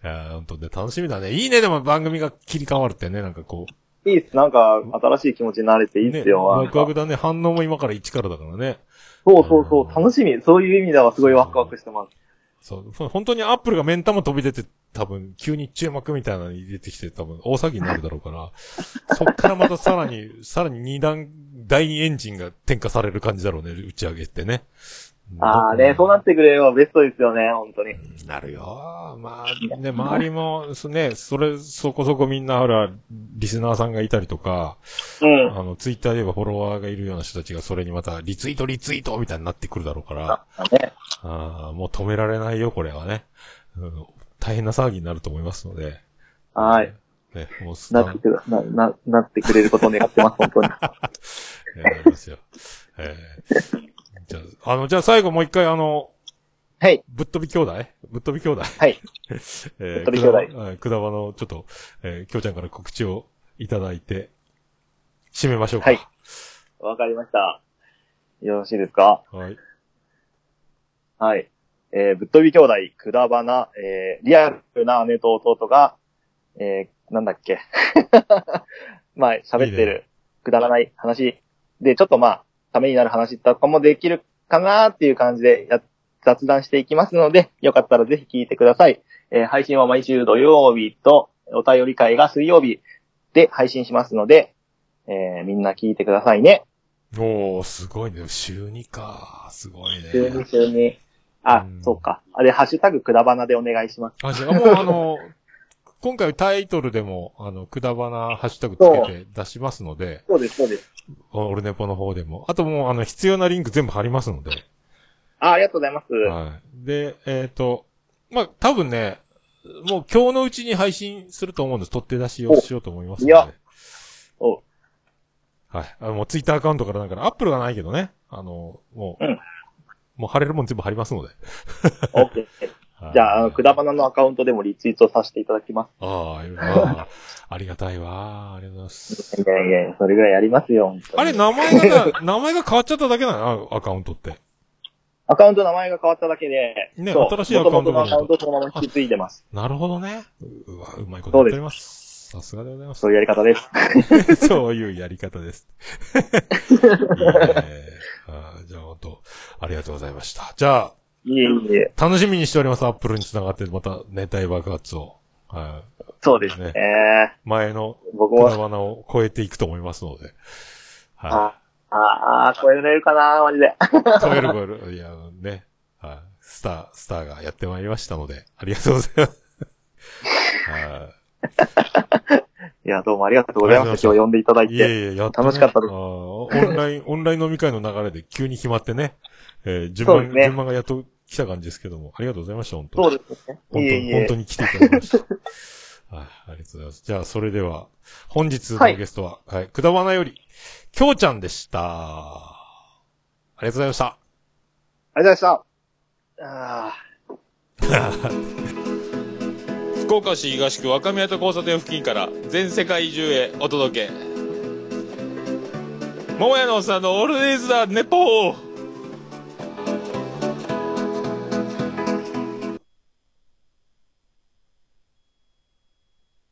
A: いやー本当ね、楽しみだね。いいね、でも番組が切り替わるってね、なんかこう。
B: いいっす。なんか、新しい気持ちになれていいっす
A: ね、
B: よ。
A: ワクワクだね。反応も今から一からだからね。
B: そうそうそう。楽しみ。そういう意味ではすごいワクワクしてます。
A: そう。ほ本当にアップルがメンタも飛び出て、多分、急に注目みたいなのに出てきて、多分、大騒ぎになるだろう
B: (laughs)
A: から、そっからまたさらに、さらに二段、第二エンジンが点火される感じだろうね、打ち上げってね。
B: ああね、そうなってくれればベストですよね、本当に。
A: なるよ。まあ、ね、周りも、すね、それ、そこそこみんな、ほら、リスナーさんがいたりとか、
B: うん。
A: あの、ツイッターで言えばフォロワーがいるような人たちが、それにまた、リツイート、リツイートみたいになってくるだろうから、
B: ね、
A: ああ、もう止められないよ、これはね。うん大変な騒ぎになると思いますので。
B: はい。。
A: ね、もうす
B: なってくだ、な、な、なってくれることを願ってます、本当 (laughs)
A: え
B: に。
A: ーなりますよ。えーじゃあ、あの、じゃあ最後もう一回あの、
B: はい。
A: ぶっ飛び兄弟ぶっ飛び兄弟
B: はい。
A: (laughs) えー、
B: ぶっ飛び兄弟
A: くだはいくだばの、ちょっと、えー、きょうちゃんから告知をいただいて、締めましょうか。
B: はい。わかりました。よろしいですか
A: はい。
B: はい。えーぶっ飛び兄弟、くだばな、えーリアルな姉と弟が、えーなんだっけ。 (laughs) まあ、喋って
A: いい
B: る
A: ね
B: くだらない話で、ちょっとまあ、ためになる話とかもできるかなっていう感じでや雑談していきますので、よかったらぜひ聞いてください。えー配信は毎週土曜日と、お便り会が水曜日で配信しますので、えーみんな聞いてくださいね。
A: おー、すごいね。週2か。すごいね。
B: 週に週に。あ
A: う、ん
B: そうか。あれ、ハッシュタグくだばなでお願いします。 (laughs)
A: あ、じゃあもうあの、今回タイトルでも、あの、くだばなハッシュタグつけて出しますので、
B: そうです、そうです。
A: オルネポの方でも。あともう、あの、必要なリンク全部貼りますので。
B: あ、ありがとうございます。
A: はい。で、えっ、と、まあ、多分ね、もう今日のうちに配信すると思うんです。取って出しをしようと思いますので。
B: いやお
A: はい。あの、もうツイッターアカウントからなんから、アップルがないけどね。あの、もう、
B: うん
A: もう貼れるもん全部貼りますので。
B: オッケー。
A: はい
B: じゃああの、くだばなのアカウントでもリツイートさせていただきま。
A: ああ、いろいろあーありがたいわー。ありがとうございますす
B: い。やいや、それぐらいやりますよ。本当に
A: あれ、名前がな、 (laughs) 名前が変わっちゃっただけなのあアカウントって。
B: アカウント名前が変わっただけで、
A: ね
B: そう
A: 新しいアカウント
B: 元々のアカウントそのまま引き継いでます。
A: なるほどね。ううわ、うまいことやっております。さすがでございます
B: そう。いうやり方です。
A: (laughs) そういうやり方です。 (laughs) いいねあーじゃあ、本当ありがとうございました。じゃ
B: いえいえ、
A: あ、楽しみにしております。アップルにつながって、また、ね、大爆発を。はい。
B: そうです
A: ね
B: ね。
A: 前の、
B: 僕
A: 粉
B: も、
A: 々を超えていくと思いますので。は
B: ああー、超えれるかな、マジで。
A: い。超える超える。いや、ね。はい。スター、スターがやってまいりましたので、ありがとうござい
B: (laughs)
A: ます。はい。
B: いや、どうもありがとうございま
A: ありがとうございまし
B: す。
A: た
B: 今日呼んでいただい
A: いや
B: て。
A: いや、やっ
B: 楽しかった
A: で。
B: で
A: あー
B: すす
A: オンラ
B: (laughs)
A: イン、オンライン飲み会の流れで急に決まってね、えー順
B: そう
A: 番、
B: ですね
A: 順番がやっと来た感じですけども、ありがとうございました、本当
B: そ
A: に。
B: うですね。い
A: 本当
B: え
A: に、
B: い
A: 本
B: え
A: 当。に来ていただきました。
B: (laughs)
A: はい、ありがとうございます。じゃあ、それでは、本日のゲストは、はい、くだばなより、きょうちゃんでした。ありがとうございました。
B: ありがとうございました。あー
A: 福岡市東区若宮と交差点付近から全世界中へお届け桃屋のおっさんのオールディーズだネポー